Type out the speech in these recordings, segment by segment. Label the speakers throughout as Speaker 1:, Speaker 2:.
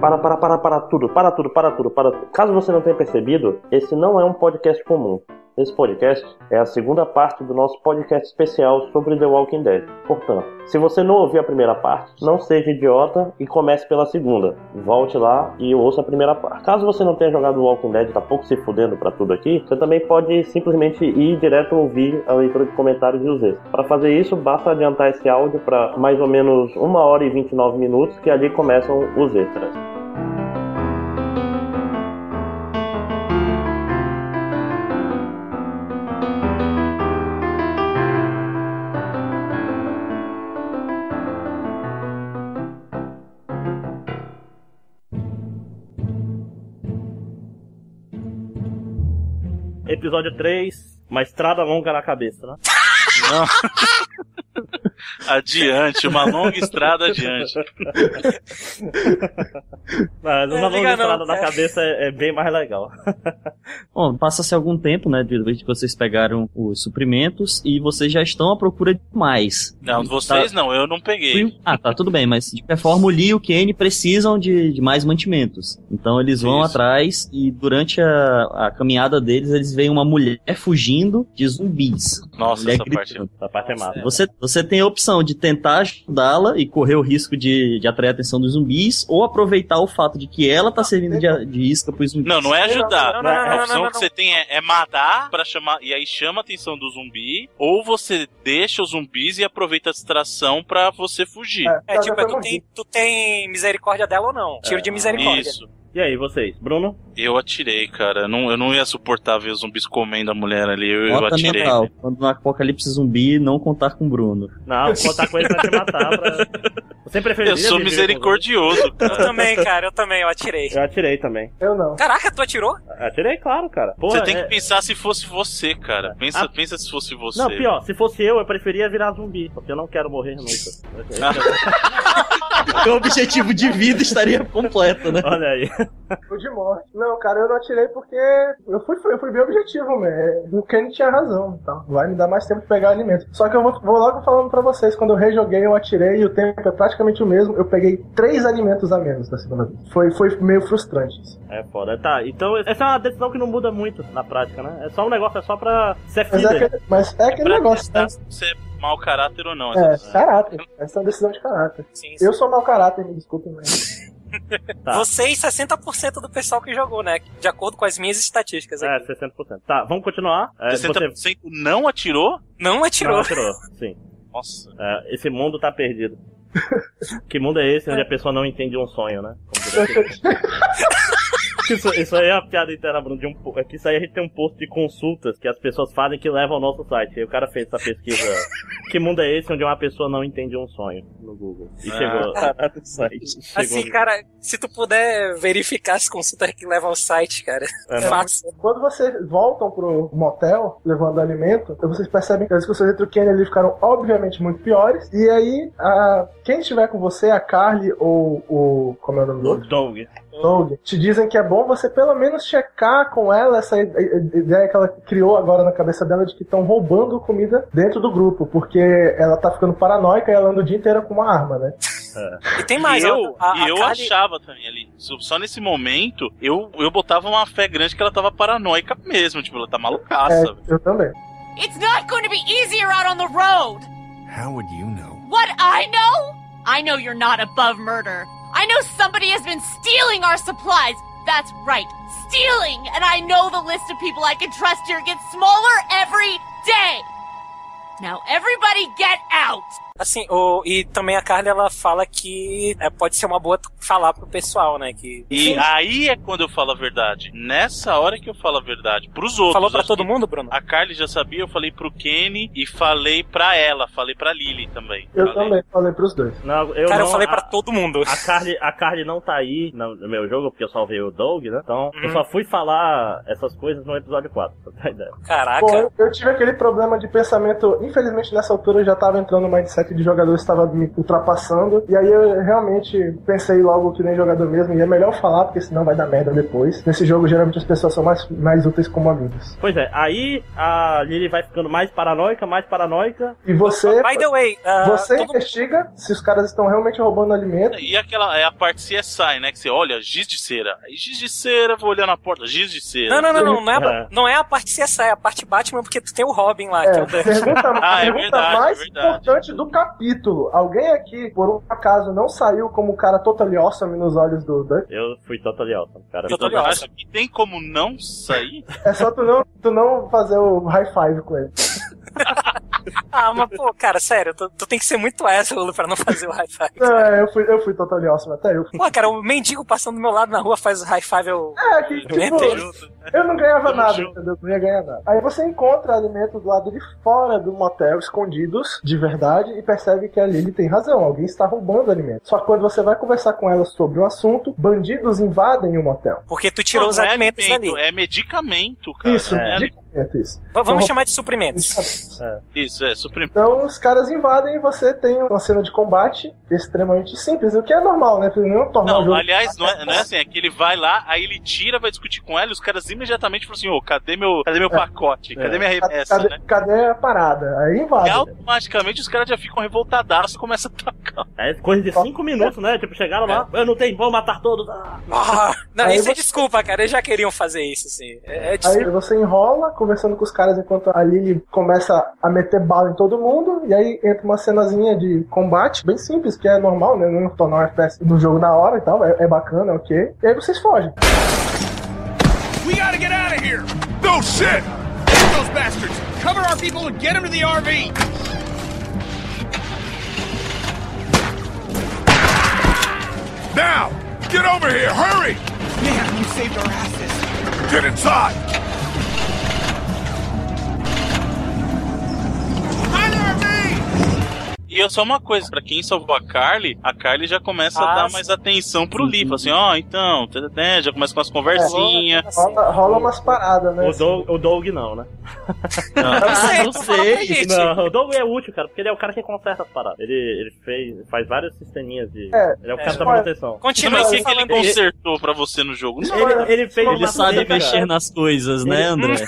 Speaker 1: Para, para, para, para tudo, para tudo, para tudo, para tudo. Caso você não tenha percebido, esse não é um podcast comum. Esse podcast é a segunda parte do nosso podcast especial sobre The Walking Dead. Portanto, se você não ouviu a primeira parte, não seja idiota e comece pela segunda. Volte lá e ouça a primeira parte. Caso você não tenha jogado Walking Dead, tá pouco se fudendo pra tudo aqui, você também pode simplesmente ir direto ouvir a leitura de comentários e os extras. Para fazer isso, basta adiantar esse áudio para mais ou menos 1 hora e 29 minutos, que ali começam os extras. Episódio 3, uma estrada longa na cabeça, né?
Speaker 2: Adiante, uma longa estrada adiante.
Speaker 1: Mas uma
Speaker 3: É,
Speaker 1: longa
Speaker 3: liga não,
Speaker 1: estrada
Speaker 2: né?
Speaker 1: na
Speaker 3: é.
Speaker 1: cabeça é, é bem mais legal.
Speaker 4: Bom, passa-se algum tempo, né, desde que vocês pegaram os suprimentos e vocês já estão à procura de mais.
Speaker 2: Não, vocês não, eu não peguei.
Speaker 4: Fui- Ah, tá, tudo bem, mas de qualquer forma o Lee e o Kenny precisam de, de mais mantimentos. Então eles vão
Speaker 2: Isso.
Speaker 4: atrás e durante a, a caminhada deles eles veem uma mulher fugindo de zumbis.
Speaker 2: Nossa,
Speaker 4: Mulher
Speaker 2: essa
Speaker 4: gritando.
Speaker 2: parte.
Speaker 1: Essa parte é massa.
Speaker 4: Você, você tem a opção de tentar ajudá-la e correr o risco de, de atrair a atenção dos zumbis, ou aproveitar o fato de que ela tá servindo de, de isca pros zumbis.
Speaker 2: Não, não é ajudar.
Speaker 3: Não, não, não, não,
Speaker 2: A
Speaker 3: não, não,
Speaker 2: opção
Speaker 3: não,
Speaker 2: que você tem é, é matar para chamar e aí chama a atenção do zumbi, ou você deixa os zumbis e aproveita a distração pra você fugir.
Speaker 3: É tipo, é, tu, tem, tu tem misericórdia dela ou
Speaker 1: É,
Speaker 3: não? Tiro de misericórdia.
Speaker 2: Isso.
Speaker 1: E aí, vocês? Bruno?
Speaker 2: Eu atirei, cara. Não, eu não ia suportar ver os zumbis comendo a mulher ali. Eu, eu
Speaker 4: Nota
Speaker 2: atirei.
Speaker 4: mental. Quando no apocalipse zumbi, não contar com o Bruno.
Speaker 1: Não, contar com ele pra te matar. Pra... Você preferiria
Speaker 2: Eu
Speaker 1: viver
Speaker 2: sou
Speaker 1: com
Speaker 2: misericordioso,
Speaker 3: Eu
Speaker 2: cara.
Speaker 3: também, cara, eu também, eu atirei.
Speaker 1: zumbi? Eu atirei também.
Speaker 5: Eu não.
Speaker 3: Caraca, tu atirou?
Speaker 1: Atirei, claro, cara. Porra,
Speaker 2: Você tem
Speaker 1: é-
Speaker 2: que pensar se fosse você, cara. Pensa,
Speaker 1: Ah.
Speaker 2: pensa se fosse você.
Speaker 1: Não, pior, se fosse eu, eu preferia virar zumbi, porque eu não quero morrer nunca.
Speaker 4: O objetivo de vida estaria completo, né?
Speaker 1: Olha aí.
Speaker 5: Fui de morte. Não, cara, eu não atirei porque eu fui, eu fui bem objetivo, mano. É, O Kenny tinha razão. Então, vai me dar mais tempo de pegar alimento. Só que eu vou, vou logo falando pra vocês, quando eu rejoguei, eu atirei e o tempo é praticamente o mesmo. Eu peguei três alimentos a menos da segunda vez. Foi, foi meio frustrante. assim.
Speaker 1: É foda. Tá, então essa é uma decisão que não muda muito na prática, né? É só um negócio, é só pra ser
Speaker 5: Mas é
Speaker 1: feeder.
Speaker 5: aquele, mas é aquele
Speaker 2: pra
Speaker 5: negócio, né?
Speaker 2: testar se você é mau caráter ou não.
Speaker 5: É,
Speaker 2: Essa-
Speaker 5: caráter. Essa é uma decisão de caráter.
Speaker 3: Sim, sim.
Speaker 5: Eu sou mau caráter, me desculpem, mas.
Speaker 1: Tá.
Speaker 3: Você e 60% do pessoal que jogou, né? De acordo com as minhas estatísticas
Speaker 1: É,
Speaker 3: aqui.
Speaker 1: 60%. Tá, vamos continuar. É,
Speaker 2: 60%
Speaker 1: você-
Speaker 2: não atirou?
Speaker 3: Não
Speaker 1: Não,
Speaker 3: atirou.
Speaker 1: atirou, sim.
Speaker 2: Nossa.
Speaker 1: É, esse mundo tá perdido. que mundo é esse onde a pessoa não entende um sonho, né? Como diria aquele- isso, isso aí é uma piada interna, Bruno. De um, po- é que isso aí a gente tem um posto de consultas que as pessoas fazem que leva ao nosso site. Aí o cara fez essa pesquisa. que mundo é esse onde uma pessoa não entende um sonho no Google? E
Speaker 2: Ah.
Speaker 1: chegou no site. Chegou
Speaker 3: Assim, cara, se tu puder verificar as consultas que levam ao site, cara,
Speaker 1: É, não.
Speaker 3: faça.
Speaker 5: Quando vocês voltam pro motel, levando alimento, vocês percebem que as discussões entre o Kenny e ele ficaram obviamente muito piores. E aí, a- quem estiver com você, a Carly ou o. Como é o nome do
Speaker 1: no
Speaker 5: outro?
Speaker 1: Dong.
Speaker 5: Doug, te dizem que é bom você pelo menos checar com ela essa i- i- ideia que ela criou agora na cabeça dela de que estão roubando comida dentro do grupo, porque ela tá ficando paranoica e ela anda o dia inteiro com uma arma, né?
Speaker 3: E tem mais,
Speaker 2: e
Speaker 3: ó,
Speaker 2: eu,
Speaker 3: a, a
Speaker 2: e eu
Speaker 3: Carly-
Speaker 2: achava também ali. Só só nesse momento, eu, eu botava uma fé grande que ela tava paranoica mesmo. Tipo, ela tá
Speaker 5: É,
Speaker 2: malucaça. velho.
Speaker 5: eu também.
Speaker 6: It's not going to be easier out on the road.
Speaker 7: How would you know?
Speaker 6: What I know? I know you're not above murder. I know somebody has been stealing our supplies. That's right, stealing. And I know the list of people I can trust here gets smaller every day. Now, everybody get out.
Speaker 3: Assim, o, e também a Carla ela fala que é, pode ser uma boa tu falar pro pessoal, né? Que
Speaker 2: E aí é quando eu falo a verdade. Nessa hora que eu falo a verdade. Pros outros.
Speaker 3: falou pra
Speaker 2: acho
Speaker 3: todo
Speaker 2: que
Speaker 3: mundo, Bruno?
Speaker 2: A Carly já sabia, eu falei pro Kenny e falei pra ela, falei pra Lily também.
Speaker 5: Eu
Speaker 2: Falei.
Speaker 5: também falei pros dois.
Speaker 1: Não, eu
Speaker 3: cara,
Speaker 1: não-
Speaker 3: eu falei
Speaker 1: a-
Speaker 3: pra todo mundo.
Speaker 1: A Carly, a Carly não tá aí no no meu jogo, porque eu salvei o Dog, né? Então, eu
Speaker 3: Uhum.
Speaker 1: só fui falar essas coisas no episódio 4, pra ter ideia.
Speaker 3: Caraca.
Speaker 5: Bom, eu, eu tive aquele problema de pensamento, infelizmente nessa altura eu já tava entrando no mindset leque de jogadores estava me ultrapassando. E aí eu realmente pensei logo que nem jogador mesmo, e é melhor falar, porque senão vai dar merda depois. Nesse jogo, geralmente as pessoas são mais, mais úteis como amigos.
Speaker 1: Pois é, aí a Lily vai ficando mais paranoica, mais paranoica.
Speaker 5: E você.
Speaker 3: By the way, ah,
Speaker 5: Você
Speaker 3: todo-
Speaker 5: investiga se os caras estão realmente roubando alimento.
Speaker 2: E aquela é a parte CSI, né? Que você olha, giz de cera. Aí, giz de cera, vou olhar na porta, giz de cera.
Speaker 3: Não, não, não, não, não é,
Speaker 1: É.
Speaker 3: não é a parte CSI, é a parte Batman, porque tu tem o Robin lá, que é
Speaker 5: É,
Speaker 3: o Dan.
Speaker 5: pergunta,
Speaker 2: Ah, é
Speaker 5: pergunta
Speaker 2: verdade,
Speaker 5: mais
Speaker 2: é verdade.
Speaker 5: importante do capítulo. Alguém aqui, por um acaso, não saiu como o cara totally awesome nos olhos do Dante?
Speaker 1: Eu fui totally awesome, cara.
Speaker 3: Eu tô
Speaker 2: Eu
Speaker 3: ligado.
Speaker 2: acho que tem como não sair.
Speaker 5: É só tu não, tu não fazer o high five com ele.
Speaker 3: Ah, mas pô, cara, sério, tu, tu tem que ser muito asshole pra não fazer o high five.
Speaker 5: É, eu fui, eu fui totally awesome, até eu. fui.
Speaker 3: Pô, cara, o mendigo passando do meu lado na rua faz o high five, eu...
Speaker 5: É, que tipo,
Speaker 3: Entendi.
Speaker 2: um
Speaker 5: eu não ganhava
Speaker 2: Tamo
Speaker 5: nada,
Speaker 2: junto.
Speaker 5: entendeu? Não ia ganhar nada. Aí você encontra alimentos do lado de fora do motel, escondidos, de verdade, e percebe que a Lily tem razão, alguém está roubando alimento. Só que quando você vai conversar com ela sobre o assunto, bandidos invadem o motel.
Speaker 3: Porque tu tirou
Speaker 2: Não,
Speaker 3: os
Speaker 2: não é
Speaker 3: alimentos
Speaker 2: alimento,
Speaker 3: dali.
Speaker 2: É medicamento, cara.
Speaker 5: Isso,
Speaker 2: é,
Speaker 5: de alimento, isso.
Speaker 3: V- Vamos
Speaker 5: Então,
Speaker 3: chamar de suprimentos.
Speaker 2: isso, é suprimento.
Speaker 5: Então os caras invadem e você tem uma cena de combate extremamente simples, o que é normal, né? Porque não tornar o
Speaker 2: Não,
Speaker 5: jogo.
Speaker 2: aliás, não é, não é assim, é que ele vai lá, aí ele tira, vai discutir com ela, e os caras imediatamente falam assim, ô, cadê meu, cadê meu pacote? Cadê minha
Speaker 5: Cadê,
Speaker 2: remessa, né? É
Speaker 5: cadê a parada? Aí
Speaker 2: E
Speaker 5: invadem.
Speaker 2: automaticamente os caras já ficam revoltadaços e começam a atacar.
Speaker 1: É coisa de cinco minutos, né? Tipo, chegaram lá, eu não tenho, vou matar todos. Ah,
Speaker 3: Ah, não,
Speaker 5: Aí
Speaker 3: isso é
Speaker 5: você-
Speaker 3: desculpa, cara, eles já queriam fazer isso, assim. É, é
Speaker 5: Aí
Speaker 3: desculpa.
Speaker 5: você enrola, conversando com os caras enquanto a Lily começa a meter bala em todo mundo, e aí entra uma cenazinha de combate, bem simples, que é normal, né? Não tornar um FPS no jogo na hora e tal, é, é bacana, é ok. E aí vocês fogem.
Speaker 7: We gotta get out of here! No shit! Get those bastards! Cover our people and get them to the RV! Now! Get over here! Hurry! Man, you saved our asses! Get inside!
Speaker 2: E é só uma coisa, pra quem salvou a Carly, a Carly já começa
Speaker 3: Ah,
Speaker 2: a dar
Speaker 3: sim.
Speaker 2: mais atenção pro Lee. Fala assim, ó, então, tê, tê, tê, já começa com as conversinhas.
Speaker 5: Rola, rola umas paradas, né?
Speaker 1: o, Doug, o Doug não, né?
Speaker 3: Eu sei,
Speaker 4: não
Speaker 3: tu fala pra
Speaker 4: sei,
Speaker 3: gente.
Speaker 1: Não, o Doug é útil, cara, porque ele é o cara que conserta as paradas. Ele, ele fez, faz vários sisteminhas de.
Speaker 5: É,
Speaker 1: ele é o
Speaker 3: é,
Speaker 1: cara da
Speaker 5: mas-
Speaker 1: manutenção.
Speaker 3: Continua
Speaker 2: Mas o
Speaker 3: aí
Speaker 2: que, que ele
Speaker 3: falando.
Speaker 2: consertou pra você no jogo? Não,
Speaker 1: Ele, ele fez
Speaker 4: Ele
Speaker 1: uma
Speaker 4: sabe
Speaker 1: cerca,
Speaker 4: mexer nas coisas, né,
Speaker 1: Uhum.
Speaker 4: André?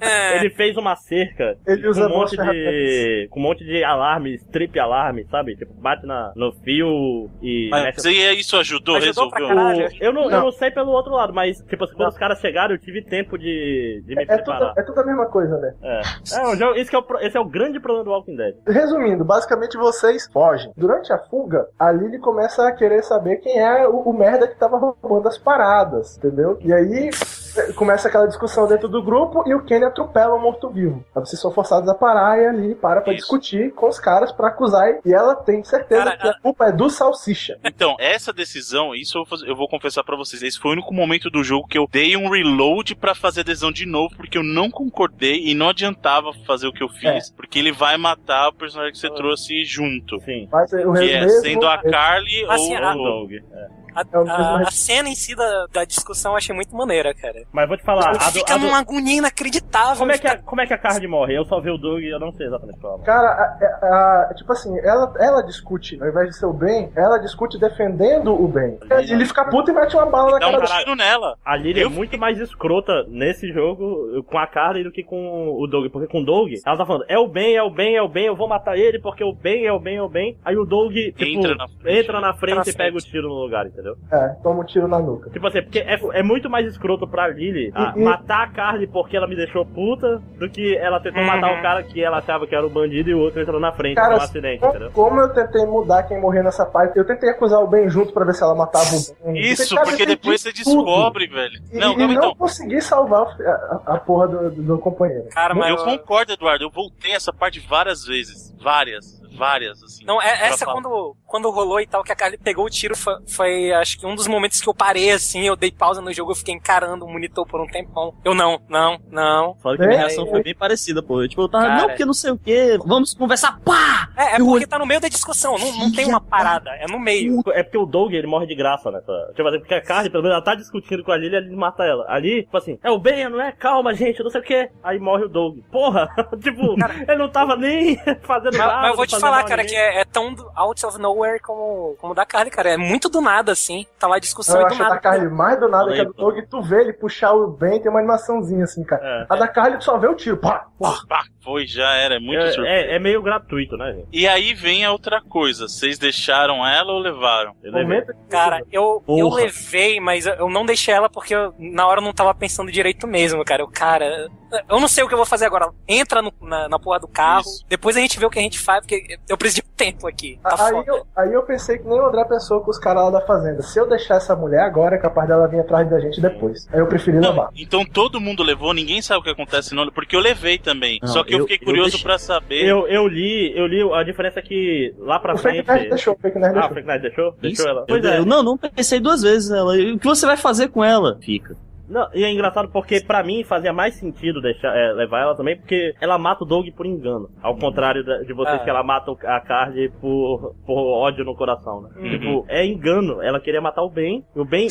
Speaker 3: É.
Speaker 1: Ele fez uma cerca
Speaker 5: Ele usa
Speaker 1: com, um monte
Speaker 5: boas
Speaker 1: de, com um monte de alarme, strip alarme, sabe? Tipo, bate na, no fio e. mexe-
Speaker 2: Mas um e isso ajudou,
Speaker 3: Ajudou pra
Speaker 2: resolveu?
Speaker 3: caralho.
Speaker 1: O- eu, não, eu
Speaker 5: Não.
Speaker 1: não sei pelo outro lado, mas, tipo assim, quando os caras chegaram, eu tive tempo de, de me
Speaker 5: É tudo,
Speaker 1: preparar.
Speaker 5: é tudo a mesma coisa, né?
Speaker 1: É. É, o jogo- isso que é o pro- esse é o grande problema do Walking Dead.
Speaker 5: Resumindo, basicamente vocês fogem. Durante a fuga, a Lily começa a querer saber quem é o, o merda que tava roubando as paradas, entendeu? E aí eh, começa aquela discussão dentro do grupo e o Kenny atropela o morto-vivo. Aí vocês são forçados a parar e a Lily para pra
Speaker 2: Isso.
Speaker 5: discutir com os caras pra acusar e ela tem certeza
Speaker 3: Cara,
Speaker 5: que a culpa é do Salsicha.
Speaker 2: Então, essa decisão, isso eu vou, fazer- eu vou confessar pra vocês, esse foi o único momento do jogo que eu dei um reload pra fazer a decisão de novo, porque eu não concordei e não adiantava fazer o que eu fiz, porque ele vai matar o personagem que você trouxe junto.
Speaker 1: Sim.
Speaker 5: Mas o
Speaker 2: Que é
Speaker 5: mesmo-
Speaker 2: sendo a Carly
Speaker 3: Mas, assim,
Speaker 2: ou, um
Speaker 3: a-
Speaker 1: O
Speaker 2: ou-
Speaker 1: Doug. é.
Speaker 3: A,
Speaker 5: É o mesmo
Speaker 3: a- a
Speaker 5: res-
Speaker 3: cena em si da, da discussão eu achei muito maneira, cara. Tipo,
Speaker 1: Mas vou te falar, a do-
Speaker 3: Fica
Speaker 1: a do-
Speaker 3: numa agonia inacreditável. tipo,
Speaker 1: como, é que
Speaker 3: fica-
Speaker 1: a, como é que a Card morre? Eu só vi o Doug e eu não sei exatamente qual. é
Speaker 5: Cara, a- é, a- a- tipo assim, ela, ela discute, ao invés de ser o bem, ela discute defendendo o bem. E ele fica puto e mete uma bala na
Speaker 2: dá
Speaker 5: cara
Speaker 2: um
Speaker 5: do
Speaker 2: tiro nela.
Speaker 1: A Lily
Speaker 2: Eu
Speaker 1: é muito mais escrota nesse jogo com a Carly do que com o Doug. Porque com o Doug, ela tá falando, é o bem, é o bem, é o bem, eu vou matar ele porque o bem é o bem, é o bem. Aí o Doug, tipo,
Speaker 2: Entra na frente.
Speaker 1: entra na frente
Speaker 3: Entra na
Speaker 1: e pega o
Speaker 3: frente.
Speaker 1: tiro no lugar, entendeu?
Speaker 5: É, toma um tiro na nuca.
Speaker 1: Tipo assim, porque é, é muito mais escroto pra Lily ah,
Speaker 5: Uhum.
Speaker 1: matar a Carly porque ela me deixou puta do que ela tentou matar o cara que ela achava que era o bandido e o outro entrou na frente
Speaker 5: Cara,
Speaker 1: num acidente,
Speaker 5: como-
Speaker 1: entendeu?
Speaker 5: como eu tentei mudar quem morrer nessa parte, eu tentei acusar o Ben junto pra ver se ela matava o Ben.
Speaker 2: Isso,
Speaker 5: Cara, eu
Speaker 2: porque
Speaker 5: tentei
Speaker 2: depois você
Speaker 5: tudo.
Speaker 2: descobre, velho.
Speaker 5: E e
Speaker 2: não,
Speaker 5: não,
Speaker 2: calma então.
Speaker 5: consegui salvar a, a- a porra do, do- do companheiro.
Speaker 3: Cara, mas...
Speaker 2: Eu concordo, Eduardo. Eu voltei essa parte várias vezes. Várias, várias, assim.
Speaker 3: Não, é-
Speaker 2: pra
Speaker 3: essa
Speaker 2: falar.
Speaker 3: quando, quando rolou e tal, que a Carly pegou o tiro, foi, foi, acho que um dos momentos que eu parei assim, eu dei pausa no jogo, eu fiquei encarando o monitor por um tempão. Eu não, não, não.
Speaker 4: Fala que minha
Speaker 5: É,
Speaker 4: reação
Speaker 5: é.
Speaker 4: foi bem Então parecida, pô. Eu, Tipo, eu tava,
Speaker 3: Cara.
Speaker 4: não, porque não sei o quê, vamos conversar, pá!
Speaker 3: É, é
Speaker 4: Eu
Speaker 3: porque
Speaker 4: olhei-
Speaker 3: tá no meio da discussão, não, não tem uma parada, é no meio.
Speaker 1: É porque o Doug, ele morre de graça nessa. Tipo assim, porque a Carly, pelo menos, ela tá discutindo com a Lily, ele mata ela. Ali, tipo assim, é o Ben, não é? Calma, gente, não sei o quê. Aí morre o Doug. Porra! tipo, ele não tava nem fazendo
Speaker 3: Mas,
Speaker 1: nada.
Speaker 3: mas eu vou te
Speaker 1: fazendo
Speaker 3: falar,
Speaker 1: mal a
Speaker 3: cara,
Speaker 1: ninguém.
Speaker 3: que é, é tão do- out of nowhere como, como o da Carly, cara. É muito do nada, assim. Tá lá a discussão
Speaker 5: Eu
Speaker 3: e do
Speaker 5: acho a da
Speaker 3: nada.
Speaker 5: Carly mais do nada
Speaker 4: Fala
Speaker 5: que a
Speaker 4: aí,
Speaker 5: do
Speaker 4: pô.
Speaker 5: Doug. Tu vê ele puxar o Ben, tem uma animaçãozinha assim, cara.
Speaker 1: É.
Speaker 5: A da Carly tu só vê o tiro. Pá, pá.
Speaker 2: Pá, foi, já era, é muito
Speaker 1: É-
Speaker 2: surpresa.
Speaker 1: é, é meio gratuito, né, gente?
Speaker 2: E aí vem a outra coisa, vocês deixaram ela ou levaram?
Speaker 1: Ele é
Speaker 5: Momento
Speaker 3: Cara, eu, eu
Speaker 4: Porra.
Speaker 3: levei, mas eu- eu não deixei ela porque eu, na hora eu não tava pensando direito mesmo, cara. Eu, cara, eu não sei o que eu vou fazer agora. Entra no- na, na porra do carro,
Speaker 2: Isso.
Speaker 3: depois a gente vê o que a gente faz, porque eu preciso de tempo aqui. Tá
Speaker 5: Aí
Speaker 3: foda.
Speaker 5: eu, aí eu pensei que nem o André pensou com os caras lá da fazenda. Se eu deixar essa mulher agora, é capaz dela vir atrás da gente depois. Aí eu preferi levar.
Speaker 2: Então todo mundo levou, ninguém sabe o que acontece não, porque eu levei também.
Speaker 4: Não,
Speaker 2: Só que eu,
Speaker 4: eu-
Speaker 2: fiquei
Speaker 4: eu
Speaker 2: curioso
Speaker 4: deixei.
Speaker 2: pra
Speaker 3: é
Speaker 2: saber.
Speaker 1: Eu, eu li, eu li, a diferença é que lá pra
Speaker 5: O Fake
Speaker 1: frente.
Speaker 5: Nerd deixou, o Fake Nerd
Speaker 1: Ah, o
Speaker 5: deixou.
Speaker 1: Frank Knight deixou?
Speaker 4: Isso.
Speaker 1: Deixou ela.
Speaker 4: Eu-
Speaker 1: Pois é.
Speaker 4: eu, não, não pensei duas vezes. Ela, o que você vai fazer com ela? Fica.
Speaker 1: Não, e é engraçado porque pra mim fazia mais sentido deixar, é, levar ela também, porque ela mata o Doug por engano. Ao contrário da- de vocês
Speaker 3: Ah.
Speaker 1: que ela mata o- a Carly por, por ódio no coração, né?
Speaker 3: Uhum.
Speaker 1: Tipo, é engano. Ela queria matar o Ben. E o Ben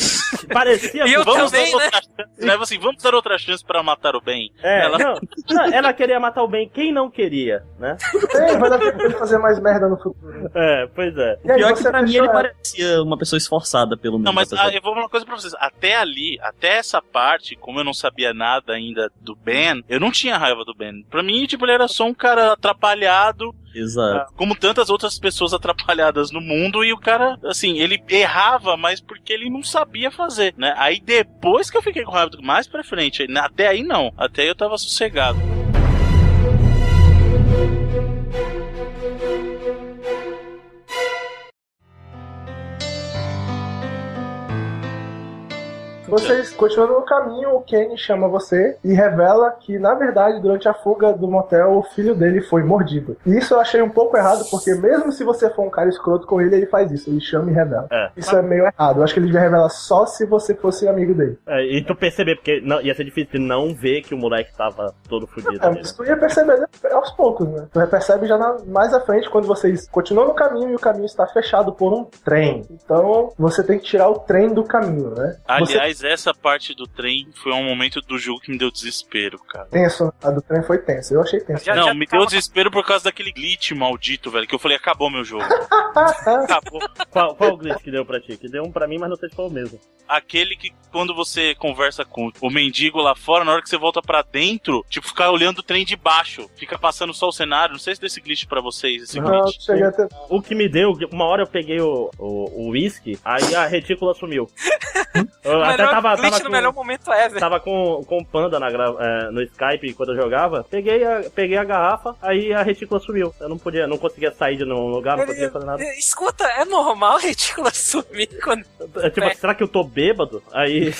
Speaker 1: parecia.
Speaker 3: E eu
Speaker 2: Vamos
Speaker 3: também,
Speaker 2: dar outra chance, né? Assim, vamos dar outra chance pra matar o bem.
Speaker 1: É,
Speaker 2: Ela-
Speaker 1: não, não, ela queria matar o Ben, quem não queria, né?
Speaker 5: Ei, É, vai dar tempo pra ele fazer mais merda no futuro.
Speaker 1: É, pois é.
Speaker 5: E aí,
Speaker 4: Pior que
Speaker 5: você
Speaker 4: pra mim
Speaker 5: deixou
Speaker 4: ele
Speaker 5: ela-
Speaker 4: parecia uma pessoa esforçada, pelo menos.
Speaker 2: Não, mas
Speaker 4: a pessoa-
Speaker 2: ah, eu vou falar uma coisa pra vocês. Até ali, até essa parte, como eu não sabia nada ainda do Ben, eu não tinha raiva do Ben. Pra mim, tipo, ele era só um cara atrapalhado,
Speaker 1: Ah.
Speaker 4: Exato.
Speaker 2: como tantas outras pessoas atrapalhadas no mundo, e o cara, assim, ele errava, mas porque ele não sabia fazer, né? Aí depois que eu fiquei com raiva, do- mais pra frente, aí- até aí não, até aí eu tava sossegado.
Speaker 5: Vocês continuando no caminho, o Kenny chama você e revela que, na verdade, durante a fuga do motel, o filho dele foi mordido. E isso eu achei um pouco errado, porque mesmo se você for um cara escroto com ele, ele faz isso. Ele chama e revela.
Speaker 1: É.
Speaker 5: Isso é meio errado. Eu acho que ele devia revelar só se você fosse amigo dele.
Speaker 1: É, e tu perceber, porque não, ia ser difícil de não ver que o moleque tava todo fudido
Speaker 5: É,
Speaker 1: ali, né?
Speaker 5: mas tu ia perceber aos poucos, né? Tu percebe já na- mais à frente quando vocês continuam no caminho e o caminho está fechado por um trem. Então você tem que tirar o trem do caminho, né? você
Speaker 2: Aliás, essa parte do trem foi um momento do jogo que me deu desespero, cara.
Speaker 5: tenso, a do trem foi tensa. Eu achei tenso.
Speaker 3: Já-
Speaker 2: não,
Speaker 3: já
Speaker 2: me
Speaker 3: tava-
Speaker 2: deu desespero por causa daquele glitch maldito, velho, que eu falei, acabou meu jogo.
Speaker 5: Tá,
Speaker 2: acabou.
Speaker 1: Qual, qual o glitch que deu pra ti? Que deu um pra mim, mas não sei se foi o mesmo.
Speaker 2: Aquele que quando você conversa com o mendigo lá fora, na hora que você volta pra dentro, tipo, ficar olhando o trem de baixo, fica passando só o cenário. Não sei se deu esse glitch pra vocês, esse
Speaker 5: Não,
Speaker 2: glitch.
Speaker 5: cheguei até.
Speaker 1: O que me deu, uma hora eu peguei o, o, o whisky, aí a retícula sumiu. Eu
Speaker 3: O
Speaker 1: até
Speaker 3: melhor
Speaker 1: tava,
Speaker 3: glitch
Speaker 1: tava
Speaker 3: no
Speaker 1: com,
Speaker 3: melhor momento é, velho.
Speaker 1: tava com, com panda na, gra- eh, no Skype quando eu jogava. Peguei a, peguei a garrafa, aí a retícula sumiu. Eu não podia, não conseguia sair de um lugar, não
Speaker 3: Ele-
Speaker 1: conseguia fazer nada.
Speaker 3: Escuta, é normal a retícula sumir quando.
Speaker 1: É, Tipo, será que eu tô bêbado? Aí,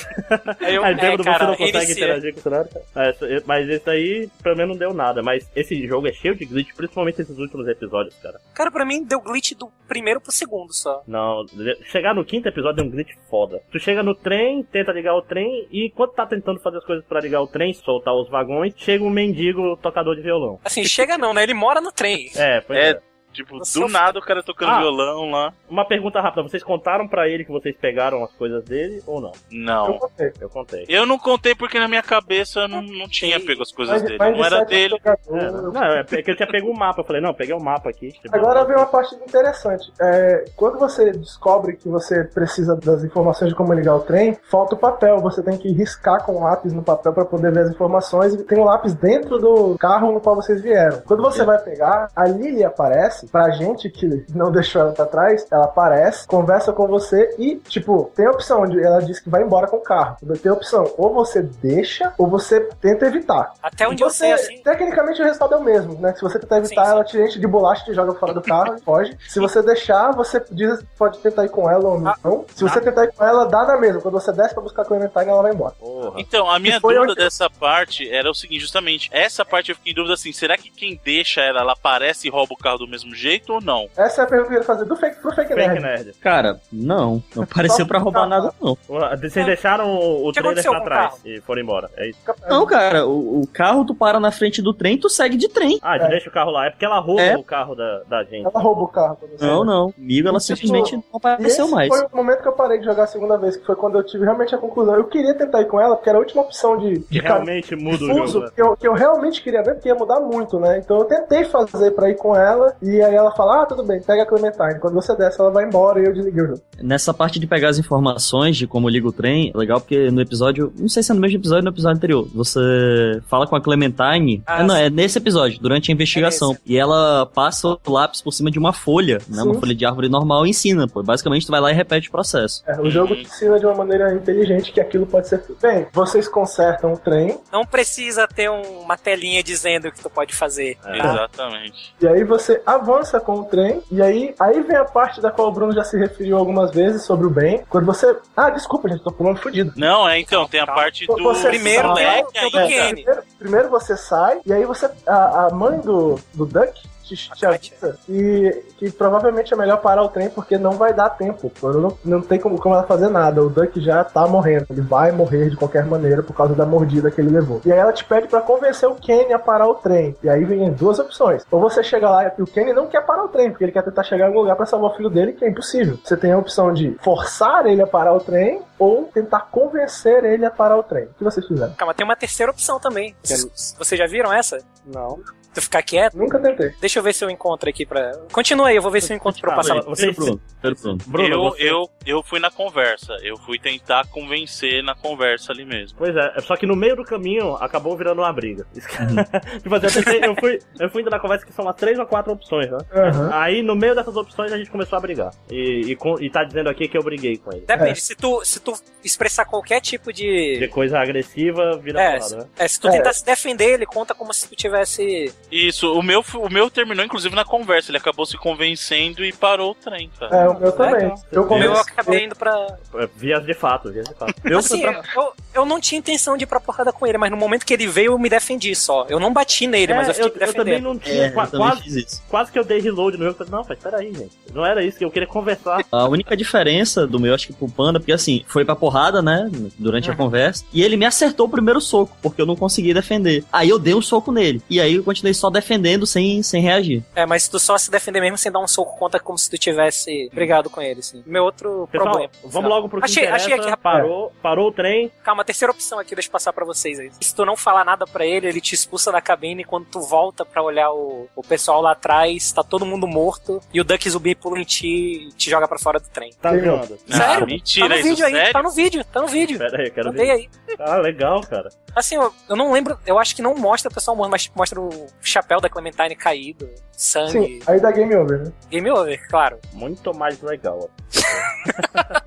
Speaker 3: Aí eu-
Speaker 1: aí bêbado
Speaker 3: é, cara,
Speaker 1: você não consegue
Speaker 3: inicia.
Speaker 1: interagir com o cenário. É, isso- é, mas isso aí, pelo menos não deu nada. Mas esse jogo é cheio de glitch, principalmente esses últimos episódios, cara.
Speaker 3: Cara, pra mim deu glitch do primeiro pro segundo só.
Speaker 1: Não, chegar no quinto episódio é um glitch foda. Tu chega no trem, tenta ligar o trem, e enquanto tá tentando fazer as coisas pra ligar o trem, soltar os vagões, chega um mendigo tocador de violão.
Speaker 3: Assim, chega não, né? Ele mora no trem.
Speaker 1: É, pois
Speaker 2: É.
Speaker 1: é.
Speaker 2: Tipo,
Speaker 3: Nossa,
Speaker 2: do nada o cara tocando
Speaker 1: Ah.
Speaker 2: violão lá.
Speaker 1: Uma pergunta rápida, vocês contaram pra ele que vocês pegaram as coisas dele ou não?
Speaker 5: Eu
Speaker 2: Não.
Speaker 5: contei.
Speaker 1: Eu contei.
Speaker 2: Eu não contei porque na minha cabeça eu não, não tinha pego as coisas
Speaker 5: Mas-
Speaker 2: dele.
Speaker 5: mas é
Speaker 2: Não era
Speaker 5: sete
Speaker 2: dele.
Speaker 5: jogadores,
Speaker 1: É, não, é porque eu tinha pego o mapa. Eu falei, não, peguei o mapa aqui.
Speaker 5: Agora vem uma parte interessante. É, quando você descobre que você precisa das informações de como ligar o trem, falta o papel. Você tem que riscar com o lápis no papel para poder ver as informações. E tem um lápis dentro do carro no qual vocês vieram. Quando você vai pegar, a Lily aparece. Pra gente que não deixou ela pra trás, ela aparece, conversa com você e, tipo, tem a opção. De, ela diz que vai embora com o carro. Tem a opção. Ou você deixa, ou você tenta evitar.
Speaker 3: Até onde
Speaker 5: Você-
Speaker 3: eu sei, assim.
Speaker 5: Tecnicamente o resultado é o mesmo, né? Se você tentar evitar,
Speaker 3: Sim, sim.
Speaker 5: ela te enche de bolacha, te joga fora do carro e foge. Se você deixar, você diz- pode tentar ir com ela ou não.
Speaker 3: Ah,
Speaker 5: Se você tentar ir com ela, dá na mesma. Quando você desce pra buscar com o inventário, ela vai embora.
Speaker 1: Porra.
Speaker 2: Então, a minha
Speaker 5: E foi
Speaker 2: dúvida
Speaker 5: onde-
Speaker 2: dessa parte era o seguinte, justamente, essa parte eu fiquei em dúvida assim, será que quem deixa ela, ela aparece e rouba o carro do mesmo mesmo jeito ou não?
Speaker 5: Essa é a pergunta que eu ia fazer do fake, pro fake
Speaker 1: Fake
Speaker 5: nerd.
Speaker 1: nerd.
Speaker 4: Cara, não. Não pareceu pra roubar nada, não.
Speaker 1: Vocês deixaram o, o
Speaker 3: que
Speaker 1: trailer
Speaker 3: aconteceu
Speaker 1: pra
Speaker 3: com o
Speaker 1: trás e foram embora. É isso.
Speaker 4: Não, cara, o, o carro tu para na frente do trem, tu segue de trem.
Speaker 1: Ah, tu deixa o carro lá. É porque ela rouba
Speaker 4: É.
Speaker 1: o carro da, da gente.
Speaker 5: Ela rouba o carro pra você.
Speaker 4: Não, não. Comigo ela simplesmente não
Speaker 5: E esse
Speaker 4: apareceu mais.
Speaker 5: Foi o momento que eu parei de jogar a segunda vez, que foi quando eu tive realmente a conclusão. Eu queria tentar ir com ela, porque era a última opção de, de
Speaker 1: Que
Speaker 5: cara
Speaker 1: realmente muda o jogo.
Speaker 5: confuso
Speaker 1: né?
Speaker 5: que eu, que eu realmente queria ver, porque ia mudar muito, né? Então eu tentei fazer pra ir com ela, e aí ela fala: Ah, tudo bem, pega a Clementine. Quando você desce, ela vai embora e eu desliguei o jogo.
Speaker 4: Nessa parte de pegar as informações de como liga o trem, é legal porque no episódio, não sei se é no mesmo episódio ou no episódio anterior, você fala com a Clementine.
Speaker 3: Ah,
Speaker 4: É, não,
Speaker 3: sim.
Speaker 4: é nesse episódio, durante a investigação. e ela passa o lápis por cima de uma folha, né? Uma
Speaker 5: Sim.
Speaker 4: folha de árvore normal e ensina, pô. Basicamente tu vai lá e repete o processo.
Speaker 5: É, o jogo te ensina de uma maneira inteligente que aquilo pode ser feito. Bem, vocês consertam o trem,
Speaker 3: Não precisa ter um- uma telinha dizendo o que tu pode fazer.
Speaker 2: É,
Speaker 3: tá?
Speaker 2: Exatamente.
Speaker 5: e aí você avança com o trem, e aí, aí vem a parte da qual o Bruno já se referiu algumas vezes sobre o bem. Quando você. Ah, desculpa, gente, tô pulando fudido.
Speaker 2: Não, é então, tem a parte do
Speaker 5: Você
Speaker 3: primeiro
Speaker 5: sai-
Speaker 2: moleque
Speaker 3: tem o-
Speaker 2: ainda.
Speaker 3: tem o Kenny.
Speaker 5: é, Primeiro, primeiro você sai, e aí você. A, a mãe do, do Duck te, te
Speaker 3: A Katia.
Speaker 5: avisa que, que provavelmente é melhor parar o trem porque não vai dar tempo. pô, Não, não tem como, como ela fazer nada. O Duck já tá morrendo. Ele vai morrer de qualquer maneira por causa da mordida que ele levou. E aí ela te pede pra convencer o Kenny a parar o trem. E aí vem as duas opções. Ou você chega lá e o Kenny não quer parar o trem, porque ele quer tentar chegar em algum lugar pra salvar o filho dele, que é impossível. Você tem a opção de forçar ele a parar o trem ou tentar convencer ele a parar o trem. O que vocês fizeram?
Speaker 3: Calma, tem uma terceira opção também.
Speaker 5: Quero-
Speaker 3: Vocês já viram essa?
Speaker 5: Não.
Speaker 3: Tu ficar quieto?
Speaker 5: Nunca tentei.
Speaker 3: Deixa eu ver se eu encontro aqui pra. Continua aí, eu vou ver se eu encontro pra eu passar.
Speaker 1: Ah, você-
Speaker 4: Pronto, pronto.
Speaker 1: Bruno,
Speaker 2: eu,
Speaker 1: você-
Speaker 2: eu, eu fui na conversa. Eu fui tentar convencer na conversa ali mesmo.
Speaker 1: Pois é, só que no meio do caminho acabou virando uma briga. Isso que-
Speaker 2: Uhum.
Speaker 1: tipo assim, eu, tentei- eu fui, eu fui indo na conversa que são umas três ou quatro opções, né?
Speaker 2: Uhum.
Speaker 5: Aham.
Speaker 1: Aí no meio dessas opções a gente começou a brigar. E, e, com- e tá dizendo aqui que eu briguei com ele.
Speaker 3: Depende,
Speaker 5: É.
Speaker 3: se, tu, se tu expressar qualquer tipo
Speaker 1: De
Speaker 3: de.
Speaker 1: coisa agressiva vira
Speaker 3: É,
Speaker 1: porrada, né?
Speaker 3: é, se tu
Speaker 5: É.
Speaker 3: tentar se defender, ele conta como se tu tivesse.
Speaker 2: Isso, o meu, o meu terminou inclusive na conversa. Ele acabou se convencendo e parou o trem, cara.
Speaker 5: É, o meu também.
Speaker 1: então.
Speaker 5: Eu
Speaker 3: Eu
Speaker 5: convenci-
Speaker 3: acabei indo pra.
Speaker 1: É, Vias de fato, vias de fato.
Speaker 4: Eu fui
Speaker 3: assim,
Speaker 4: pra...
Speaker 3: eu, eu não tinha intenção de ir pra porrada com ele, mas no momento que ele veio, eu me defendi só. Eu não bati nele, mas eu
Speaker 1: É, eu,
Speaker 3: fiquei me
Speaker 1: eu
Speaker 3: defendendo.
Speaker 1: também não tinha.
Speaker 4: É,
Speaker 1: qua-
Speaker 4: eu também
Speaker 1: quase,
Speaker 4: fiz isso.
Speaker 1: quase que eu dei reload no jogo. Falei, Não, mas peraí, gente. Não era isso que eu queria conversar.
Speaker 4: A única diferença do meu, acho que pro Panda, porque assim, foi pra porrada, né? Durante
Speaker 3: É.
Speaker 4: a conversa. E ele me acertou o primeiro soco, porque eu não consegui defender. Aí eu dei um soco nele. E aí eu continuei só defendendo sem, sem reagir.
Speaker 3: É, mas se tu só se defender mesmo sem dar um soco, conta como se tu tivesse brigado com ele, assim. Meu outro
Speaker 1: Pessoal,
Speaker 3: problema.
Speaker 1: vamos logo pro que
Speaker 3: Achei-
Speaker 1: interessa.
Speaker 3: achei aqui, rapaz.
Speaker 1: parou, parou o trem.
Speaker 3: Calma, terceira opção aqui, deixa eu passar pra vocês aí. Se tu não falar nada pra ele, ele te expulsa da cabine. Quando tu volta pra olhar o, o pessoal lá atrás, tá todo mundo morto. E o Duck Zumbi pula em ti e te joga pra fora do trem.
Speaker 1: Tá
Speaker 5: Sim.
Speaker 1: zoando.
Speaker 2: Ah,
Speaker 3: sério?
Speaker 2: mentira,
Speaker 3: tá no
Speaker 2: isso
Speaker 3: vídeo aí,
Speaker 2: sério?
Speaker 3: tá no vídeo, tá no vídeo.
Speaker 1: Pera aí, eu quero
Speaker 3: Mandei
Speaker 1: ver.
Speaker 3: aí.
Speaker 1: Ah, legal, cara.
Speaker 3: Assim, eu, eu não lembro, eu acho que não mostra o pessoal morto, mas tipo, mostra o chapéu da Clementine caído,
Speaker 5: Sim,
Speaker 3: sangue.
Speaker 5: aí dá game over, né?
Speaker 3: Game over, claro.
Speaker 1: Muito mais legal.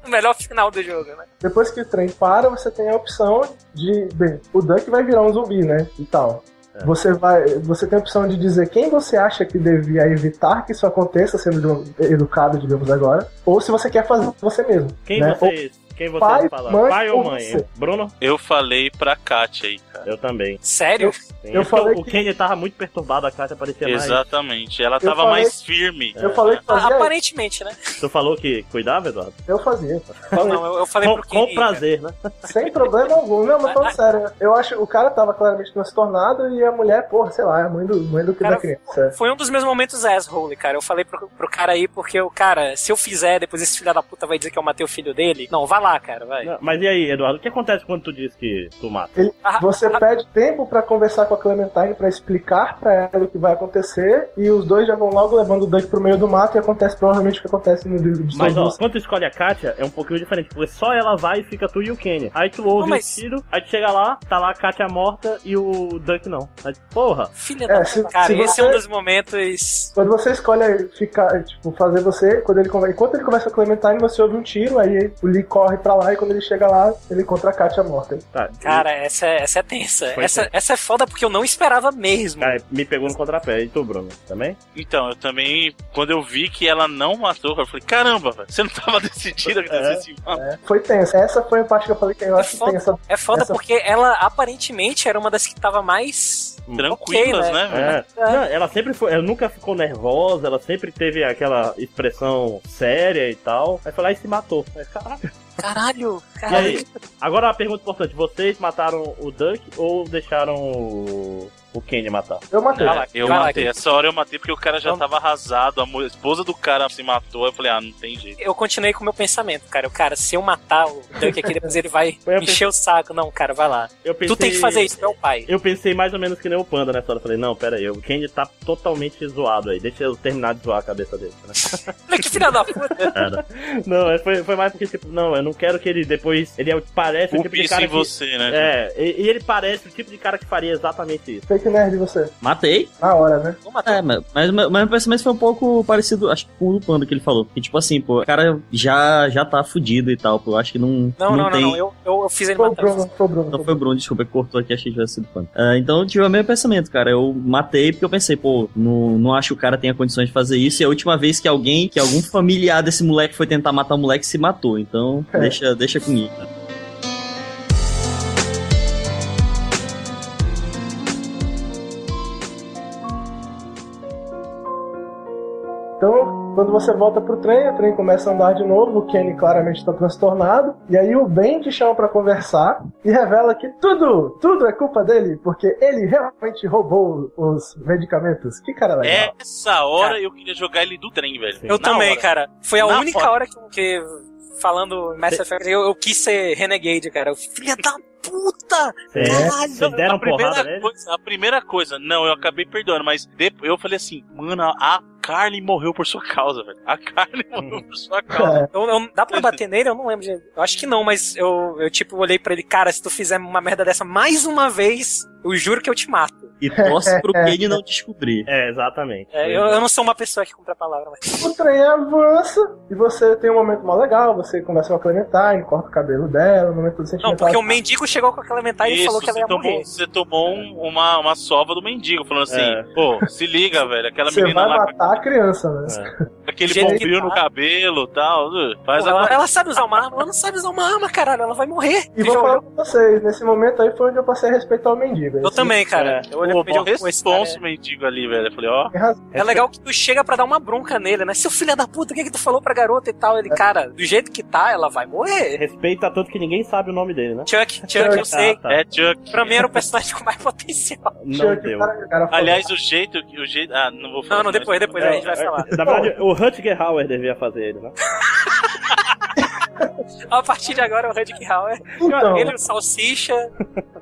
Speaker 3: O melhor final do jogo, né?
Speaker 5: Depois que o trem para, você tem a opção de. Bem, o Duck vai virar um zumbi, né? E tal.
Speaker 1: É.
Speaker 5: Você vai. Você tem a opção de dizer quem você acha que devia evitar que isso aconteça, sendo de um- educado, digamos agora. Ou se você quer fazer você mesmo.
Speaker 1: Quem
Speaker 5: né? Ou-
Speaker 1: vocês, quem vocês
Speaker 5: pai,
Speaker 1: falaram?
Speaker 5: mãe
Speaker 1: pai ou
Speaker 5: ou
Speaker 1: mãe?
Speaker 5: você?
Speaker 1: Bruno?
Speaker 2: Eu falei pra Kátia aí, cara.
Speaker 1: Eu também.
Speaker 3: Sério?
Speaker 1: Sim.
Speaker 5: Eu
Speaker 1: Porque
Speaker 5: falei
Speaker 1: o
Speaker 5: que-
Speaker 1: Kenny tava muito perturbado, a Kátia parecia mais.
Speaker 2: Exatamente. Ela
Speaker 5: Eu
Speaker 2: tava
Speaker 5: falei-
Speaker 2: mais firme.
Speaker 5: Eu falei que fazia.
Speaker 3: Aparentemente, né?
Speaker 1: Tu falou que cuidava, Eduardo?
Speaker 5: Eu fazia. Falei,
Speaker 3: Não, eu, eu falei
Speaker 1: Com,
Speaker 3: pro Kenny.
Speaker 1: com prazer, né?
Speaker 5: sem problema algum. Não, mas falando sério, eu acho o cara tava claramente transtornado e a mulher, porra, sei lá, é a mãe do, mãe do
Speaker 3: Cara,
Speaker 5: da criança.
Speaker 3: Foi um dos meus momentos asshole, cara. Eu falei pro, pro cara aí porque o cara, se eu fizer, depois esse filho da puta vai dizer que eu matei o filho dele. Não, vai lá, cara, vai.
Speaker 1: Não, mas e aí, Eduardo, o que acontece quando tu diz que tu mata?
Speaker 3: Ah,
Speaker 5: Você pede tempo pra conversar com a Clementine pra explicar pra ela o que vai acontecer e os dois já vão logo levando o Duck pro meio do mato e acontece provavelmente o que acontece no livro de
Speaker 1: Mas ó,
Speaker 5: Souls.
Speaker 1: quando tu escolhe a Kátia, é um pouquinho diferente, porque só ela vai e fica tu e o Kenny. Aí tu ouve
Speaker 3: Não, mas-
Speaker 1: o tiro, aí tu chega lá, tá lá a Kátia morta e o Duck não. Aí, tu, porra,
Speaker 3: Filha
Speaker 5: É,
Speaker 3: da
Speaker 5: se-
Speaker 3: puta. Cara,
Speaker 5: se
Speaker 3: esse
Speaker 5: você-
Speaker 3: é um dos momentos.
Speaker 5: Quando você escolhe ficar, tipo, fazer você, quando ele conver- enquanto ele conversa com a Clementine, você ouve um tiro, aí o Lee corre pra lá e quando ele chega lá, ele encontra a Katia morta.
Speaker 1: tá.
Speaker 3: Cara, essa, é- essa é tensa.
Speaker 1: Foi
Speaker 3: Essa, essa é foda porque eu não esperava mesmo.
Speaker 1: Cara, me pegou no contrapé. E tu, Bruno, também?
Speaker 2: Então, eu também, quando eu vi que ela não matou, eu falei, caramba, velho, você não tava decidida que
Speaker 1: É,
Speaker 2: você se mata.
Speaker 5: Foi tensa. Essa foi a parte que eu falei que eu acho
Speaker 3: É foda.
Speaker 5: tensa.
Speaker 3: É foda
Speaker 5: Essa-
Speaker 3: porque ela aparentemente era uma das que tava mais
Speaker 2: tranquilas,
Speaker 3: Ok, né?
Speaker 2: né? velho?
Speaker 1: É. Não, ela sempre foi, ela nunca ficou nervosa, ela sempre teve aquela expressão séria e tal. Aí foi lá e se matou. Aí, caraca.
Speaker 3: Caralho,
Speaker 1: E
Speaker 3: caralho.
Speaker 1: aí, agora a pergunta importante: vocês mataram o Duck ou deixaram o, o Kenny matar?
Speaker 5: É, Eu matei.
Speaker 3: Vai lá,
Speaker 2: Eu
Speaker 3: vai lá,
Speaker 2: matei,
Speaker 3: Kenny.
Speaker 2: essa hora eu matei porque o cara já
Speaker 3: Vamos.
Speaker 2: tava arrasado, a mo- esposa do cara se matou, eu falei, ah, não tem jeito.
Speaker 3: Eu continuei com o meu pensamento, cara. Eu, cara, se eu matar o Duck aqui, depois ele vai
Speaker 1: Foi a
Speaker 3: encher o saco. Não, cara, vai lá.
Speaker 1: Eu pensei,
Speaker 3: Tu tem que fazer isso, meu pai.
Speaker 1: Eu pensei mais ou menos que nem o Panda nessa hora. Falei, não, pera aí, o Kenny tá totalmente zoado aí. Deixa eu terminar de zoar a cabeça dele. né?
Speaker 3: Olha que filha da puta.
Speaker 1: Não, é, foi, foi mais porque, tipo, não, eu não quero que ele depois. Ele é, o- parece o
Speaker 2: Culpe
Speaker 1: tipo de
Speaker 2: isso
Speaker 1: cara.
Speaker 2: em
Speaker 1: que-
Speaker 2: você, né?
Speaker 1: É, e, e ele parece o tipo de cara que faria exatamente isso.
Speaker 5: Fake nerd você.
Speaker 4: Matei.
Speaker 5: Na hora, né?
Speaker 3: Vou matar.
Speaker 4: É, mas, mas, mas meu pensamento foi um pouco parecido, acho que com o do Panda que ele falou. Que tipo assim, pô, o cara já, já tá fudido e tal, pô. Eu acho que não.
Speaker 3: Não, não, não,
Speaker 4: tem...
Speaker 3: não. Eu, eu, eu fiz ele
Speaker 5: Foi o
Speaker 3: matar.
Speaker 5: Bruno, foi o Bruno.
Speaker 4: Não foi o Bruno, desculpa, que cortou aqui, achei que tivesse sido fã. Ah, então eu tive o mesmo pensamento, cara. Eu matei porque eu pensei, pô, não, não acho que o cara tenha condições de fazer isso. E é a última vez que alguém, que algum familiar desse moleque foi tentar matar o moleque, se matou. Então,
Speaker 5: É.
Speaker 4: deixa, deixa comigo.
Speaker 5: Então, quando você volta pro trem, o trem começa a andar de novo, o Kenny claramente tá transtornado, e aí o Ben te chama pra conversar e revela que tudo, tudo é culpa dele, porque ele realmente roubou os medicamentos. Que cara legal.
Speaker 2: É
Speaker 3: É,
Speaker 2: Essa hora eu queria jogar ele do trem, velho.
Speaker 3: Eu
Speaker 2: Na
Speaker 3: também,
Speaker 2: hora.
Speaker 3: cara. Foi a
Speaker 2: Na
Speaker 3: única
Speaker 2: foto.
Speaker 3: hora que, que falando em Mass Effect, eu, eu quis ser Renegade, cara. Eu, filha da puta!
Speaker 1: É,
Speaker 3: Caralho!
Speaker 1: vocês deram
Speaker 2: a primeira,
Speaker 1: porrada nele?
Speaker 2: coisa, a primeira coisa, não, eu acabei perdoando, mas depois eu falei assim, mano, a Carly morreu por sua causa, velho. A Carly morreu por sua causa.
Speaker 5: É,
Speaker 3: Eu- eu- dá pra bater nele? Eu não lembro. de- Eu acho que não, mas eu, eu tipo olhei pra ele, cara, se tu fizer uma merda dessa mais uma vez, eu juro que eu te mato.
Speaker 4: E torce pro Kenny não descobrir.
Speaker 1: É, exatamente.
Speaker 3: É, eu, eu não sou uma pessoa que cumpre a palavra, mas.
Speaker 5: É, o trem avança e você tem um momento mó legal, você conversa com a Clementine, corta o cabelo dela, um momento
Speaker 3: Não,
Speaker 5: sentimental.
Speaker 3: porque o mendigo chegou com a Clementine e falou que ela
Speaker 2: você
Speaker 3: ia
Speaker 2: tomou,
Speaker 3: morrer.
Speaker 2: você tomou um- uma, uma sova do mendigo, falando assim,
Speaker 1: É.
Speaker 2: pô, se liga, velho, aquela
Speaker 5: Você vai
Speaker 2: menina lá,
Speaker 5: matar a criança, né?
Speaker 2: com aquele
Speaker 3: Gente,
Speaker 2: bombril no
Speaker 3: tá.
Speaker 2: cabelo e tal, uh, faz
Speaker 3: Pô, ela,
Speaker 2: agora.
Speaker 3: ela sabe usar uma arma, ela não sabe usar uma arma, caralho, ela vai morrer.
Speaker 5: E
Speaker 3: Tu já
Speaker 5: vou
Speaker 3: olhou?
Speaker 5: falar pra vocês, nesse momento aí foi onde eu passei a respeitar o mendigo.
Speaker 3: Eu
Speaker 5: Esse-
Speaker 3: também, cara. Eu olhei
Speaker 2: Pô,
Speaker 3: pro
Speaker 2: bom
Speaker 3: mendigo com esse cara,
Speaker 2: responso, mendigo ali, velho. Eu falei, ó,
Speaker 5: Tem razão.
Speaker 3: É legal que tu chega pra dar uma bronca nele, né? Seu filho da puta, o que que tu falou pra garota e tal? Ele, cara, do jeito que tá, ela vai morrer.
Speaker 1: Respeita tanto que ninguém sabe o nome dele, né?
Speaker 3: Chuck, Chuck, eu sei.
Speaker 1: Ah, tá.
Speaker 2: é Chuck.
Speaker 3: Pra mim era o personagem com mais potencial.
Speaker 1: Não
Speaker 5: Chuck, o
Speaker 1: deu.
Speaker 5: cara- o cara falou.
Speaker 2: Aliás, o jeito, o jeito, ah, não vou falar.
Speaker 3: Não, não, depois,
Speaker 2: mas-
Speaker 3: depois, a gente vai falar.
Speaker 1: Na verdade, o Rutger Hauer devia fazer ele, né?
Speaker 3: A partir de agora, o Red Hauer,
Speaker 5: Então,
Speaker 3: ele, o Salsicha.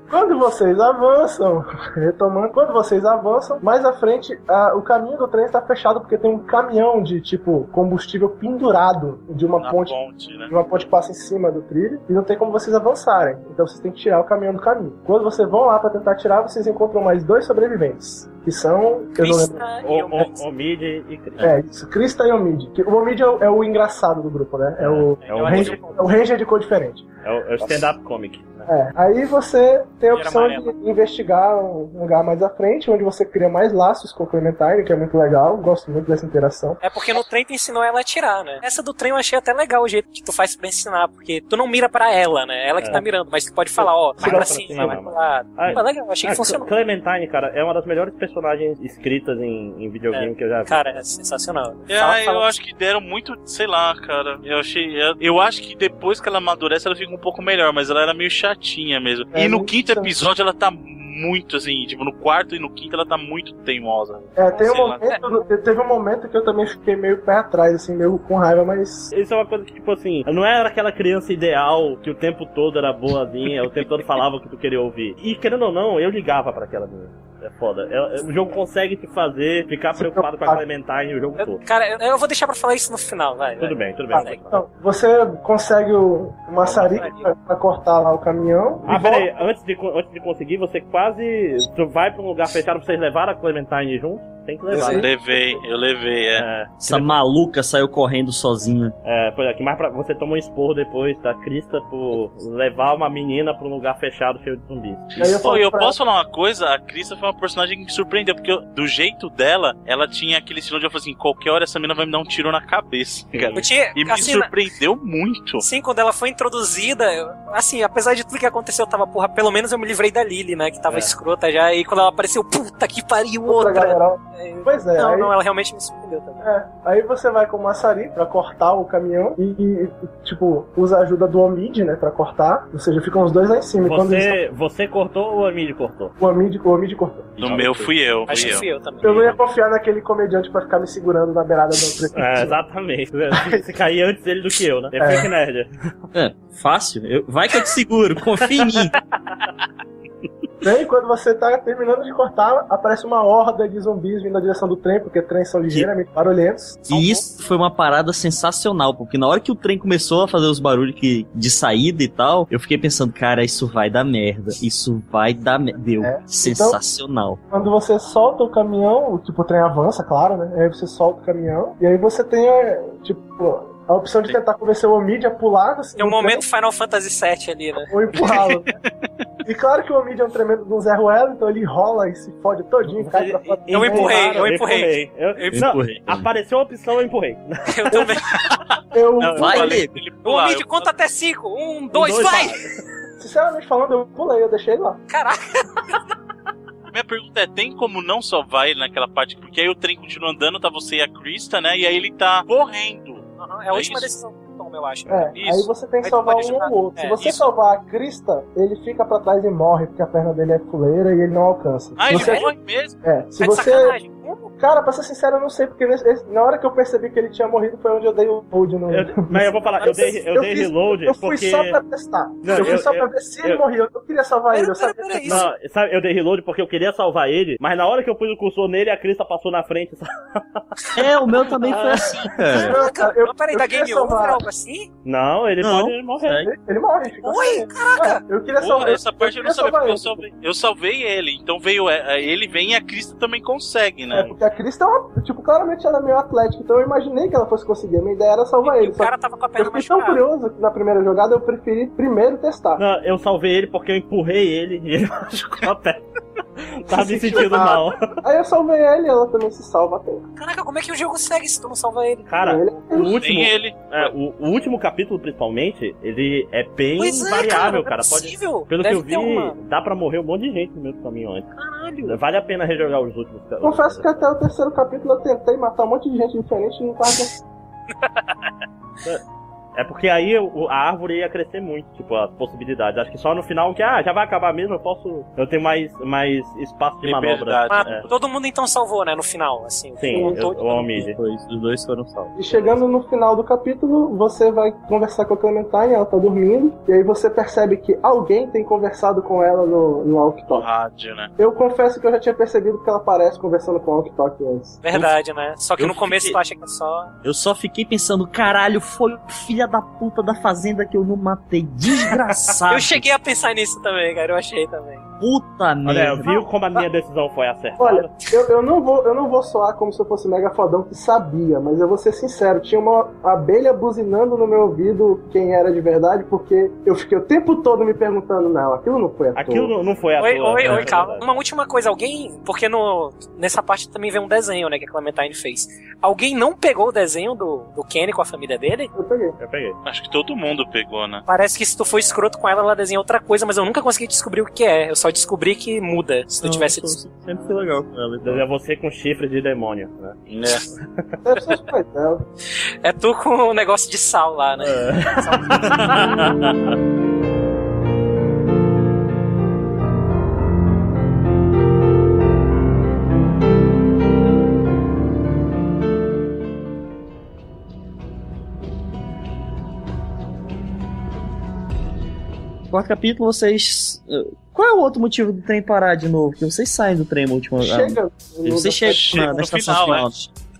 Speaker 5: Quando vocês avançam, retomando, quando vocês avançam, mais à frente a- o caminho do trem está fechado porque tem um caminhão de tipo combustível pendurado de uma
Speaker 2: Na
Speaker 5: ponte.
Speaker 2: ponte, né?
Speaker 5: de Uma ponte que passa em cima do trilho e não tem como vocês avançarem. Então vocês têm que tirar o caminhão do caminho. Quando vocês vão lá para tentar tirar, vocês encontram mais dois sobreviventes. Que são. Eu não lembro.
Speaker 3: Krista
Speaker 1: O,
Speaker 3: e o Max.
Speaker 1: o, o Mid e Chris.
Speaker 5: É, isso, Krista e Omid. Que o Omid é o, é o engraçado do grupo, né? É o,
Speaker 1: É o,
Speaker 3: Eu
Speaker 1: Ranger-
Speaker 3: acho-
Speaker 5: ranger, é o ranger de cor diferente.
Speaker 1: é o- é o stand-up comic. né?
Speaker 5: É, aí você tem
Speaker 3: Vira
Speaker 5: a opção de investigar um lugar mais à frente, onde você cria mais laços com o Clementine, que é muito legal, gosto muito dessa interação.
Speaker 3: É porque no trem tu ensinou ela a atirar, né? Essa do trem eu achei até legal o jeito que tu faz pra ensinar, porque tu não mira pra ela, né? Ela que
Speaker 1: É.
Speaker 3: tá mirando, mas tu pode falar, ó,
Speaker 1: dá
Speaker 3: vai pra
Speaker 1: pra
Speaker 3: cima,
Speaker 1: ensinar,
Speaker 3: vai
Speaker 1: mano.
Speaker 3: pro lado.
Speaker 1: Ah,
Speaker 3: Pô, legal, achei
Speaker 1: Ah,
Speaker 3: que funcionou.
Speaker 1: Clementine, cara, é uma das melhores personagens escritas em, em videogame que eu já vi.
Speaker 3: Cara, é sensacional.
Speaker 2: É,
Speaker 3: Fala-
Speaker 2: eu
Speaker 3: fala-
Speaker 2: acho que deram muito, sei lá, cara. Eu achei. Eu, eu acho que depois que ela amadurece, ela fica um pouco melhor, mas ela era meio chatinha mesmo.
Speaker 5: É,
Speaker 2: e no
Speaker 5: muito
Speaker 2: quinto
Speaker 5: chato.
Speaker 2: episódio ela tá muito assim, tipo, no quarto e no quinto ela tá muito teimosa.
Speaker 5: É, tem um
Speaker 2: Sei lá.
Speaker 5: momento, te- teve um momento que eu também fiquei meio pé atrás, assim, meio com raiva, mas.
Speaker 1: Isso é uma coisa que, tipo assim, não era aquela criança ideal que o tempo todo era boazinha, o tempo todo falava o que tu queria ouvir. E querendo ou não, eu ligava pra aquela menina. É foda. Ela- o jogo consegue te fazer ficar
Speaker 5: tá
Speaker 1: preocupado com a Clementine o jogo
Speaker 3: Eu-
Speaker 1: todo.
Speaker 3: cara, eu, eu vou deixar pra falar isso no final, vai. vai.
Speaker 1: Tudo bem, tudo bem.
Speaker 3: Ah,
Speaker 1: pode falar.
Speaker 5: Então, você consegue o o maçarico pra- pra cortar lá o caminhão.
Speaker 1: Ah,
Speaker 5: e volta-
Speaker 1: peraí, antes de, co- antes de conseguir, você quase. Tu vai pra um lugar fechado pra vocês levar a Clementine junto? Tem que
Speaker 2: Eu
Speaker 1: levar. né?
Speaker 2: levei, eu levei, é.
Speaker 1: É,
Speaker 4: Essa maluca saiu correndo sozinha.
Speaker 1: é, pois é, que mais pra você toma um esporro depois da Crista por levar uma menina pra um lugar fechado cheio de zumbis.
Speaker 5: Aí eu
Speaker 2: Pô,
Speaker 5: falo
Speaker 2: eu
Speaker 5: pra-
Speaker 2: posso falar uma coisa? A Krista foi uma personagem que me surpreendeu, porque eu- do jeito dela, ela tinha aquele estilo de eu falar assim, qualquer hora essa menina vai me dar um tiro na cabeça, cara.
Speaker 3: Eu tinha,
Speaker 2: E me
Speaker 3: assim, na-
Speaker 2: surpreendeu muito.
Speaker 3: Sim, quando ela foi introduzida, eu- assim, apesar de tudo que aconteceu, eu tava, porra, pelo menos eu me livrei da Lily, né, que tava
Speaker 1: É.
Speaker 3: escrota já, e quando ela apareceu, puta que pariu,
Speaker 5: Outra
Speaker 3: outra.
Speaker 5: galera.
Speaker 3: É,
Speaker 5: Pois é,
Speaker 3: Não,
Speaker 5: aí,
Speaker 3: não, ela realmente me surpreendeu também.
Speaker 5: é, aí você vai com o maçari pra cortar o caminhão e, e, tipo, usa a ajuda do Omid, né, pra cortar. Ou seja, ficam os dois lá em cima. E Quando eles
Speaker 1: Você, você cortou ou a Emílio cortou?
Speaker 5: o Omid, o Omid cortou.
Speaker 2: No meu fui eu,
Speaker 3: Acho
Speaker 2: fui
Speaker 3: que
Speaker 2: eu.
Speaker 3: fui eu também.
Speaker 5: Eu não ia confiar naquele comediante pra ficar me segurando na beirada do
Speaker 1: É,
Speaker 5: precipício.
Speaker 1: exatamente. Você caía antes dele do que eu, né? É fake nerd.
Speaker 4: É, fácil. Eu- vai que eu te seguro, confia em mim.
Speaker 5: Daí, quando você tá terminando de cortar, aparece uma horda de zumbis vindo na direção do trem, porque trens são ligeiramente barulhentos.
Speaker 4: E isso foi uma parada sensacional, porque na hora que o trem começou a fazer os barulhos que, de saída e tal, eu fiquei pensando, cara, isso vai dar merda. Isso vai dar merda. Deu.
Speaker 5: É.
Speaker 4: Sensacional.
Speaker 5: Quando você solta o caminhão, o- tipo, o trem avança, claro, né? Aí você solta o caminhão, e aí você tem, é, tipo, a opção de tentar convencer o Omid a pular. Assim,
Speaker 3: Tem um
Speaker 5: no trem
Speaker 3: momento Final Fantasy VII ali, né?
Speaker 5: Ou empurrá-lo. e claro que o Omid é um tremendo de um Zé Ruelo, então ele rola e se fode todinho, cai pra fora.
Speaker 3: Eu empurrei, eu
Speaker 1: empurrei. Eu,
Speaker 3: Eu
Speaker 1: não,
Speaker 4: empurrei.
Speaker 1: Apareceu a opção, eu empurrei.
Speaker 3: Eu também.
Speaker 5: Eu,
Speaker 2: Não, eu
Speaker 4: Vai,
Speaker 2: falei
Speaker 4: nego.
Speaker 2: pra ele
Speaker 3: Ô,
Speaker 2: pular,
Speaker 3: Mid,
Speaker 2: eu-
Speaker 3: conta até cinco. Um, dois,
Speaker 1: dois,
Speaker 3: vai!
Speaker 5: sinceramente falando, eu pulei, eu deixei ele lá.
Speaker 3: Caraca,
Speaker 2: Minha pergunta é, tem como não salvar ele naquela parte? Porque aí o trem continua andando, tá você e a Krista, né? E aí ele tá correndo.
Speaker 3: é a
Speaker 2: É
Speaker 3: última
Speaker 2: isso.
Speaker 3: decisão que toma, eu acho.
Speaker 5: É,
Speaker 2: Isso.
Speaker 5: aí você tem que
Speaker 3: Aí tu
Speaker 5: salvar
Speaker 3: pode
Speaker 5: um
Speaker 3: jogar.
Speaker 5: ou outro. Se
Speaker 3: É,
Speaker 5: você
Speaker 3: isso.
Speaker 5: salvar a Krista, ele fica pra trás e morre, porque a perna dele é fuleira e ele não alcança.
Speaker 2: Ah, ele
Speaker 5: Você-
Speaker 2: morre mesmo?
Speaker 5: É, se
Speaker 3: é de
Speaker 5: você.
Speaker 3: sacanagem. assim?
Speaker 5: Cara, pra ser sincero, eu não sei, porque nesse- esse- na hora que eu percebi que ele tinha morrido foi onde eu dei o hold no.
Speaker 1: Eu- mas eu vou falar, eu dei, eu
Speaker 5: Eu
Speaker 1: dei
Speaker 5: fiz-
Speaker 1: reload
Speaker 5: Eu fui
Speaker 1: porque...
Speaker 5: só pra testar.
Speaker 1: Não,
Speaker 5: eu fui
Speaker 1: eu-
Speaker 5: só pra
Speaker 1: eu-
Speaker 5: ver se ele
Speaker 1: eu-
Speaker 5: morreu. Eu queria salvar ele, eu
Speaker 3: Pera, pera,
Speaker 5: sabia.
Speaker 3: pera, isso.
Speaker 1: Não, sabe, eu dei reload porque eu queria salvar ele, mas na hora que eu pus o cursor nele, a Crista passou na frente. sabe?
Speaker 4: É, o meu também foi assim, cara.
Speaker 3: Caraca,
Speaker 5: eu-
Speaker 3: mas peraí,
Speaker 5: eu
Speaker 3: da
Speaker 5: queria
Speaker 3: Game Over,
Speaker 5: salvar.
Speaker 3: algo assim?
Speaker 1: Não, ele
Speaker 4: Não.
Speaker 1: pode morrer.
Speaker 4: Segue.
Speaker 5: Ele, ele morre, fica
Speaker 3: Oi,
Speaker 5: assim. Caraca! eu queria
Speaker 2: Porra,
Speaker 5: salvar
Speaker 2: essa parte eu não
Speaker 5: queria
Speaker 2: sabia,
Speaker 5: salvar
Speaker 2: porque eu
Speaker 5: ele.
Speaker 2: salvei, eu salvei ele. Então veio é, é, ele vem e a Krista também consegue,
Speaker 3: um
Speaker 2: né?
Speaker 5: É, porque a Krista é uma, tipo, claramente ela é meio atlética, então eu imaginei que ela fosse conseguir. A minha ideia era salvar
Speaker 3: E
Speaker 5: ele.
Speaker 3: o
Speaker 5: Só
Speaker 3: cara tava com a
Speaker 5: que eu
Speaker 3: perna
Speaker 5: fiquei tão
Speaker 3: machucada.
Speaker 5: curioso que na primeira jogada eu preferi primeiro testar.
Speaker 1: Não, eu salvei ele porque eu empurrei ele e ele machucou a perna. Tava tá me sentindo
Speaker 5: Ah.
Speaker 1: mal.
Speaker 5: Aí eu salvei ela e ela também se salva até.
Speaker 3: Caraca, como é que o jogo segue se tu não salva ele?
Speaker 1: Cara,
Speaker 5: Ele-
Speaker 1: o último,
Speaker 2: Tem ele.
Speaker 1: é, o, o último capítulo, principalmente, ele é bem
Speaker 3: Pois é,
Speaker 1: variável, cara.
Speaker 3: cara. não é
Speaker 1: Pode,
Speaker 3: possível.
Speaker 1: pelo
Speaker 3: Deve
Speaker 1: que
Speaker 3: ter
Speaker 1: eu vi,
Speaker 3: uma.
Speaker 1: dá pra morrer um monte de gente no meio do caminho antes.
Speaker 3: Caralho.
Speaker 1: Vale a pena rejogar os últimos. ca-
Speaker 5: Confesso que até o terceiro capítulo eu tentei matar um monte de gente diferente e não tava conseguindo.
Speaker 1: É porque aí o- a árvore ia crescer muito, tipo, as possibilidades. Acho que só no final que, ah, já vai acabar mesmo, eu posso. Eu tenho mais, mais espaço de manobra.
Speaker 2: Liberdade.
Speaker 1: É.
Speaker 3: Todo mundo então salvou, né, no final, assim.
Speaker 1: Sim,
Speaker 3: um
Speaker 1: eu,
Speaker 3: todo-
Speaker 1: o Almir.
Speaker 4: Foi isso, Os dois foram salvos.
Speaker 5: E chegando no final do capítulo, você vai conversar com a Clementine, ela tá dormindo, e aí você percebe que alguém tem conversado com ela no, no
Speaker 2: O
Speaker 5: walk-talk.
Speaker 2: rádio, né?
Speaker 5: Eu confesso que eu já tinha percebido que ela aparece conversando com o walk-talk antes.
Speaker 3: Verdade, né? Só que
Speaker 4: Eu
Speaker 3: no começo
Speaker 4: fiquei-
Speaker 3: tu acha que é só.
Speaker 4: Eu só fiquei pensando, caralho, foi o filho da puta da fazenda que eu não matei. Desgraçado.
Speaker 1: Ah,
Speaker 3: Eu cheguei a pensar nisso também, cara. Eu achei também.
Speaker 4: Puta
Speaker 1: Olha,
Speaker 4: merda.
Speaker 1: viu como a minha decisão foi acertada?
Speaker 5: Olha, eu, eu, não vou, eu não vou soar como se eu fosse mega fodão que sabia, mas eu vou ser sincero, tinha uma abelha buzinando no meu ouvido quem era de verdade, porque eu fiquei o tempo todo me perguntando, não, aquilo não foi à
Speaker 1: aquilo
Speaker 5: toa.
Speaker 1: não- não foi a
Speaker 3: Oi,
Speaker 1: tua.
Speaker 3: oi,
Speaker 1: né?
Speaker 3: oi, calma. Uma última coisa, alguém. Porque no, nessa parte também vem um desenho, né, que a Clementine fez. Alguém não pegou o desenho do, do Kenny com a família dele?
Speaker 5: Eu peguei.
Speaker 1: Eu peguei.
Speaker 2: Acho que todo mundo pegou, né?
Speaker 3: Parece que se tu for escroto com ela, ela desenha outra coisa, mas eu nunca consegui descobrir o que é. Eu só descobri que muda. Se tu tivesse. des-
Speaker 4: Sempre foi legal com ela.
Speaker 1: É você com chifre de demônio, né?
Speaker 2: É.
Speaker 5: Deve ser os pais dela.
Speaker 3: É tu com o negócio de sal lá, né?
Speaker 1: É.
Speaker 4: Quarto capítulo, vocês. Qual é o outro motivo do trem parar de novo? Que vocês saem do trem no último.
Speaker 5: Chega.
Speaker 4: Ah, vocês chegam
Speaker 2: Chega
Speaker 4: na,
Speaker 2: no
Speaker 4: na estação
Speaker 2: final,
Speaker 4: final.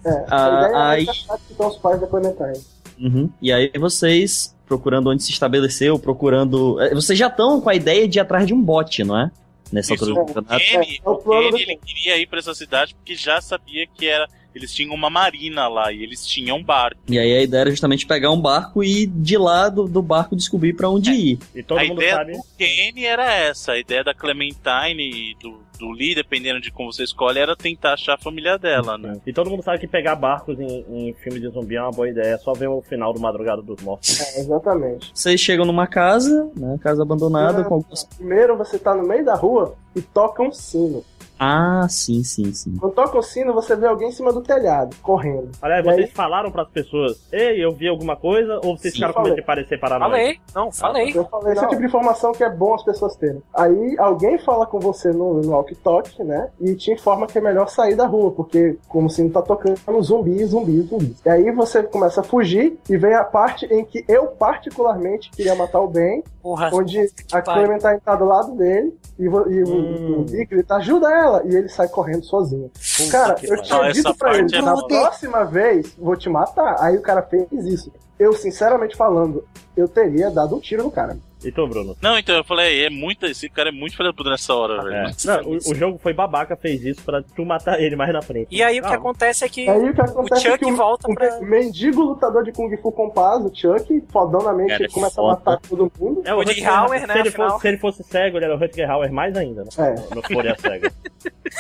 Speaker 5: É,
Speaker 4: Ah,
Speaker 5: a ideia
Speaker 4: aí-
Speaker 5: é achar que estão os pais da Clementine.
Speaker 4: Uhum. E aí vocês, procurando onde se estabeleceu, procurando. eh, Vocês já estão com a ideia de ir atrás de um bote, não é? nessa
Speaker 2: Isso,
Speaker 4: altura
Speaker 2: o
Speaker 4: do campeonato.
Speaker 2: Kenny,
Speaker 5: É, é o
Speaker 2: o
Speaker 5: plano
Speaker 2: Kenny,
Speaker 5: do-
Speaker 2: ele queria ir pra essa cidade porque já sabia que era. Eles tinham uma marina lá e eles tinham um barco.
Speaker 4: E aí a ideia era justamente pegar um barco e de lá do, do barco descobrir pra onde ir.
Speaker 1: E todo
Speaker 2: a
Speaker 1: mundo
Speaker 2: ideia
Speaker 1: sabe.
Speaker 2: do Kenny era essa. A ideia da Clementine e do, do Lee, dependendo de como você escolhe, era tentar achar a família dela, né?
Speaker 1: E todo mundo sabe que pegar barcos em, em filme de zumbi é uma boa ideia. É só ver o final do Madrugada dos Mortos.
Speaker 5: É, exatamente.
Speaker 4: Vocês chegam numa casa, né? Casa abandonada
Speaker 5: Ah,
Speaker 4: com algumas.
Speaker 5: Primeiro você tá no meio da rua e toca um sino.
Speaker 4: Ah, sim, sim, sim.
Speaker 5: Quando toca um sino, você vê alguém em cima do telhado, correndo.
Speaker 1: Aliás,
Speaker 5: E aí?
Speaker 1: vocês falaram pras pessoas, ei, eu vi alguma coisa? Ou vocês
Speaker 2: Sim,
Speaker 1: ficaram com medo
Speaker 5: falei.
Speaker 1: de parecer paranoico?
Speaker 3: Falei, não, falei.
Speaker 5: Eu falei, esse é o tipo de informação que é bom as pessoas terem. Aí alguém fala com você no, no walkie-talkie, né? E te informa que é melhor sair da rua, porque como se não tá tocando zumbi, zumbi, zumbi. E aí você começa a fugir e vem a parte em que eu particularmente queria matar o Ben,
Speaker 3: Porra,
Speaker 5: onde
Speaker 2: assim
Speaker 5: a
Speaker 3: pariu.
Speaker 5: Clementine tá do lado dele e, vo- e o-
Speaker 2: Hum.
Speaker 5: o Dick grita, ajuda ela! E ele sai correndo sozinho. cara,
Speaker 1: que
Speaker 5: eu
Speaker 1: pariu.
Speaker 2: Não,
Speaker 5: tinha
Speaker 2: essa
Speaker 5: dito pra
Speaker 2: parte
Speaker 5: ele,
Speaker 2: é
Speaker 5: na
Speaker 2: foda.
Speaker 5: próxima vez, vou te matar. Aí o cara fez isso. Eu, sinceramente falando, eu teria dado um tiro no cara.
Speaker 1: E tu, Bruno?
Speaker 2: Não, então eu falei, é muito. Esse cara é muito filho da puta nessa hora, velho.
Speaker 1: É. Não, o, o jogo foi babaca, fez isso pra tu matar ele mais na frente.
Speaker 3: E aí o que
Speaker 1: Não,
Speaker 3: acontece é que
Speaker 5: Aí o que
Speaker 3: o
Speaker 5: acontece é
Speaker 3: Chuck
Speaker 5: que o,
Speaker 3: volta
Speaker 5: o
Speaker 3: pra.
Speaker 5: mendigo lutador de Kung Fu Compaz, o Chuck, fodão na mente,
Speaker 4: Cara, é
Speaker 5: ele começa
Speaker 4: foda.
Speaker 5: a matar todo mundo.
Speaker 1: É o
Speaker 3: Rutger Hauer, né,
Speaker 1: Se ele,
Speaker 3: afinal.
Speaker 1: fosse, se ele fosse cego, ele era o Rutger Hauer mais ainda, né?
Speaker 5: É.
Speaker 1: No Folha Cega.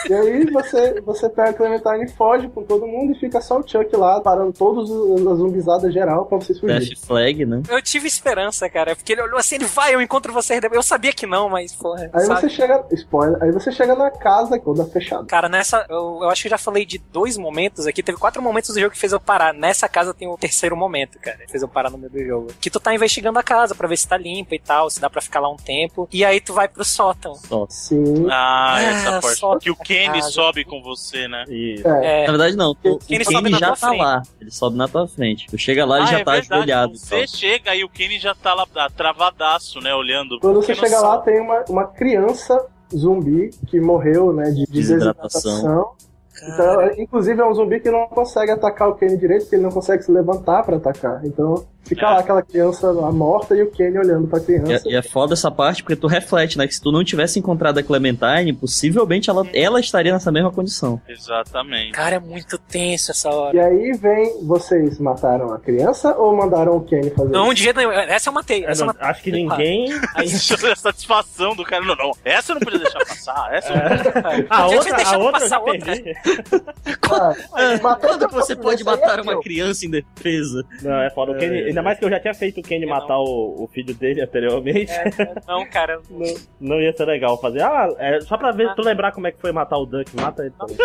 Speaker 5: E aí você, você pega a Clementine e foge com todo mundo e fica só o Chuck lá, parando todos os- a zumbizada geral pra vocês fugirem.
Speaker 4: Death Flag, né?
Speaker 3: Eu tive esperança, cara, porque ele olhou assim, ele vai, eu encontro vocês depois. Eu sabia que não, mas, porra,
Speaker 5: Aí
Speaker 3: sabe?
Speaker 5: você chega. Spoiler, aí você chega na casa toda fechada.
Speaker 3: Cara, nessa. Eu, eu acho que eu já falei de dois momentos aqui. Teve quatro momentos do jogo que fez eu parar. Nessa casa tem o terceiro momento, cara. que Fez eu parar no meio do jogo. Que tu tá investigando a casa pra ver se tá limpa e tal, se dá pra ficar lá um tempo. E aí tu vai pro sótão.
Speaker 5: Sim.
Speaker 2: Ah,
Speaker 5: É,
Speaker 2: essa
Speaker 3: Ah,
Speaker 2: parte.
Speaker 3: só
Speaker 2: Que o Kenny
Speaker 3: casa.
Speaker 2: sobe com você, né?
Speaker 1: E
Speaker 5: É.
Speaker 3: É.
Speaker 4: Na verdade, não. O, o Kenny
Speaker 3: Ele sobe na
Speaker 4: já
Speaker 3: tua
Speaker 4: tá
Speaker 3: frente.
Speaker 4: lá. Ele sobe na tua frente. Tu chega lá, ele já
Speaker 2: é
Speaker 4: tá
Speaker 2: verdade,
Speaker 4: ajoelhado. e
Speaker 2: Você chega e o Kenny já tá lá ah, travadaço, né? Olhando.
Speaker 5: Quando
Speaker 2: porque
Speaker 5: você
Speaker 2: não
Speaker 5: chega lá,
Speaker 2: sabe.
Speaker 5: tem uma, uma criança zumbi que morreu, né, de de
Speaker 4: Desidratação.
Speaker 5: desidratação. Então, inclusive é um zumbi que não consegue atacar o Kenny direito, porque ele não consegue se levantar pra atacar. Então, fica
Speaker 2: É.
Speaker 5: lá aquela criança lá morta e o Kenny olhando pra
Speaker 4: E é,
Speaker 5: criança.
Speaker 4: e é foda essa parte porque tu reflete, né? Que se tu não tivesse encontrado a Clementine, possivelmente ela, ela estaria nessa mesma condição.
Speaker 2: Exatamente.
Speaker 3: Cara, é muito tenso essa hora.
Speaker 5: E aí vem, vocês mataram a criança ou mandaram o Kenny fazer
Speaker 3: Não,
Speaker 5: isso?
Speaker 3: de jeito nenhum. Essa eu matei.
Speaker 1: eu
Speaker 3: Essa eu
Speaker 1: É, não-
Speaker 3: matei.
Speaker 1: acho que ninguém.
Speaker 2: a é satisfação do cara. Não, não. Essa eu não podia deixar passar. Essa eu não podia
Speaker 1: A
Speaker 3: Gente,
Speaker 1: outra,
Speaker 3: deixa
Speaker 1: a
Speaker 3: eu
Speaker 1: outra eu
Speaker 3: passar
Speaker 1: já
Speaker 3: outra.
Speaker 1: perdi.
Speaker 5: Ah, matou
Speaker 4: É. Quando você pode
Speaker 5: é
Speaker 4: matar uma criança indefesa?
Speaker 1: Não, é foda. O Kenny, ainda mais que eu já tinha feito o Kenny
Speaker 3: Eu
Speaker 1: matar o, o filho dele anteriormente.
Speaker 3: É, não, cara.
Speaker 1: Não, não ia ser legal fazer. Ah, é, só pra ver, tu lembrar como é que foi matar o Duck, mata ele também.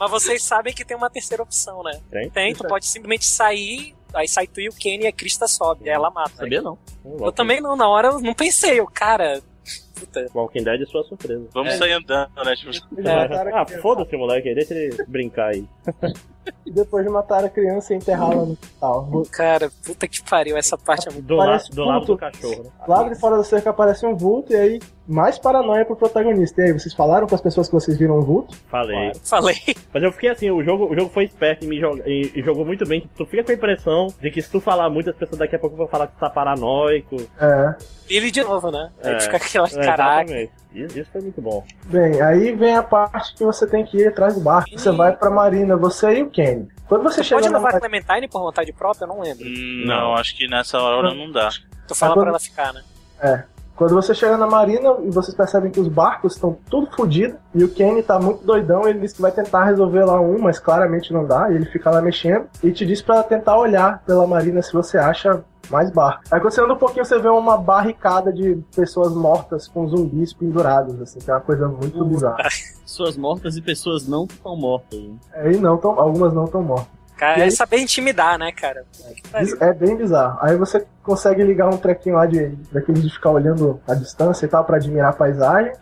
Speaker 3: Mas vocês sabem que tem uma terceira opção, né?
Speaker 1: Tem?
Speaker 3: Tem, tu pode simplesmente sair. Aí sai tu e o Kenny e a Krista sobe. Aí ela mata.
Speaker 4: Sabia não.
Speaker 3: Eu também não, na hora eu não pensei, eu, cara. Puta.
Speaker 1: Walking Dead é sua surpresa.
Speaker 2: Vamos sair andando, né? Tipo,
Speaker 5: É.
Speaker 1: Ah, foda-se, moleque. Deixa ele brincar aí.
Speaker 5: E depois de matar a criança e enterrá-la no quintal.
Speaker 3: Cara, puta que pariu, essa parte é muito.
Speaker 1: Do, la
Speaker 5: Parece
Speaker 1: do lado
Speaker 5: puto.
Speaker 1: do cachorro, né?
Speaker 5: Lá de fora da cerca aparece um vulto e aí mais paranoia pro protagonista. E aí, vocês falaram com as pessoas que vocês viram o vulto?
Speaker 1: Falei.
Speaker 3: Falei.
Speaker 1: Mas eu fiquei assim, o jogo, o jogo foi esperto e, me joga- e- e jogou muito bem. Tu fica com a impressão de que se tu falar muito, as pessoas daqui a pouco vão falar que tu tá paranoico.
Speaker 5: É.
Speaker 3: Ele de novo, né? Aí
Speaker 1: É.
Speaker 3: fica aquela.
Speaker 1: É,
Speaker 3: Caraca.
Speaker 1: exatamente. Isso, isso foi muito bom.
Speaker 5: Bem, aí vem a parte que você tem que ir atrás do barco. Você vai pra Marina, você e o Kenny. Quando você
Speaker 3: Você
Speaker 5: chega
Speaker 3: pode
Speaker 5: na
Speaker 3: levar a
Speaker 5: Marina,
Speaker 3: Clementine por vontade própria? Eu não lembro.
Speaker 2: hum, não, acho que nessa hora não dá.
Speaker 3: Tu fala
Speaker 5: Agora-
Speaker 3: pra ela ficar, né?
Speaker 5: quando você chega na Marina e vocês percebem que os barcos estão tudo fodidos e o Kenny tá muito doidão, ele diz que vai tentar resolver lá um, mas claramente não dá, e ele fica lá mexendo e te diz pra tentar olhar pela Marina se você acha mais barco. Aí quando você anda um pouquinho, você vê uma barricada de pessoas mortas com zumbis pendurados, assim, que é uma coisa muito bizarra.
Speaker 4: Pessoas mortas e pessoas não tão mortas. né?
Speaker 5: Aí não tão, algumas não estão mortas.
Speaker 3: Cara,
Speaker 5: E
Speaker 3: é
Speaker 5: aí?
Speaker 3: saber intimidar, né, cara? Puta que pariu.
Speaker 5: Isso É bem bizarro. Aí você consegue ligar um trequinho lá de daqueles de ficar olhando a distância e tal pra admirar a paisagem.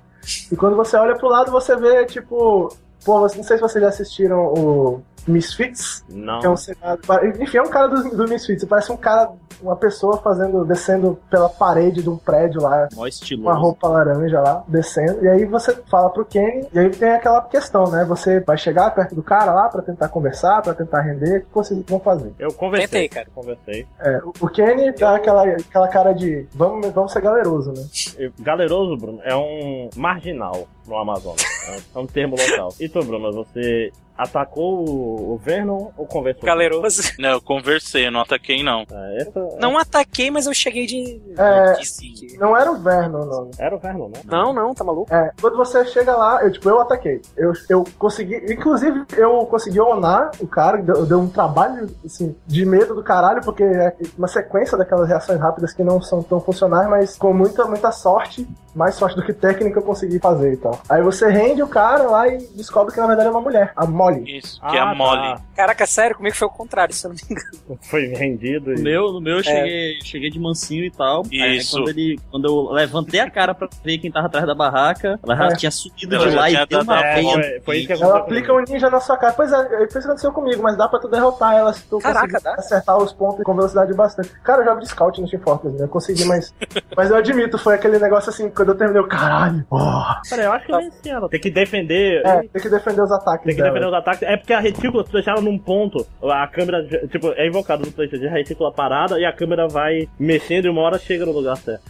Speaker 5: E quando você olha pro lado, você vê tipo, pô, você- não sei se vocês já assistiram o Misfits.
Speaker 1: Não.
Speaker 5: Que é um seriado. Enfim, é um cara do, do Misfits. Parece um cara, uma pessoa fazendo, descendo pela parede de um prédio lá,
Speaker 4: Mó estiloso.
Speaker 5: uma roupa laranja lá, descendo. E aí você fala pro Kenny, e aí tem aquela questão, né? Você vai chegar perto do cara lá pra tentar conversar, pra tentar render, o que vocês vão fazer?
Speaker 1: Eu conversei.
Speaker 3: Tentei, cara.
Speaker 1: Conversei.
Speaker 5: É, o- o Kenny dá aquela, aquela cara de vamos, vamos ser galeroso, né?
Speaker 1: Eu- Galeroso, Bruno, é um marginal no Amazonas. É um, é um termo local. E tu, Bruno, você atacou o, o Vernon ou conversou?
Speaker 3: Galeroso.
Speaker 2: Não, eu conversei, eu não ataquei, não.
Speaker 1: É, essa-
Speaker 3: Não ataquei, mas eu cheguei de.
Speaker 5: É.
Speaker 3: de- de-
Speaker 5: Não era o Vernon, não.
Speaker 1: Era o Vernon, né?
Speaker 3: Não, não, tá maluco?
Speaker 5: É, quando você chega lá, eu, tipo, eu ataquei. Eu, eu consegui, inclusive, eu consegui onar o cara, deu, deu um trabalho, assim, de medo do caralho, porque é uma sequência daquelas reações rápidas que não são tão funcionais, mas com muita, muita sorte, mais sorte do que técnica, eu consegui fazer e tal. Aí você rende o cara lá e descobre que na verdade é uma mulher, a Molly.
Speaker 2: Isso,
Speaker 1: Ah,
Speaker 2: que é a Molly.
Speaker 1: tá.
Speaker 3: Caraca, sério, comigo foi o contrário, se eu não me engano.
Speaker 1: Foi vendido.
Speaker 4: No
Speaker 1: E...
Speaker 4: meu, no meu
Speaker 5: É.
Speaker 4: eu cheguei, cheguei de mansinho e tal. Aí,
Speaker 2: Isso.
Speaker 4: quando, ele, quando eu levantei a cara pra ver quem tava atrás da barraca, ela já
Speaker 5: É.
Speaker 4: tinha subido
Speaker 2: Ela
Speaker 4: de
Speaker 2: já
Speaker 4: lá
Speaker 2: tinha
Speaker 4: e deu
Speaker 2: dado
Speaker 4: uma
Speaker 3: Tá
Speaker 2: a
Speaker 4: venda.
Speaker 1: É, foi, foi isso que aconteceu.
Speaker 5: Ela aplica um ninja na sua cara. Pois é, foi isso que aconteceu comigo, mas dá pra tu derrotar ela se tu
Speaker 3: Caraca,
Speaker 5: conseguir
Speaker 3: dá?
Speaker 5: acertar os pontos com velocidade bastante. Cara, eu jogo de scout no Team Fortress, né? Eu consegui, mas. mas eu admito, foi aquele negócio assim, quando eu terminei, eu, caralho, porra.
Speaker 1: Peraí, eu acho que eu venci ela. Tem que defender.
Speaker 5: É, tem que defender os ataques.
Speaker 1: Tem que
Speaker 5: dela.
Speaker 1: defender os ataques. É porque a retícula, tu deixar ela num ponto, a câmera, tipo, é invocado no PlayStation, a retícula parada e a câmera vai mexendo e uma hora chega no lugar certo.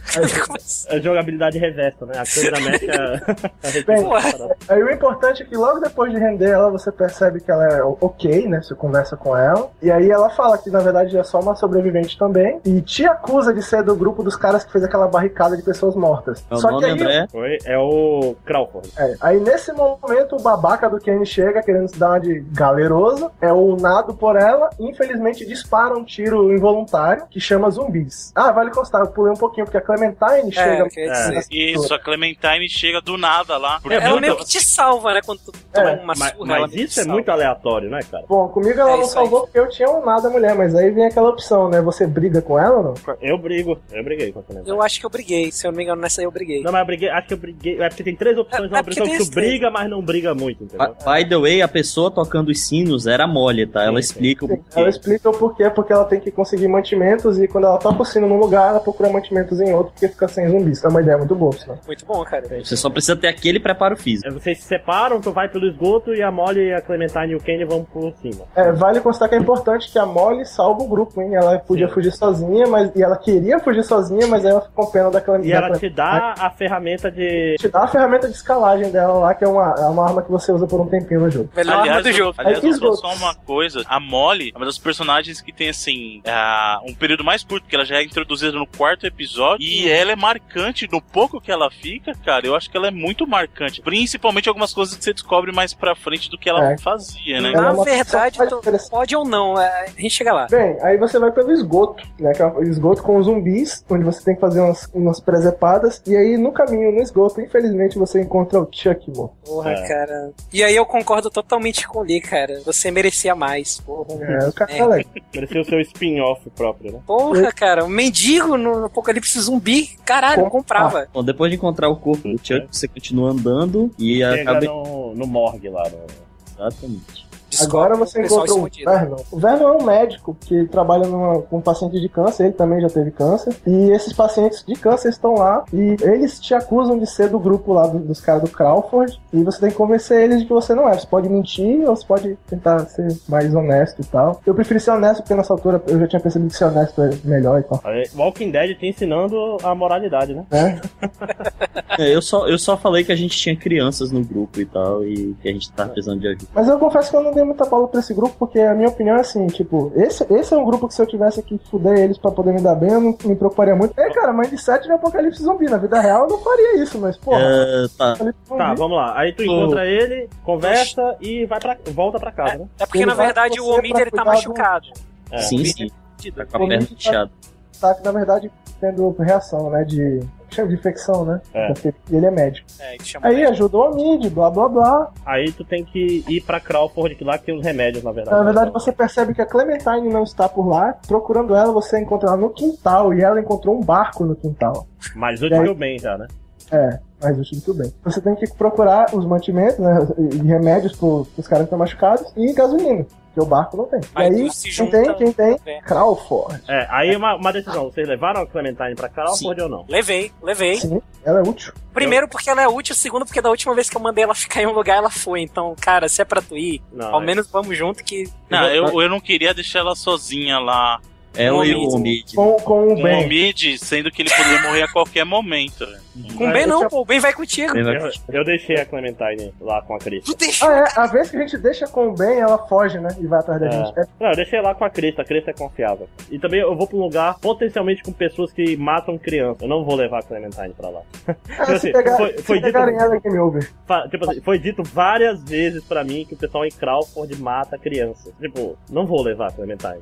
Speaker 1: É jogabilidade reversa, né? A câmera mexe a, a retícula
Speaker 3: Bem,
Speaker 1: parada.
Speaker 5: Aí o importante é que logo depois de render ela, você percebe que ela é o- ok, né? Você conversa com ela. E aí ela fala que na verdade é só uma sobrevivente também. E te acusa de ser do grupo dos caras que fez aquela barricada de pessoas mortas.
Speaker 4: Meu
Speaker 5: só
Speaker 4: nome
Speaker 5: que
Speaker 4: é
Speaker 5: aí
Speaker 4: André.
Speaker 1: Foi, é o Crawford.
Speaker 5: É, aí nesse momento o babaca do Kenny chega querendo se dar uma de galeroso, é unado por ela, infelizmente dispara um tiro involuntário que chama zumbis. Ah, vale constar, eu pulei um pouquinho, porque a Clementine
Speaker 3: É,
Speaker 5: chega.
Speaker 3: eu queria
Speaker 1: É.
Speaker 3: dizer.
Speaker 2: Isso, a Clementine chega do nada lá. Porque
Speaker 3: Ela
Speaker 2: ela
Speaker 3: meio
Speaker 2: tava-
Speaker 3: que te salva, né? Quando tu toma uma
Speaker 1: Mas,
Speaker 3: surra. ela
Speaker 1: mas
Speaker 3: meio que
Speaker 1: isso é
Speaker 3: salva.
Speaker 1: muito aleatório, né, cara?
Speaker 5: Bom, comigo ela
Speaker 3: É
Speaker 5: não
Speaker 3: isso aí.
Speaker 5: salvou porque eu tinha unado a mulher, mas aí vem aquela opção, né? Você briga com ela ou não?
Speaker 1: Eu brigo, eu briguei com a câmera.
Speaker 3: Eu acho que eu briguei, se eu não me engano, nessa aí eu briguei.
Speaker 1: Não, mas eu briguei, acho que eu briguei. É porque tem três opções de
Speaker 3: É,
Speaker 1: uma
Speaker 3: é porque
Speaker 1: opção que
Speaker 3: tem
Speaker 1: tu
Speaker 3: esse três.
Speaker 1: briga, mas não briga muito, entendeu?
Speaker 4: By the way, a pessoa tocando os sinos era mole, tá? Ela
Speaker 1: Sim, sim.
Speaker 4: explica o
Speaker 5: Ela
Speaker 4: porquê.
Speaker 5: explica o porquê, porque ela tem que conseguir mantimentos e quando ela toca o sino num lugar, ela procura mantimentos em outro porque fica sem zumbis. É uma ideia muito boa, senão.
Speaker 3: Muito bom, cara.
Speaker 4: Você só precisa ter aquele preparo físico.
Speaker 1: É, Vocês se separam, tu vai pelo esgoto e a Molly, a Clementine e o Kenny vão por cima.
Speaker 5: É, vale constar que é importante que a Molly salva o grupo, hein? Ela podia
Speaker 1: Sim.
Speaker 5: fugir sozinha, mas e ela queria fugir sozinha, mas aí ela ficou com pena daquela
Speaker 1: E ela te dá a ferramenta de.
Speaker 5: te dá a ferramenta de escalagem dela lá, que é uma, é uma arma que você usa por um tempinho no jogo.
Speaker 3: Melhor arma do
Speaker 2: eu-
Speaker 3: jogo.
Speaker 2: aliás,
Speaker 5: Aí
Speaker 2: eu vou
Speaker 5: esgoto.
Speaker 2: só uma coisa. A Molly é uma das personagens que tem, assim, ah, um período mais curto, porque ela já é introduzida no quarto episódio. E ela é marcante no pouco que ela fica, cara. Eu acho que ela é muito marcante. Principalmente algumas coisas que você descobre mais pra frente do que ela
Speaker 5: É.
Speaker 2: fazia, né?
Speaker 5: Ela é
Speaker 3: Na
Speaker 5: uma
Speaker 3: verdade,
Speaker 5: personagem
Speaker 3: tu-
Speaker 5: interessante.
Speaker 3: pode ou não, é, a gente chega lá.
Speaker 5: Bem, aí você vai pelo esgoto, né? Que é o esgoto com os zumbis, onde você tem que fazer umas, umas presepadas. E aí, no caminho, no esgoto, infelizmente, você encontra o Chuck, mano.
Speaker 3: Porra,
Speaker 1: É.
Speaker 3: cara. E aí eu concordo totalmente com o Lee, cara. Você merecia mais, porra.
Speaker 5: É, o cara é legal.
Speaker 1: Parecia o seu spin-off próprio, né?
Speaker 3: Porra, cara, um mendigo no apocalipse zumbi. Caralho, eu
Speaker 5: Com- Ah,
Speaker 3: comprava.
Speaker 4: Bom, depois de encontrar o corpo do Chuck, você continua andando e
Speaker 1: Chega
Speaker 4: acaba...
Speaker 1: no, no morgue lá. né? No...
Speaker 4: Exatamente.
Speaker 5: Agora você
Speaker 3: pessoal
Speaker 5: encontrou um o
Speaker 3: escondido.
Speaker 5: Vernon. O Vernon é um médico que trabalha numa- com pacientes de câncer, ele também já teve câncer. E esses pacientes de câncer estão lá e eles te acusam de ser do grupo lá do- dos caras do Crawford. E você tem que convencer eles de que você não é. Você pode mentir ou você pode tentar ser mais honesto e tal. Eu prefiro ser honesto porque nessa altura eu já tinha percebido que ser honesto é melhor e tal.
Speaker 1: Aí, Walking Dead te ensinando a moralidade, né?
Speaker 5: Né?
Speaker 4: É, eu, só, eu só falei que a gente tinha crianças no grupo e tal, e que a gente tava precisando de ajuda.
Speaker 5: Mas eu confesso que eu não dei muita bola pra esse grupo, porque a minha opinião é assim, tipo, esse, esse é um grupo que se eu tivesse que fuder eles pra poder me dar bem, eu não me preocuparia muito. É, cara, mãe de sete no apocalipse zumbi. Na vida real eu não faria isso, mas, porra,
Speaker 4: É, tá.
Speaker 5: apocalipse zumbi.
Speaker 1: Tá, vamos lá. Aí tu encontra ele, conversa e vai pra, volta pra casa, né?
Speaker 3: É porque,
Speaker 5: Ele
Speaker 3: na
Speaker 5: vai
Speaker 3: verdade,
Speaker 5: com
Speaker 3: o
Speaker 5: você
Speaker 3: Omid
Speaker 5: pra
Speaker 3: ele tá
Speaker 5: cuidar um do-
Speaker 3: machucado.
Speaker 1: É.
Speaker 4: Sim, sim. Tá com a perna inchada.
Speaker 5: Tá, que, na verdade, tendo reação, né, de... Chama de infecção, né?
Speaker 1: É.
Speaker 5: Porque ele é médico.
Speaker 3: É, ele chama.
Speaker 5: Aí ajudou o Mid, blá blá blá.
Speaker 1: Aí tu tem que ir pra Crawford, que lá que tem os remédios, na verdade.
Speaker 5: Na verdade, você percebe que a Clementine não está por lá. Procurando ela, você encontra ela no quintal. E ela encontrou um barco no quintal.
Speaker 1: Mas eu
Speaker 5: E aí-
Speaker 1: te deu bem já, né?
Speaker 5: É, mais útil do que o bem. Você tem que procurar os mantimentos, né? E remédios pro, pros caras que estão machucados e gasolina. Porque o barco não tem.
Speaker 3: Aí
Speaker 5: e aí,
Speaker 3: tu se
Speaker 5: quem
Speaker 3: junta
Speaker 5: tem, quem tem?
Speaker 3: também.
Speaker 5: Crawford.
Speaker 1: É, aí é uma, uma decisão. Vocês levaram a Clementine pra Crawford ou não?
Speaker 3: Levei, levei.
Speaker 5: Sim, ela é útil.
Speaker 3: Primeiro porque ela é útil, segundo porque da última vez que eu mandei ela ficar em um lugar, ela foi. Então, cara, se é pra tu ir,
Speaker 1: Não.
Speaker 3: ao
Speaker 1: é-
Speaker 3: menos vamos junto que...
Speaker 2: Ah, Não, eu, eu não queria deixar ela sozinha lá.
Speaker 4: Ela e É o Omid.
Speaker 5: Com, com o
Speaker 2: Com o
Speaker 5: bem.
Speaker 2: Omid, sendo que ele poderia morrer a qualquer momento. né?
Speaker 3: Com bem não, pô, o bem vai contigo.
Speaker 4: é?
Speaker 3: Tá
Speaker 1: Eu, eu deixei a Clementine lá com a Cris.
Speaker 3: Tu deixou,
Speaker 5: Ah, é. A vez que a gente deixa com o bem, ela foge, né? E vai atrás da
Speaker 1: É.
Speaker 5: gente. É,
Speaker 1: Não, eu deixei lá com a Crista, a Crista é confiável. E também eu vou pra um lugar potencialmente com pessoas que matam crianças. Eu não vou levar a Clementine pra lá.
Speaker 5: Ah,
Speaker 1: assim,
Speaker 5: se pegar,
Speaker 1: foi-
Speaker 5: se
Speaker 1: foi dito-
Speaker 5: pegarem ela, é game over.
Speaker 1: Fa- Tipo assim, foi dito várias vezes pra mim que o pessoal em Crawford mata crianças. Tipo, não vou levar a Clementine.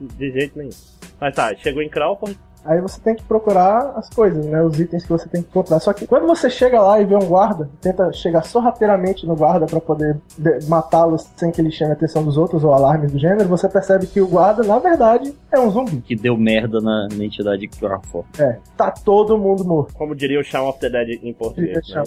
Speaker 1: De jeito nenhum. Mas tá, chegou em Crawford.
Speaker 5: Aí você tem que procurar as coisas, né? Os itens que você tem que encontrar. Só que quando você chega lá e vê um guarda, tenta chegar sorrateiramente no guarda pra poder de- matá-lo sem que ele chame a atenção dos outros ou alarmes do gênero, você percebe que o guarda, na verdade, é um zumbi.
Speaker 4: Que deu merda na, na entidade Crawford.
Speaker 5: É, tá todo mundo morto.
Speaker 1: Como diria o Shaun of the Dead em português.
Speaker 5: Deixa-
Speaker 1: Né?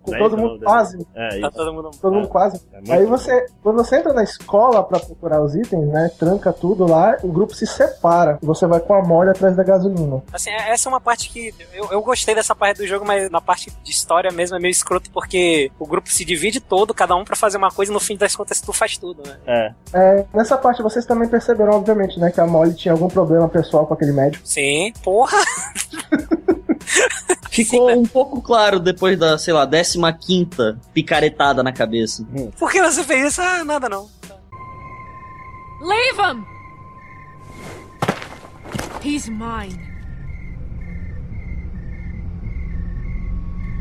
Speaker 5: Com
Speaker 1: Não é
Speaker 5: todo
Speaker 1: isso,
Speaker 5: mundo
Speaker 1: não,
Speaker 5: quase.
Speaker 1: É
Speaker 3: tá
Speaker 1: isso.
Speaker 3: todo mundo...
Speaker 5: Todo mundo quase.
Speaker 1: É
Speaker 5: Aí
Speaker 1: muito
Speaker 5: você, quando você entra na escola pra procurar os itens, né? Tranca tudo lá, o grupo se separa. Você vai com a mole atrás da gasolina.
Speaker 3: Assim, é- essa é uma parte que eu, eu gostei dessa parte do jogo, mas na parte de história mesmo é meio escroto porque o grupo se divide todo, cada um pra fazer uma coisa e no fim das contas tu faz tudo, né?
Speaker 1: É.
Speaker 5: É, nessa parte vocês também perceberam, obviamente, né? Que a mole tinha algum problema pessoal com aquele médico.
Speaker 3: Sim, porra.
Speaker 4: Ficou um pouco claro depois da, sei lá, 15 quinta picaretada na cabeça.
Speaker 3: Por que você fez isso? Ah, nada não.
Speaker 6: Leave him! He's mine.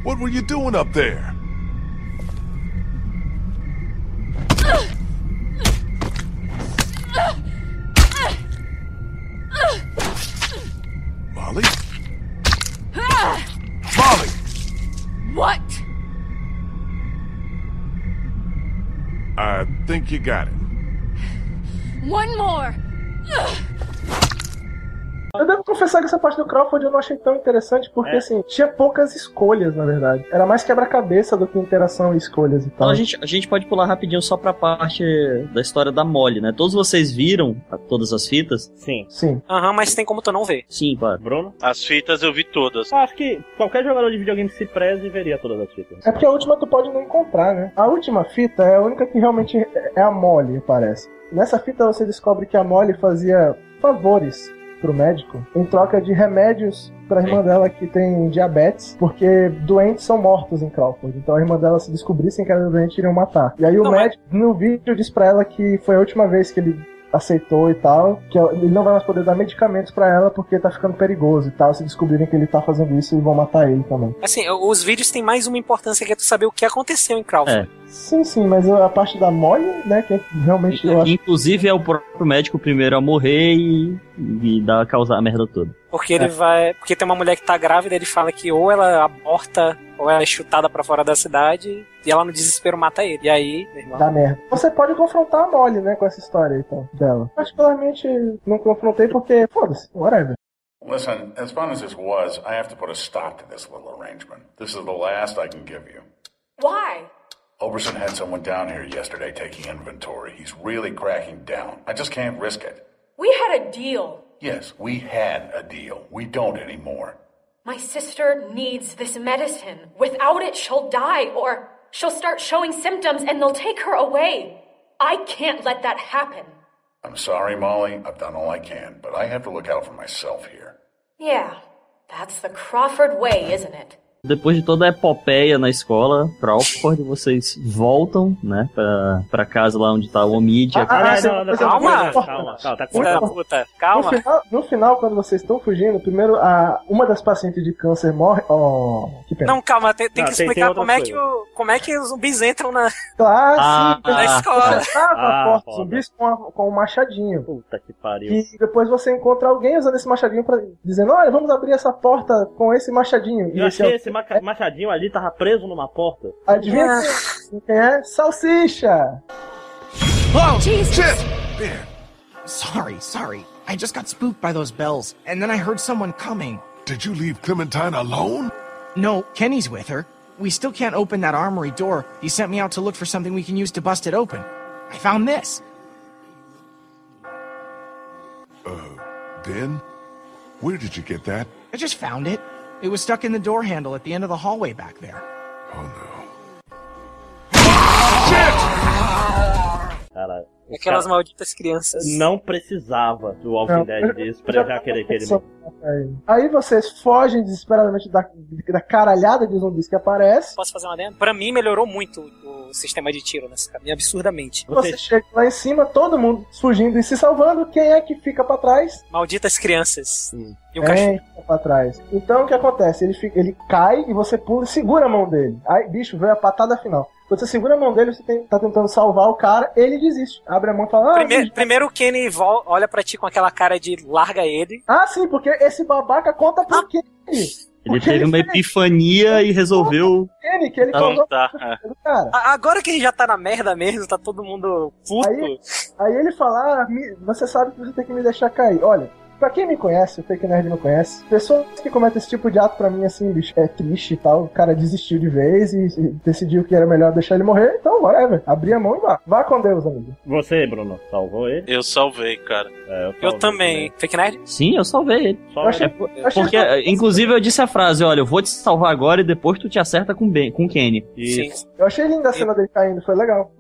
Speaker 7: What were you doing up there? Molly? Molly!
Speaker 6: What?
Speaker 7: I think you got it.
Speaker 6: One more.
Speaker 5: Eu devo confessar que essa parte do Crawford eu não achei tão interessante, porque
Speaker 1: É.
Speaker 5: assim, tinha poucas escolhas, na verdade. Era mais quebra-cabeça do que interação e escolhas e
Speaker 4: Então
Speaker 5: tal.
Speaker 4: a gente, a gente pode pular rapidinho só pra parte da história da Molly, né? Todos vocês viram a- todas as fitas?
Speaker 1: Sim.
Speaker 5: Sim.
Speaker 3: Aham, mas tem como tu não ver.
Speaker 4: Sim, claro.
Speaker 1: Bruno?
Speaker 2: As fitas eu vi todas.
Speaker 1: Eu acho que qualquer jogador de videogame se preze veria todas as fitas.
Speaker 5: É porque a última tu pode não encontrar, né? A última fita é a única que realmente é a mole, parece. Nessa fita você descobre que a mole fazia favores pro médico em troca de remédios pra irmã dela que tem diabetes, porque doentes são mortos em Crawford. Então a irmã dela se descobrissem que ela era doente iriam matar. E aí o
Speaker 3: Não, mas-
Speaker 5: médico no vídeo diz pra ela que foi a última vez que ele aceitou e tal, que ela- ele não vai mais poder dar medicamentos pra ela porque tá ficando perigoso e tal, se descobrirem que ele tá fazendo isso e vão matar ele também.
Speaker 3: Assim, os vídeos têm mais uma importância que é tu saber o que aconteceu em Crawford.
Speaker 4: É.
Speaker 5: Sim, sim, mas a parte da mole, né, que realmente eu acho
Speaker 4: Inclusive é o próprio médico o primeiro a morrer e, e dá causar a merda toda.
Speaker 3: Porque
Speaker 1: É.
Speaker 3: ele vai. Porque tem uma mulher que tá grávida, ele fala que ou ela aborta, ou ela é chutada pra fora da cidade, e ela no desespero mata ele. E aí, meu irmão.
Speaker 5: da merda. Você pode confrontar a mole, né, com essa história, então, dela. Particularmente, não confrontei porque, foda-se, whatever.
Speaker 8: Listen, as fun as this was, I have to put a stop to this little arrangement. This is the last I can give you.
Speaker 6: Why?
Speaker 8: Oberson had someone down here yesterday taking inventory. He's really cracking down. I just can't risk it.
Speaker 6: We had a deal.
Speaker 8: Yes, we had a deal. We don't anymore.
Speaker 6: My sister needs this medicine. Without it, she'll die, or she'll start showing symptoms and they'll take her away. I can't let that happen.
Speaker 8: I'm sorry, Molly. I've done all I can, but I have to look out for myself here.
Speaker 6: Yeah, that's the Crawford way, isn't it?
Speaker 4: Depois de toda a epopeia na escola, Crawford, vocês voltam, né, pra, pra casa lá onde tá o Omid.
Speaker 5: Ah,
Speaker 1: Caralho,
Speaker 5: sim,
Speaker 1: não, não,
Speaker 5: mas é
Speaker 1: calma,
Speaker 3: uma
Speaker 1: calma,
Speaker 5: coisa-
Speaker 1: calma, calma, tá
Speaker 3: Filha da
Speaker 1: cortando.
Speaker 3: puta,
Speaker 5: No
Speaker 3: calma.
Speaker 5: final, no final, quando vocês estão fugindo, primeiro a, uma das pacientes de câncer morre. Oh, que pena.
Speaker 3: Não, calma, tem, tem
Speaker 1: Não,
Speaker 3: que
Speaker 1: tem- tem
Speaker 3: explicar
Speaker 1: outra
Speaker 3: como, é que
Speaker 1: coisa.
Speaker 3: o, como é que os zumbis entram na,
Speaker 5: Claro,
Speaker 3: na
Speaker 4: Ah,
Speaker 3: escola.
Speaker 5: sim.
Speaker 1: tá.
Speaker 5: Tava
Speaker 1: Ah,
Speaker 5: a porta
Speaker 1: foda.
Speaker 5: dos zumbis com, a- com um machadinho.
Speaker 1: Puta que pariu.
Speaker 5: E depois você encontra alguém usando esse machadinho pra, dizendo, olha, vamos abrir essa porta com esse machadinho. E
Speaker 1: Eu
Speaker 5: esse
Speaker 1: achei
Speaker 5: é,
Speaker 1: esse maca- machadinho ali, tava preso numa porta.
Speaker 3: Ah.
Speaker 5: adivinha quem é? Salsicha!
Speaker 7: Oh,
Speaker 6: Jesus.
Speaker 7: shit! Man,
Speaker 9: Sorry, sorry. I just got spooked by those bells, and then I heard someone coming.
Speaker 7: did you leave Clementine alone?
Speaker 9: No, Kenny's with her. We still can't open that armory door. He sent me out to look for something we can use to bust it open. I found this.
Speaker 10: Ben? Uh, Where did you get that?
Speaker 9: I just found it. It was stuck in the door handle at the end of the hallway back there.
Speaker 10: Oh,
Speaker 1: Caralho.
Speaker 3: Aquelas malditas crianças.
Speaker 1: Tá. Não precisava do Walking
Speaker 5: Não.
Speaker 1: Dead disso pra eu já querer que ele
Speaker 5: Só- Aí vocês fogem desesperadamente da, da caralhada de zumbis que aparece.
Speaker 3: Posso fazer uma dentro? Pra mim, melhorou muito o sistema de tiro nessa cabine, absurdamente.
Speaker 5: Você chega lá em cima, todo mundo fugindo e se salvando. Quem é que fica pra trás?
Speaker 3: Malditas crianças. E o
Speaker 5: Quem
Speaker 3: cachorro.
Speaker 5: fica pra trás? Então o que acontece? Ele, fica- ele cai e você pula e segura a mão dele. Aí, bicho, veio a patada final. Quando você segura a mão dele, você tem- tá tentando salvar o cara, ele desiste. Abre a mão e
Speaker 1: É.
Speaker 5: fala: ah,
Speaker 3: Primeiro, primeiro o Kenny vol- olha pra ti com aquela cara de larga ele.
Speaker 5: ah, sim, porque esse babaca conta
Speaker 3: Ah.
Speaker 5: por quê?
Speaker 4: Ele teve uma epifania e resolveu.
Speaker 5: Kenny, que ele
Speaker 4: Ah,
Speaker 5: causou
Speaker 2: tá.
Speaker 5: cara.
Speaker 3: A- Agora que ele já tá na merda mesmo, tá todo mundo puto.
Speaker 5: Aí, aí ele fala, ah, me- você sabe que você tem que me deixar cair. Olha, pra quem me conhece, o Fake Nerd não conhece, pessoas que cometem esse tipo de ato pra mim, assim, bicho, é triste e tal. O cara desistiu de vez e, e decidiu que era melhor deixar ele morrer, então whatever. Abri a mão e vá. Vá com Deus, amigo.
Speaker 1: Você, Bruno, salvou ele?
Speaker 2: Eu salvei, cara.
Speaker 1: É,
Speaker 3: eu também. Fake Nerd?
Speaker 4: Sim, eu salvei ele.
Speaker 1: né? Só
Speaker 5: achei-
Speaker 4: É
Speaker 5: Eu achei
Speaker 4: Porque, inclusive, eu disse a frase: olha, eu vou te salvar agora e depois tu te acerta com ben, com o Kenny.
Speaker 3: Sim.
Speaker 5: Eu achei linda a cena dele caindo, foi legal.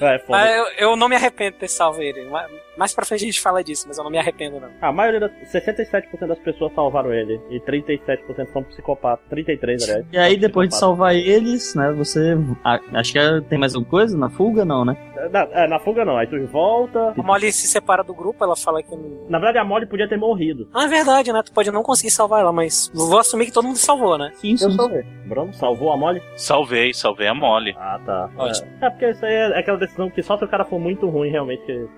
Speaker 1: É, foda.
Speaker 3: Mas eu, eu não me arrependo de ter salvo ele. Ma- Mais pra frente a gente fala disso, mas eu não me arrependo, não.
Speaker 1: A maioria das 67% das pessoas salvaram ele. E 37% são psicopatas. 33, aliás.
Speaker 4: E aí, depois de salvar eles, né, você. ah, acho que é- tem mais alguma coisa na fuga? Não, né?
Speaker 1: Na, é, na fuga não, aí tu volta.
Speaker 3: A Molly se separa do grupo, ela fala que. não-
Speaker 1: Na verdade, a Molly podia ter morrido.
Speaker 3: Ah, é verdade, né? Tu pode não conseguir salvar ela, mas vou assumir que todo mundo salvou, né?
Speaker 4: Sim,
Speaker 5: Eu
Speaker 4: sim.
Speaker 5: só vi.
Speaker 1: Bruno salvou a Molly?
Speaker 2: Salvei, salvei a Molly.
Speaker 1: Ah, tá.
Speaker 3: Ótimo.
Speaker 1: É, é porque isso aí é aquela decisão que só se o cara for muito ruim, realmente, que ele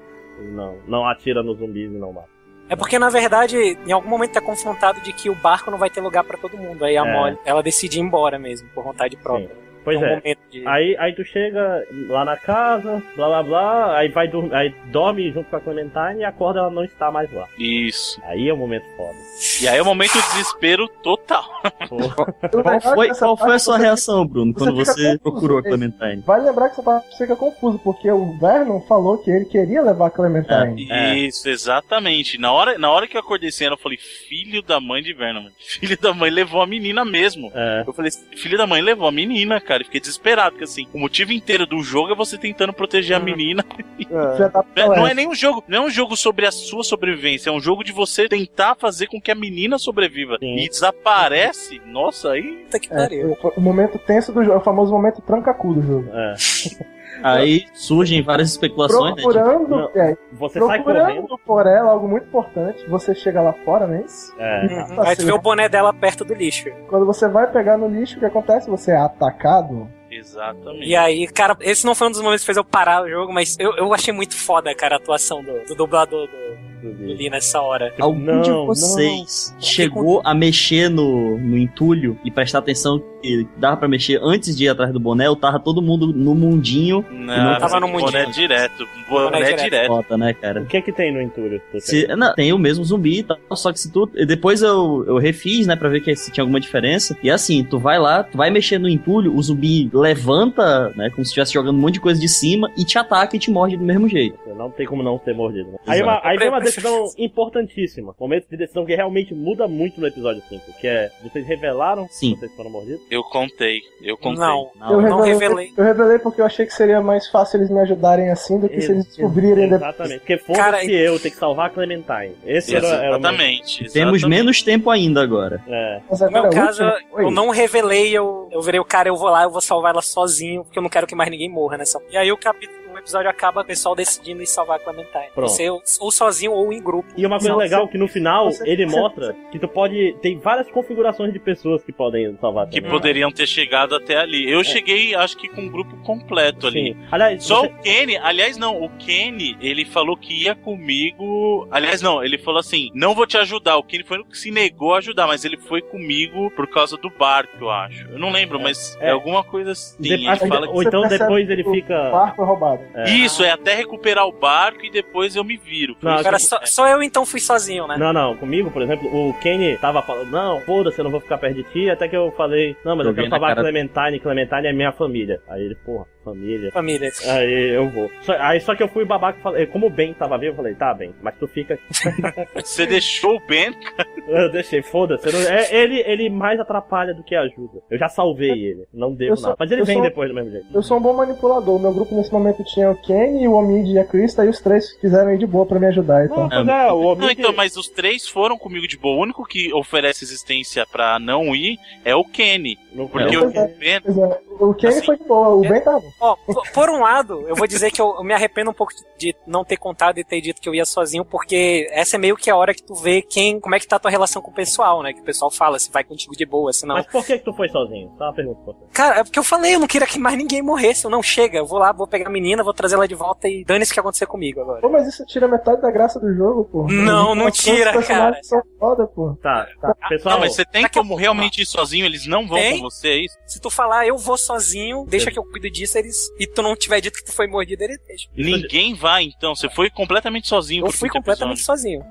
Speaker 1: não, não atira nos zumbis e não mata.
Speaker 3: É porque, na verdade, em algum momento tá confrontado de que o barco não vai ter lugar pra todo mundo. Aí a
Speaker 1: É.
Speaker 3: Molly, ela decide ir embora mesmo, por vontade própria.
Speaker 1: Pois
Speaker 3: É um
Speaker 1: é.
Speaker 3: momento de-
Speaker 1: Aí, aí tu chega lá na casa, blá blá blá, aí vai dormir, aí dorme junto com a Clementine e acorda ela não está mais lá.
Speaker 2: Isso.
Speaker 1: Aí é o momento foda.
Speaker 2: E aí é o momento de desespero total.
Speaker 5: O
Speaker 4: Qual
Speaker 5: legal
Speaker 4: foi,
Speaker 5: dessa
Speaker 4: qual foi a
Speaker 5: parte
Speaker 4: sua
Speaker 5: é que
Speaker 4: reação, Bruno,
Speaker 5: você
Speaker 4: quando
Speaker 5: fica
Speaker 4: você
Speaker 5: confuso,
Speaker 4: procurou a
Speaker 5: mesmo.
Speaker 4: Clementine?
Speaker 5: Vale lembrar que essa parte fica confusa, porque o Vernon falou que ele queria levar a Clementine.
Speaker 1: É.
Speaker 2: Isso, exatamente. Na hora, na hora que eu acordei assim, eu falei, filho da mãe de Vernon. mano. Filho da mãe levou a menina mesmo.
Speaker 1: É.
Speaker 2: Eu falei, filho da mãe levou a menina, cara. Eu fiquei desesperado, porque assim, o motivo inteiro do jogo é você tentando proteger
Speaker 1: Uhum.
Speaker 2: a menina.
Speaker 5: Já tá
Speaker 2: É, Não é nem um jogo, não é um jogo sobre a sua sobrevivência, é um jogo de você tentar fazer com que a menina sobreviva.
Speaker 1: Sim.
Speaker 2: E desaparece, nossa, aí.
Speaker 3: Puta que
Speaker 5: É,
Speaker 3: pariu.
Speaker 5: o, o momento tenso do jogo, é o famoso momento tranca-cu do jogo.
Speaker 1: É.
Speaker 4: Aí surgem várias especulações, né? de-
Speaker 5: Procurando,
Speaker 1: Não.
Speaker 5: é,
Speaker 1: Você sai correndo.
Speaker 5: procurando por ela, algo muito importante. Você chega lá fora, né?
Speaker 1: É.
Speaker 3: Uhum. Aí tu vê o boné dela perto do lixo.
Speaker 5: Quando você vai pegar no lixo, o que acontece? Você é atacado.
Speaker 2: Exatamente.
Speaker 3: E aí, cara, esse não foi um dos momentos que fez eu parar o jogo, mas eu, eu achei muito foda, cara, a atuação do, do dublador do, do Lee nessa hora.
Speaker 4: Algum de
Speaker 1: Não,
Speaker 4: vocês chegou a mexer no, no entulho e prestar atenção que dava pra mexer antes de ir atrás do boné, ou tava todo mundo no mundinho
Speaker 2: Não,
Speaker 3: tava no
Speaker 2: boné
Speaker 3: mundinho.
Speaker 2: direto. Boné
Speaker 3: direto.
Speaker 2: direto.
Speaker 4: foda, né, cara?
Speaker 1: O que é que tem no entulho? Tu
Speaker 4: Se- não, tem o mesmo zumbi e tal, só que se tu. e Depois eu, eu refiz, né, pra ver que se tinha alguma diferença. E assim, tu vai lá, tu vai mexer no entulho, o zumbi levanta, né, como se estivesse jogando um monte de coisa de cima e te ataca e te morde do mesmo jeito.
Speaker 1: Não tem como não ser mordido. Né? Aí, uma, aí vem uma decisão importantíssima. Momento de decisão que realmente muda muito no episódio 5. Que é, vocês revelaram
Speaker 4: Sim.
Speaker 1: que vocês foram mordidos?
Speaker 2: Eu contei, eu contei.
Speaker 3: Não,
Speaker 4: Ah, Não,
Speaker 3: não revelei.
Speaker 5: Eu revelei porque eu achei que seria mais fácil eles me ajudarem assim do que se eles descobrirem depois.
Speaker 1: Exatamente. Porque
Speaker 3: Cara,
Speaker 1: foda-se eu ter que salvar a Clementine. Esse era, era o meu-
Speaker 2: Exatamente.
Speaker 4: Temos
Speaker 2: exatamente.
Speaker 4: menos tempo ainda agora.
Speaker 1: É.
Speaker 5: Mas agora
Speaker 3: No meu
Speaker 5: é o
Speaker 3: caso,
Speaker 5: último?
Speaker 3: eu
Speaker 5: Oi.
Speaker 3: não revelei, eu, eu virei o cara, eu vou lá, eu vou salvar ela sozinho, porque eu não quero que mais ninguém morra nessa. E aí o capítulo, o episódio acaba com o pessoal decidindo ir salvar a Clementine.
Speaker 1: Pronto.
Speaker 3: Você ou, ou sozinho ou em grupo.
Speaker 1: E uma coisa
Speaker 3: Não,
Speaker 1: legal que no final
Speaker 5: você-
Speaker 1: ele
Speaker 5: você-
Speaker 1: mostra que tu pode. Tem várias configurações de pessoas que podem salvar.
Speaker 2: Que
Speaker 1: também.
Speaker 2: poderiam ter chegado até ali. Eu cheguei, acho que com o grupo completo ali.
Speaker 1: Sim. Aliás,
Speaker 2: Só
Speaker 1: você-
Speaker 2: o Kenny, aliás, não, o Kenny, ele falou que ia comigo. Aliás, não, ele falou assim: não vou te ajudar. O Kenny foi o que se negou a ajudar, mas ele foi comigo por causa do barco, eu acho. Eu não lembro, mas é,
Speaker 1: É.
Speaker 2: alguma coisa assim.
Speaker 1: de-
Speaker 2: Ele
Speaker 1: acho que-
Speaker 2: fala que.
Speaker 1: ou então
Speaker 5: Você percebe
Speaker 1: depois ele
Speaker 5: que o
Speaker 1: fica.
Speaker 5: barco é roubado.
Speaker 2: Isso, é até recuperar o barco e depois eu me viro. Foi
Speaker 1: Não,
Speaker 2: isso.
Speaker 1: cara,
Speaker 3: só, só eu então fui sozinho, né?
Speaker 1: Não, não, comigo, por exemplo, o Kenny tava falando, não, foda-se, eu não vou ficar perto de ti, até que eu falei, não, mas eu,
Speaker 4: Joguei
Speaker 1: quero
Speaker 4: na
Speaker 1: salvar
Speaker 4: cara-
Speaker 1: Clementine, Clementine é minha família. Aí ele, porra, família.
Speaker 3: Família.
Speaker 1: Aí eu vou. Só- aí só que eu fui babaca e falei, como o Ben tava vivo, eu falei, tá, Ben, mas tu fica aqui.
Speaker 2: Você deixou o Ben?
Speaker 1: eu deixei, foda-se. eu não- é, ele, ele mais atrapalha do que ajuda. Eu já salvei ele, não devo
Speaker 5: Eu sou-
Speaker 1: nada. Mas ele
Speaker 5: eu
Speaker 1: vem
Speaker 5: sou-
Speaker 1: depois do mesmo jeito.
Speaker 5: Eu sou um bom manipulador. Meu grupo nesse momento tinha o Kenny, o Omid e a Krista, e os três fizeram aí de boa pra me ajudar.
Speaker 1: Ah.
Speaker 5: Então.
Speaker 1: é,
Speaker 2: Não, então, mas os três foram comigo de boa. O único que oferece existência pra não ir é o Kenny. Porque
Speaker 5: é.
Speaker 2: o Ben.
Speaker 5: Pois é, o Kenny foi de boa, o Ben tava.
Speaker 3: Ó, po- por um lado, eu vou dizer que eu, eu me arrependo um pouco de não ter contado e ter dito que eu ia sozinho, porque essa é meio que a hora que tu vê quem, como é que tá a tua relação com o pessoal, né? Que o pessoal fala se vai contigo de boa, se não.
Speaker 1: Mas por que, que tu foi sozinho? Só uma pergunta pra você.
Speaker 3: Cara, é porque eu falei, eu não queria que mais ninguém morresse. Eu não chega, eu vou lá, vou pegar a menina, vou trazer ela de volta e dane-se o que acontecer comigo agora.
Speaker 5: Pô, mas isso tira metade da graça do jogo, pô.
Speaker 3: Não, não
Speaker 5: Os
Speaker 3: tira,
Speaker 5: personagens São foda, pô.
Speaker 1: Tá,
Speaker 5: tá.
Speaker 1: Pessoal,
Speaker 2: Ah, não, mas você tem como
Speaker 1: Ah.
Speaker 2: realmente ir sozinho, eles não vão
Speaker 3: Tem?
Speaker 2: com você, é isso?
Speaker 3: Se tu falar, eu vou sozinho, deixa que eu cuido disso, eles. E tu não tiver dito que tu foi mordido, ele deixa.
Speaker 1: é
Speaker 2: Ninguém vai, então. Você foi completamente sozinho.
Speaker 3: Eu
Speaker 2: pro
Speaker 3: fui
Speaker 1: tipo
Speaker 2: quinto
Speaker 3: completamente
Speaker 2: episódio.
Speaker 3: sozinho.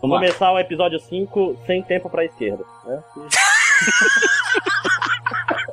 Speaker 1: Vamos começar o episódio 5 sem tempo pra esquerda. Né?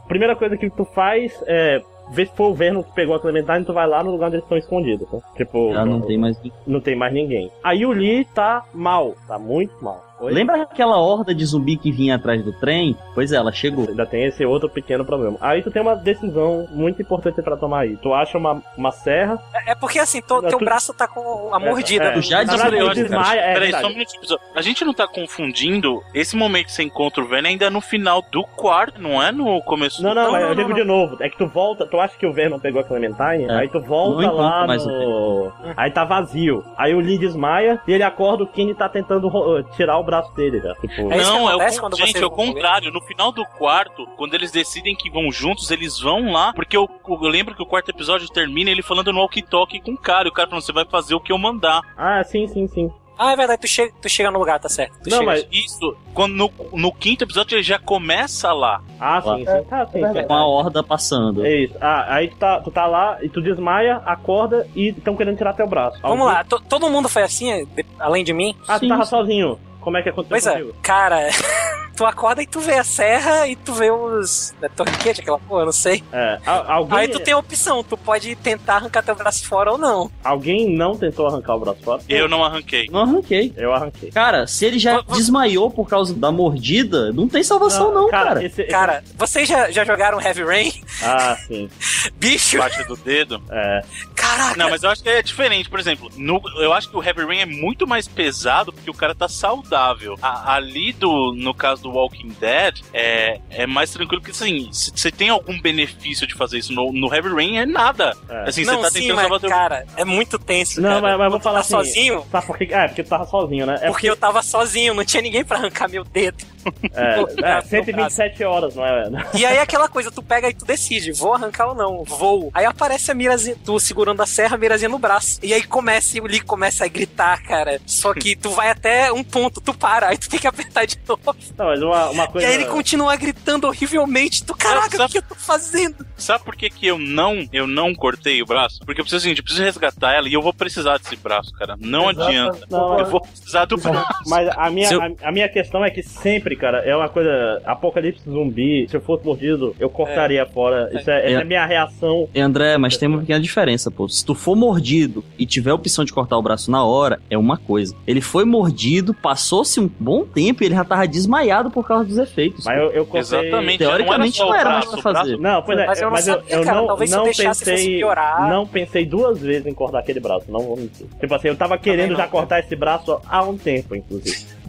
Speaker 1: Primeira coisa que tu faz é ver se foi o Verno que pegou a Clementine, tu vai lá no lugar onde eles estão escondidos. né? Tipo,
Speaker 2: Ah,
Speaker 4: Já não tem mais.
Speaker 1: não tem mais ninguém. A Yuli tá mal, tá muito mal. Oi?
Speaker 4: Lembra aquela horda de zumbi que vinha atrás do trem? Pois é, ela chegou.
Speaker 1: Ainda tem esse outro pequeno problema. Aí tu tem uma decisão muito importante pra tomar aí. Tu acha uma, uma serra.
Speaker 3: É porque assim, tô-
Speaker 1: Não,
Speaker 3: teu
Speaker 1: tu-
Speaker 3: braço tá com a mordida.
Speaker 1: é,
Speaker 3: do-
Speaker 1: já
Speaker 3: do-
Speaker 1: desmaiou, desmaiou.
Speaker 3: do-
Speaker 1: Desmaia, é
Speaker 2: Peraí,
Speaker 1: verdade.
Speaker 2: só um minutinho. pessoal. A gente não tá confundindo esse momento que você encontra o Ven ainda no final do quarto, não é no começo
Speaker 1: Não,
Speaker 2: do
Speaker 1: não,
Speaker 2: não,
Speaker 1: mas eu digo de novo. É que tu volta, tu acha que o Vernon pegou a Clementine,
Speaker 4: É.
Speaker 1: aí tu volta
Speaker 4: Não encontra
Speaker 1: lá
Speaker 4: mais
Speaker 1: no... Aí tá vazio. Aí o Lee desmaia e ele acorda, o Kenny tá tentando ro- tirar o braço dele, né? Tipo...
Speaker 2: Não, é o,
Speaker 3: acontece
Speaker 2: con-
Speaker 3: quando um
Speaker 2: gente,
Speaker 3: vocês
Speaker 2: é o
Speaker 3: vão comer?
Speaker 2: contrário. No final do quarto, quando eles decidem que vão juntos, eles vão lá. Porque eu, eu lembro que o quarto episódio termina ele falando no walkie-talkie com o cara. E o cara falando, você vai fazer o que eu mandar.
Speaker 1: Ah, sim, sim, sim.
Speaker 3: Ah, é verdade, tu chega, tu chega no lugar, tá certo. Tu
Speaker 1: Não,
Speaker 3: chega-
Speaker 1: mas...
Speaker 2: Isso, quando no, no quinto episódio ele já começa lá.
Speaker 1: Ah, sim, sim. Ah, sim, sim.
Speaker 4: Com a horda passando.
Speaker 1: É isso. Ah, aí tu tá, tu tá lá e tu desmaia, acorda e estão querendo tirar teu braço.
Speaker 3: Vamos lá, to- todo mundo foi assim, eh, de- além de mim?
Speaker 1: Ah, tu
Speaker 4: Sim,
Speaker 1: tava
Speaker 4: sim.
Speaker 1: sozinho. Como é que aconteceu
Speaker 3: Pois é,
Speaker 1: contigo?
Speaker 3: cara, tu acorda e tu vê a serra e tu vê os. É torniquete, aquela porra, não sei.
Speaker 1: É, a- alguém,
Speaker 3: Aí tu tem a opção, tu pode tentar arrancar teu braço fora ou não.
Speaker 1: alguém não tentou arrancar o braço fora?
Speaker 2: Eu não arranquei.
Speaker 4: Não arranquei.
Speaker 1: Eu arranquei.
Speaker 4: Cara, se ele já desmaiou por causa da mordida, não tem salvação, não, cara.
Speaker 1: esse- esse-
Speaker 3: Cara, vocês já, já jogaram Heavy Rain?
Speaker 1: Ah, sim.
Speaker 3: Bicho,
Speaker 2: Parte do dedo.
Speaker 1: É.
Speaker 3: caraca!
Speaker 2: Não, mas eu acho que é diferente. Por exemplo, no- eu acho que o Heavy Rain é muito mais pesado porque o cara tá saudável. A- ali, do, no caso do Walking Dead, é, é mais tranquilo porque, assim, se você tem algum benefício de fazer isso. No, no Heavy Rain é nada.
Speaker 1: É.
Speaker 2: Assim,
Speaker 3: não,
Speaker 2: você tá
Speaker 3: sim,
Speaker 2: tentando
Speaker 3: mas,
Speaker 2: salvar teu...
Speaker 3: cara, é muito tenso.
Speaker 1: Não,
Speaker 3: cara.
Speaker 1: mas, mas vou
Speaker 3: Tu
Speaker 1: falar
Speaker 3: tá
Speaker 1: assim.
Speaker 3: sozinho?
Speaker 1: Sabe por quê? É, porque tu tava sozinho, né? É
Speaker 3: Porque eu tava sozinho, não tinha ninguém pra arrancar meu dedo.
Speaker 1: É, é 127 horas, não é?
Speaker 3: E aí é aquela coisa, tu pega e tu decide, vou arrancar ou não, vou. Aí aparece a mirazinha, tu segurando a serra, a mirazinha no braço. E aí começa, e o Lee começa a gritar, cara. Só que tu vai até um ponto, tu para, aí tu tem que apertar de novo.
Speaker 1: Não, mas uma, uma
Speaker 3: E
Speaker 1: coisa.
Speaker 3: aí ele continua gritando horrivelmente, tu, caraca, o
Speaker 2: sabe-
Speaker 3: que, que eu tô fazendo?
Speaker 2: Sabe por que, que eu não eu não cortei o braço? Porque eu preciso, assim, eu preciso resgatar ela e eu vou precisar desse braço, cara. Não
Speaker 5: Exato.
Speaker 2: adianta.
Speaker 1: Não,
Speaker 2: eu
Speaker 1: é-
Speaker 2: vou precisar do braço.
Speaker 1: Mas a minha,
Speaker 4: Se eu-
Speaker 1: a, a minha questão é que sempre, cara, é uma coisa. Apocalipse zumbi, se eu fosse mordido, eu cortaria fora. Isso é, essa é a minha reação.
Speaker 4: E, André, mas tem uma pequena diferença, pô. Se tu for mordido e tiver a opção de cortar o braço na hora, é uma coisa. Ele foi mordido, passou-se um bom tempo e ele já tava desmaiado por causa dos efeitos.
Speaker 1: Mas eu, eu cortei.
Speaker 2: Exatamente.
Speaker 4: Teoricamente
Speaker 2: não
Speaker 4: não era
Speaker 2: era
Speaker 4: mais
Speaker 2: só o braço,
Speaker 4: pra
Speaker 2: o braço
Speaker 4: fazer.
Speaker 1: Não, pois é,
Speaker 3: Mas eu não
Speaker 1: mas eu,
Speaker 3: sabia,
Speaker 1: eu
Speaker 3: cara,
Speaker 1: não,
Speaker 3: talvez se eu
Speaker 1: não
Speaker 3: deixasse fosse
Speaker 1: pensei,
Speaker 3: piorar.
Speaker 1: não pensei duas vezes em cortar aquele braço, não vou mentir. Tipo assim, eu tava querendo
Speaker 3: não,
Speaker 1: já
Speaker 3: cara.
Speaker 1: cortar esse braço há um tempo, inclusive.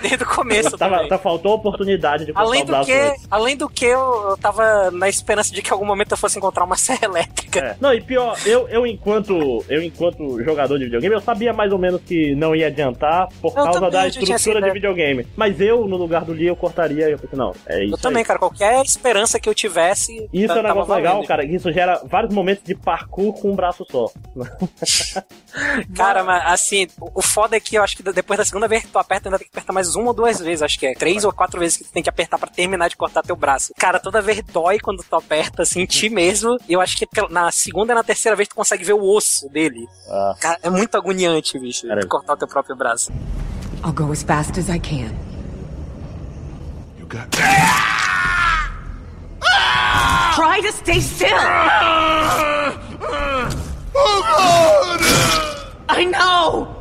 Speaker 3: Desde o começo
Speaker 1: Tava,
Speaker 3: também.
Speaker 1: tá, faltou a oportunidade de cortar
Speaker 3: Além
Speaker 1: o
Speaker 3: do,
Speaker 1: braço
Speaker 3: que,
Speaker 1: antes.
Speaker 3: além do que, eu, eu tava na esperança de que em algum momento eu fosse encontrar uma serra elétrica.
Speaker 1: É. Não, e pior, eu, eu enquanto eu enquanto jogador de videogame, eu sabia mais ou menos que não ia adiantar por
Speaker 3: Eu
Speaker 1: causa
Speaker 3: também,
Speaker 1: da
Speaker 3: eu já tinha essa
Speaker 1: estrutura de
Speaker 3: ideia.
Speaker 1: videogame. Mas eu, no lugar do Lee, eu cortaria. Eu pensei, não, é isso.
Speaker 3: eu também,
Speaker 1: aí.
Speaker 3: cara, qualquer esperança que eu tivesse.
Speaker 1: E Isso
Speaker 3: tá-
Speaker 1: é um negócio
Speaker 3: tava
Speaker 1: legal,
Speaker 3: valendo.
Speaker 1: cara. que Isso gera vários momentos de parkour com um braço só.
Speaker 3: Cara, mas assim, o o foda é que eu acho que depois da segunda vez que tu aperta, ainda tem que apertar mais uma ou duas vezes. Acho que é três ou quatro vezes que tu tem que apertar pra terminar de cortar teu braço. Cara, toda vez dói quando tu aperta, assim, em ti mesmo. E eu acho que pela- na segunda e na terceira vez tu consegue ver o osso dele. Cara, é muito agoniante, bicho, tu cortar o teu próprio braço.
Speaker 11: I'll go as fast as I can.
Speaker 7: Try to stay still. I know.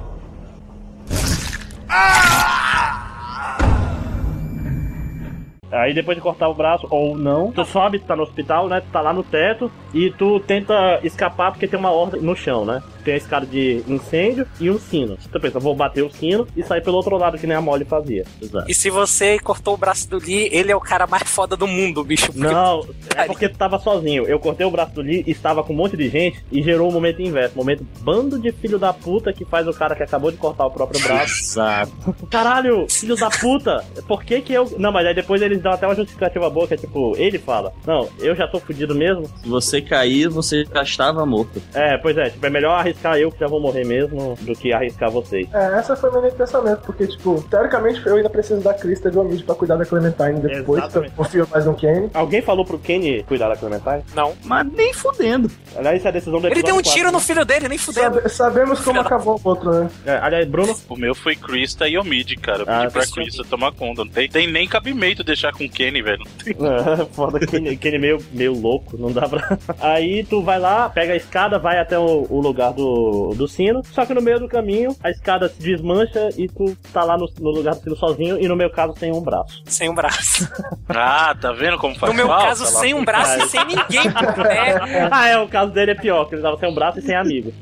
Speaker 1: Aí depois de cortar o braço, ou não, tu sobe, tu tá no hospital, né? Tu tá lá no teto e tu tenta escapar porque tem uma horda no chão, né? Tem a escada de incêndio e um sino. Tu pensa, vou bater o sino e sair pelo outro lado que nem a Molly fazia. Exato.
Speaker 3: E se você cortou o braço do Lee, ele é o cara mais foda do mundo, bicho. porque-
Speaker 1: Não, é porque tu tava sozinho. Eu cortei o braço do Lee, estava com um monte de gente e gerou o momento inverso. Momento bando de filho da puta que faz o cara que acabou de cortar o próprio braço.
Speaker 4: Exato.
Speaker 1: Caralho, filho da puta, por que que eu... Não, mas aí depois eles dão até uma justificativa boa, que é tipo, ele fala, não, eu já tô fudido mesmo.
Speaker 4: Se você cair, você já estava morto.
Speaker 1: É, pois é, tipo, é melhor arriscar eu que já vou morrer mesmo do que arriscar vocês.
Speaker 5: É, essa foi a minha linha de pensamento, porque, tipo, teoricamente eu ainda preciso da Krista e do Amid pra cuidar da Clementine depois, então eu confio mais no Kenny.
Speaker 1: Alguém falou pro Kenny cuidar da Clementine?
Speaker 3: Não.
Speaker 4: Mas nem fudendo.
Speaker 1: Aliás, isso é a decisão do
Speaker 5: Ele
Speaker 1: episódio
Speaker 5: deu um
Speaker 1: quatro,
Speaker 5: tiro
Speaker 1: né?
Speaker 5: no
Speaker 3: filho dele, nem
Speaker 5: fudendo. sabemos como acabou o outro, né?
Speaker 1: É, aliás, Bruno...
Speaker 2: O meu foi Krista e Omid, cara. Eu pedi
Speaker 1: Ah,
Speaker 2: pra
Speaker 1: tá
Speaker 2: Krista tomar conta. Não tem, tem nem cabimento deixar com o Kenny, velho.
Speaker 1: É, foda, Kenny, Kenny meio, meio louco, não dá pra. Aí tu vai lá, pega a escada, vai até o, o lugar do, do sino. Só que no meio do caminho, a escada se desmancha e tu tá lá no, no lugar do sino sozinho. E no meu caso, sem um braço.
Speaker 3: Sem um braço.
Speaker 2: Ah, tá vendo como faz
Speaker 1: No meu
Speaker 2: falta?
Speaker 1: caso,
Speaker 2: tá lá
Speaker 1: sem
Speaker 2: pro
Speaker 1: um braço e
Speaker 2: cara?
Speaker 1: sem
Speaker 3: Ninguém.
Speaker 1: ah, é, o caso dele é pior, que ele tava sem um braço e sem amigo.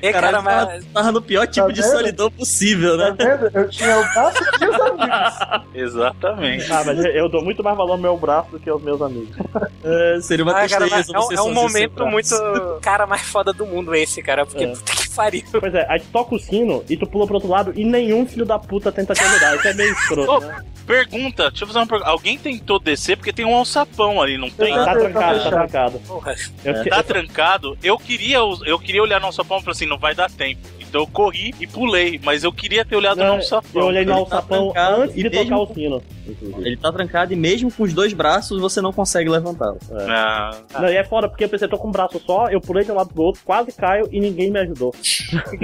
Speaker 3: É,
Speaker 4: cara, mas... Tava no pior tipo de solidão possível, né?
Speaker 5: Tá Eu tinha o braço e tinha os amigos.
Speaker 2: Exatamente.
Speaker 1: Ah, mas eu- eu dou muito mais valor ao meu braço do que aos meus amigos.
Speaker 4: seria
Speaker 3: Ah, cara, mas é, um- é um momento muito cara mais foda do mundo esse, cara. Porque
Speaker 1: tá? É.
Speaker 3: puta que pariu.
Speaker 1: Pois é, aí tu toca o sino e tu pula pro outro lado e nenhum filho da puta tenta te ajudar. Isso é meio
Speaker 2: Ô,
Speaker 1: escroto, né?
Speaker 2: pergunta, deixa eu fazer uma pergunta. Alguém tentou descer porque tem um alçapão ali, não tem?
Speaker 1: Tá trancado, tá trancado.
Speaker 3: Porra.
Speaker 1: Eu
Speaker 2: É.
Speaker 1: que-
Speaker 2: Tá
Speaker 1: eu-
Speaker 2: trancado. Eu queria, os- eu queria olhar no alçapão e falei assim, não vai dar tempo. Então eu corri e pulei, mas eu queria ter olhado no alçapão.
Speaker 4: Eu olhei no
Speaker 2: tá
Speaker 4: alçapão antes de tocar o
Speaker 1: sino.
Speaker 4: Ele tá trancado e mesmo com os dois braços você não consegue levantá-lo.
Speaker 2: Ah,
Speaker 1: Não, e é foda, porque eu pensei, tô com um braço só, eu pulei de um lado pro outro, quase caio e ninguém me ajudou.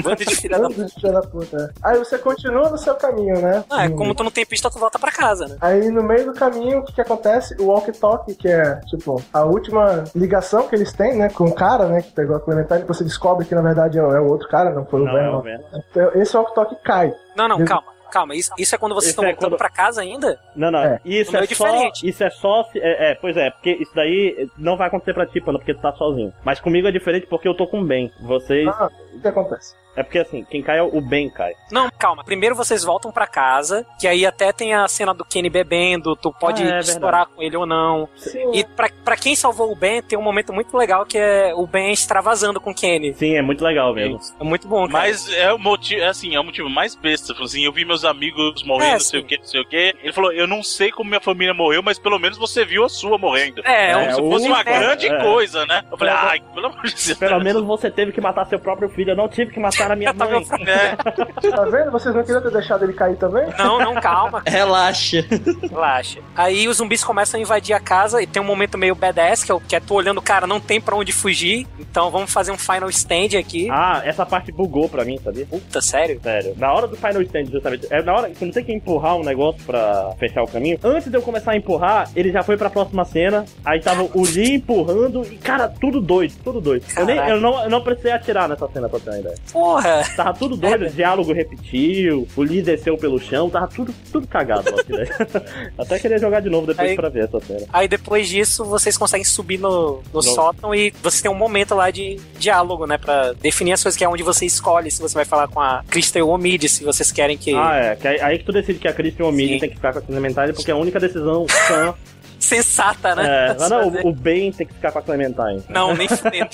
Speaker 3: Bando de filha
Speaker 5: da puta. Aí você continua no seu caminho, né?
Speaker 3: Ah,
Speaker 5: Hum.
Speaker 3: como tu não tem pista, tu volta pra casa, né?
Speaker 5: Aí no meio do caminho, o que, que acontece? O Walk Talk, que é tipo a última ligação que eles têm, né? Com o cara, né? Que pegou a Clementine, que você descobre que na verdade é é o outro cara, não foi o
Speaker 1: Não, é o
Speaker 5: Venom. Então, Esse Walk Talk cai.
Speaker 3: Não, não,
Speaker 5: Des-
Speaker 3: calma, calma. Isso, isso é quando vocês
Speaker 1: Isso
Speaker 3: estão
Speaker 1: é
Speaker 3: voltando
Speaker 1: quando-
Speaker 3: pra casa ainda?
Speaker 1: Não, não,
Speaker 3: É.
Speaker 1: isso,
Speaker 3: Não,
Speaker 1: é
Speaker 3: é
Speaker 1: só,
Speaker 3: diferente.
Speaker 1: isso é só. se- É, é, pois é, porque isso daí não vai acontecer pra ti, Pana, porque tu tá sozinho. Mas comigo é diferente porque eu tô com o bem. Vocês.
Speaker 5: Ah, o que acontece?
Speaker 1: É porque assim, quem cai é o bem cai.
Speaker 3: Não, calma. Primeiro vocês voltam pra casa, que aí até tem a cena do Kenny bebendo, tu pode
Speaker 1: Ah, é
Speaker 3: estourar com ele ou não. E pra, pra quem salvou o Ben, tem um momento muito legal que é o Ben extravasando com o Kenny.
Speaker 1: Sim, é muito legal mesmo.
Speaker 3: É muito bom, cara.
Speaker 2: Mas é o motivo, é assim, é o motivo mais besta. Falou assim, eu vi meus amigos morrendo,
Speaker 3: É,
Speaker 2: não sei o que, não sei o que. Ele falou, eu não sei como minha família morreu, mas pelo menos você viu a sua morrendo.
Speaker 3: É,
Speaker 2: como
Speaker 1: é,
Speaker 2: se
Speaker 1: o-
Speaker 2: fosse uma
Speaker 1: é,
Speaker 2: grande
Speaker 1: é.
Speaker 2: coisa, né? Eu falei,
Speaker 1: Pelo-
Speaker 2: ai, pelo amor de Deus.
Speaker 1: Pelo menos você teve que matar seu próprio filho. Eu não tive que matar a minha mãe.
Speaker 2: É.
Speaker 5: Tá vendo? Vocês não queriam ter deixado ele cair também?
Speaker 3: Não, não, calma.
Speaker 4: Relaxa.
Speaker 3: Relaxa. Aí os zumbis começam a invadir a casa e tem um momento meio badass, que é, o- que é tu olhando, cara, não tem pra onde fugir, então vamos fazer um final stand aqui.
Speaker 1: Ah, essa parte bugou pra mim, sabia?
Speaker 3: Puta, sério?
Speaker 1: Sério. Na hora do Final Stand, justamente. É na hora que você não tem que empurrar um negócio pra fechar o caminho. Antes de eu começar a empurrar, ele já foi pra próxima cena. Aí tava o Lee empurrando. E, cara, tudo doido, tudo doido. Eu, nem,
Speaker 3: Caraca.
Speaker 1: eu, não, eu não precisei atirar nessa cena pra ter uma ideia.
Speaker 3: Pô, Porra!
Speaker 1: Tava tudo doido, o diálogo repetiu, o Lee desceu pelo chão, tava tudo, tudo cagado. lá, filho. Até queria jogar de novo depois
Speaker 3: Aí-
Speaker 1: pra ver essa cena.
Speaker 3: Aí depois disso, vocês conseguem subir no, no sótão e você tem um momento lá de diálogo, né? Pra definir as coisas, que é onde você escolhe se você vai falar com a Crystal ou Mid, se vocês querem que.
Speaker 1: Ah, é. Que aí, aí que tu decide que a Christian Omid tem que ficar com a Clementine, porque é a única decisão sã.
Speaker 3: Sensata, né?
Speaker 1: É, mas não, o, o Ben tem que ficar com a Clementine.
Speaker 3: Não, nem fudendo.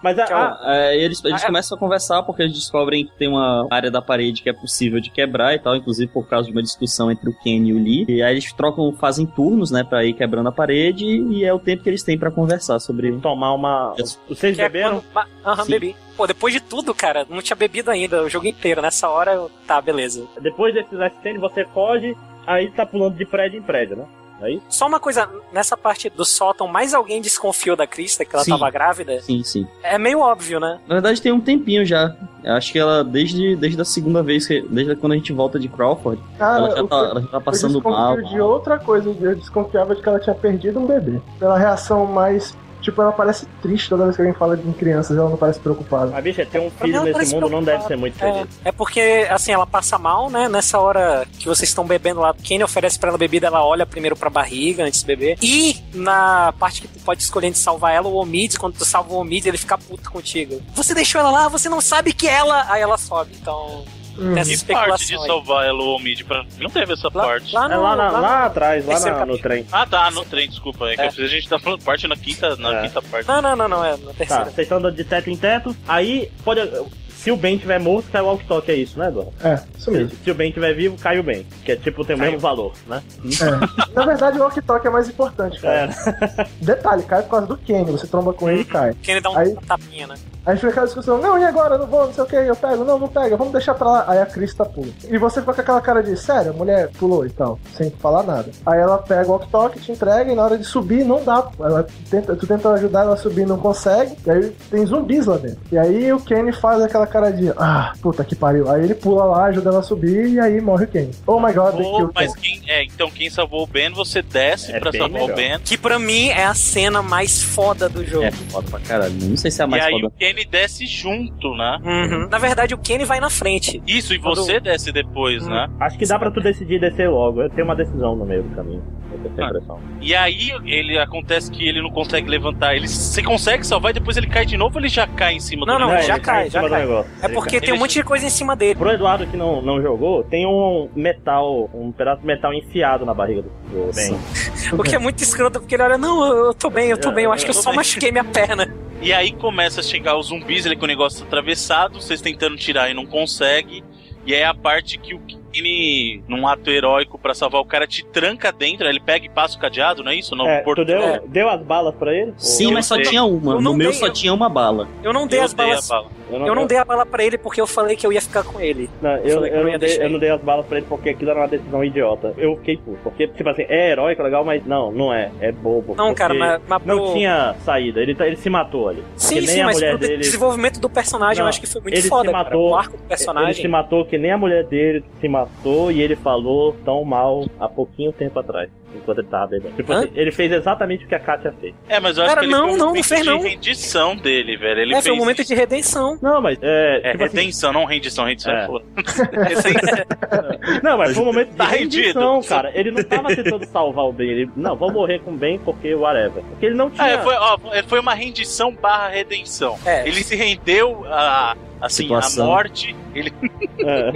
Speaker 1: Mas ah, a, a-
Speaker 4: É, eles eles
Speaker 3: Ah,
Speaker 4: começam a conversar porque eles descobrem que tem uma área da parede que é possível de quebrar e tal, inclusive por causa de uma discussão entre o Ken e o Lee. E aí eles trocam, fazem turnos, né, pra ir quebrando a parede e é o tempo que eles têm pra conversar sobre.
Speaker 1: Tomar uma. Vocês
Speaker 3: Que é quando- Ma- Aham,
Speaker 4: Sim.
Speaker 3: bebi. Pô, depois de tudo, cara, não tinha bebido ainda o jogo inteiro. Nessa hora, eu... tá, beleza.
Speaker 1: Depois desses acidentes, você foge, aí tá pulando de prédio em prédio, né? Aí.
Speaker 3: Só uma coisa, nessa parte do sótão, mais alguém desconfiou da Krista, que ela
Speaker 4: Sim.
Speaker 3: tava grávida?
Speaker 4: Sim, sim.
Speaker 3: É meio óbvio, né?
Speaker 4: Na verdade, tem um tempinho já. Eu Acho que ela, desde, desde a segunda vez, que- desde quando a gente volta de Crawford,
Speaker 5: Cara,
Speaker 4: ela, já
Speaker 5: eu-
Speaker 4: tá, ela já tá
Speaker 5: eu
Speaker 4: passando mal.
Speaker 5: desconfio de outra coisa. Eu desconfiava de que ela tinha perdido um bebê. Pela reação mais. Tipo, ela parece triste toda vez que alguém fala de crianças, ela não parece preocupada.
Speaker 1: A bicha ter um
Speaker 3: Ela
Speaker 1: filho nesse
Speaker 3: parece
Speaker 1: mundo não deve
Speaker 3: preocupada.
Speaker 1: ser muito
Speaker 3: É,
Speaker 1: feliz.
Speaker 3: é porque, assim, ela passa mal, né? Nessa hora que vocês estão bebendo lá, quem oferece pra ela bebida, ela olha primeiro pra barriga antes de beber. E na parte que tu pode escolher de salvar ela, o Omid, quando tu salva o Omid, ele fica puto contigo. Você deixou ela lá, você não sabe que é ela. Aí ela sobe, então.
Speaker 5: Hum.
Speaker 3: Tem essa
Speaker 2: E parte de
Speaker 3: especulação. aí.
Speaker 2: salvar ela ou o Mid pra... Não teve essa parte.
Speaker 3: lá
Speaker 1: É lá, na- lá atrás, lá na- no trem.
Speaker 2: Ah, tá, no trem, desculpa. É que a gente tá falando parte na quinta,
Speaker 4: É.
Speaker 2: na quinta parte.
Speaker 3: Não, não, não, não, é na
Speaker 1: Tá,
Speaker 3: terceira.
Speaker 1: vocês estão andando de teto em teto, aí pode. Se o Ben tiver morto, cai o Alstock, é isso, né, Eduardo?
Speaker 5: É, isso mesmo.
Speaker 1: Se o Ben tiver vivo, cai o Ben. Que é tipo, tem o mesmo valor, né?
Speaker 5: É. Na verdade, o walkie-talkie é mais importante, cara. Detalhe, cai por causa do Kenny. Você tromba com ele e cai.
Speaker 3: Kenny dá um
Speaker 5: Aí-
Speaker 3: tapinha, né?
Speaker 5: Aí fica aquela discussão, não, e agora? Eu Não vou, não sei o que, eu pego, não, não pega, vamos deixar pra lá. Aí a Krista pula. E você fica com aquela cara de, sério, a mulher pulou e tal, sem falar nada. Aí ela pega o walkie-talkie, te entrega, e na hora de subir, não dá. Ela tenta, tu tenta ajudar ela a subir, não consegue. E aí tem zumbis lá dentro. E aí o Kenny faz aquela cara de, ah, puta que pariu. Aí ele pula lá, ajuda ela a subir, e aí morre o Kenny. Oh my god, they
Speaker 2: Ou-
Speaker 5: killed
Speaker 2: mas
Speaker 5: Kenny.
Speaker 2: quem, é, então quem salvou o Ben, você desce pra
Speaker 4: É bem
Speaker 2: salvar o
Speaker 4: melhor.
Speaker 2: Ben.
Speaker 3: Que pra mim é a cena mais foda do jogo.
Speaker 4: É foda pra caralho. Não sei se é a
Speaker 2: E
Speaker 4: mais
Speaker 2: aí
Speaker 4: foda.
Speaker 2: o Kenny desce junto, né?
Speaker 3: Uhum. Na verdade, o Kenny vai na frente.
Speaker 2: Isso, e você desce depois, né?
Speaker 1: Acho que dá pra tu decidir descer logo. Eu tenho uma decisão no meio do caminho. Eu tenho essa impressão.
Speaker 2: E aí ele acontece que ele não consegue levantar. Ele você consegue salvar e depois ele cai de novo, ou ele já cai em cima
Speaker 3: Não,
Speaker 2: do
Speaker 3: não,
Speaker 2: negócio?
Speaker 3: já cai,
Speaker 1: em
Speaker 3: já
Speaker 1: cima do
Speaker 3: cai.
Speaker 1: negócio.
Speaker 3: É porque tem um monte de coisa em cima dele.
Speaker 1: Pro Eduardo que não, não jogou, tem um metal, um pedaço de metal enfiado na barriga do, do Ben.
Speaker 3: O que é muito escroto, porque ele olha, não, eu- eu tô bem, eu tô bem, eu acho que eu
Speaker 2: tô
Speaker 3: só
Speaker 2: bem."
Speaker 3: machuquei minha perna.
Speaker 2: E aí começa a chegar os zumbis, ele com o negócio atravessado, vocês tentando tirar e não consegue. E aí a parte que o Kenny, num ato heróico pra salvar o cara, te tranca dentro, ele pega e passa o cadeado, não é isso? Não,
Speaker 1: É,
Speaker 2: por-
Speaker 1: tu deu,
Speaker 2: É.
Speaker 1: deu as balas pra ele?
Speaker 4: Sim,
Speaker 2: Eu
Speaker 4: mas só
Speaker 2: sei.
Speaker 4: tinha uma.
Speaker 2: Eu
Speaker 4: No
Speaker 2: não
Speaker 4: meu
Speaker 2: dei,
Speaker 4: só
Speaker 2: eu-
Speaker 4: tinha uma bala.
Speaker 3: Eu não dei
Speaker 2: Eu
Speaker 3: as
Speaker 2: dei a
Speaker 3: balas.
Speaker 2: bala.
Speaker 1: Eu
Speaker 3: Eu não dei a bala pra ele porque eu falei que eu ia ficar com ele.
Speaker 1: Não, eu,
Speaker 3: falei
Speaker 1: eu,
Speaker 3: que não
Speaker 1: não
Speaker 3: ia
Speaker 1: dei,
Speaker 3: deixar
Speaker 1: eu não dei as balas pra ele porque aquilo era uma decisão idiota. Eu fiquei puto. Porque, tipo assim, é heróico, legal, mas não, não é. É bobo.
Speaker 3: Não, cara,
Speaker 1: porque
Speaker 3: mas- mas
Speaker 1: Não
Speaker 3: pro-
Speaker 1: tinha saída. Ele, tá- ele se matou ali.
Speaker 3: Sim,
Speaker 1: Que nem
Speaker 3: sim,
Speaker 1: a
Speaker 3: mas
Speaker 1: mulher
Speaker 3: pro de-
Speaker 1: dele.
Speaker 3: desenvolvimento do personagem eu acho que foi muito
Speaker 1: ele
Speaker 3: foda,
Speaker 1: se
Speaker 3: cara.
Speaker 1: matou,
Speaker 3: O arco do
Speaker 1: Ele se
Speaker 3: personagem.
Speaker 1: matou que nem a mulher dele se matou e ele falou tão mal há pouquinho tempo atrás, enquanto ele tava bebendo. Tipo assim, ele fez exatamente o que a Katia fez.
Speaker 2: É, mas eu acho
Speaker 3: Cara,
Speaker 2: que ele
Speaker 3: não,
Speaker 2: foi um
Speaker 3: não, não
Speaker 2: momento
Speaker 3: fez,
Speaker 2: de
Speaker 3: não.
Speaker 2: rendição dele, velho. Ele
Speaker 3: é,
Speaker 2: fez
Speaker 3: foi um momento de redenção.
Speaker 1: Não, mas é.
Speaker 2: É,
Speaker 1: tipo assim,
Speaker 2: redenção, não rendição, rendição é,
Speaker 1: É.
Speaker 2: foda.
Speaker 1: Não, mas foi um momento de
Speaker 2: Tá rendido.
Speaker 1: rendição, cara. Ele não tava tentando salvar o bem. Ele, não, vou morrer com o bem porque whatever. Porque ele não tinha.
Speaker 2: Ah, é, foi, ó, foi uma rendição barra redenção.
Speaker 3: É.
Speaker 2: Ele se rendeu a, assim, a
Speaker 4: Situação.
Speaker 2: morte ele...
Speaker 1: É.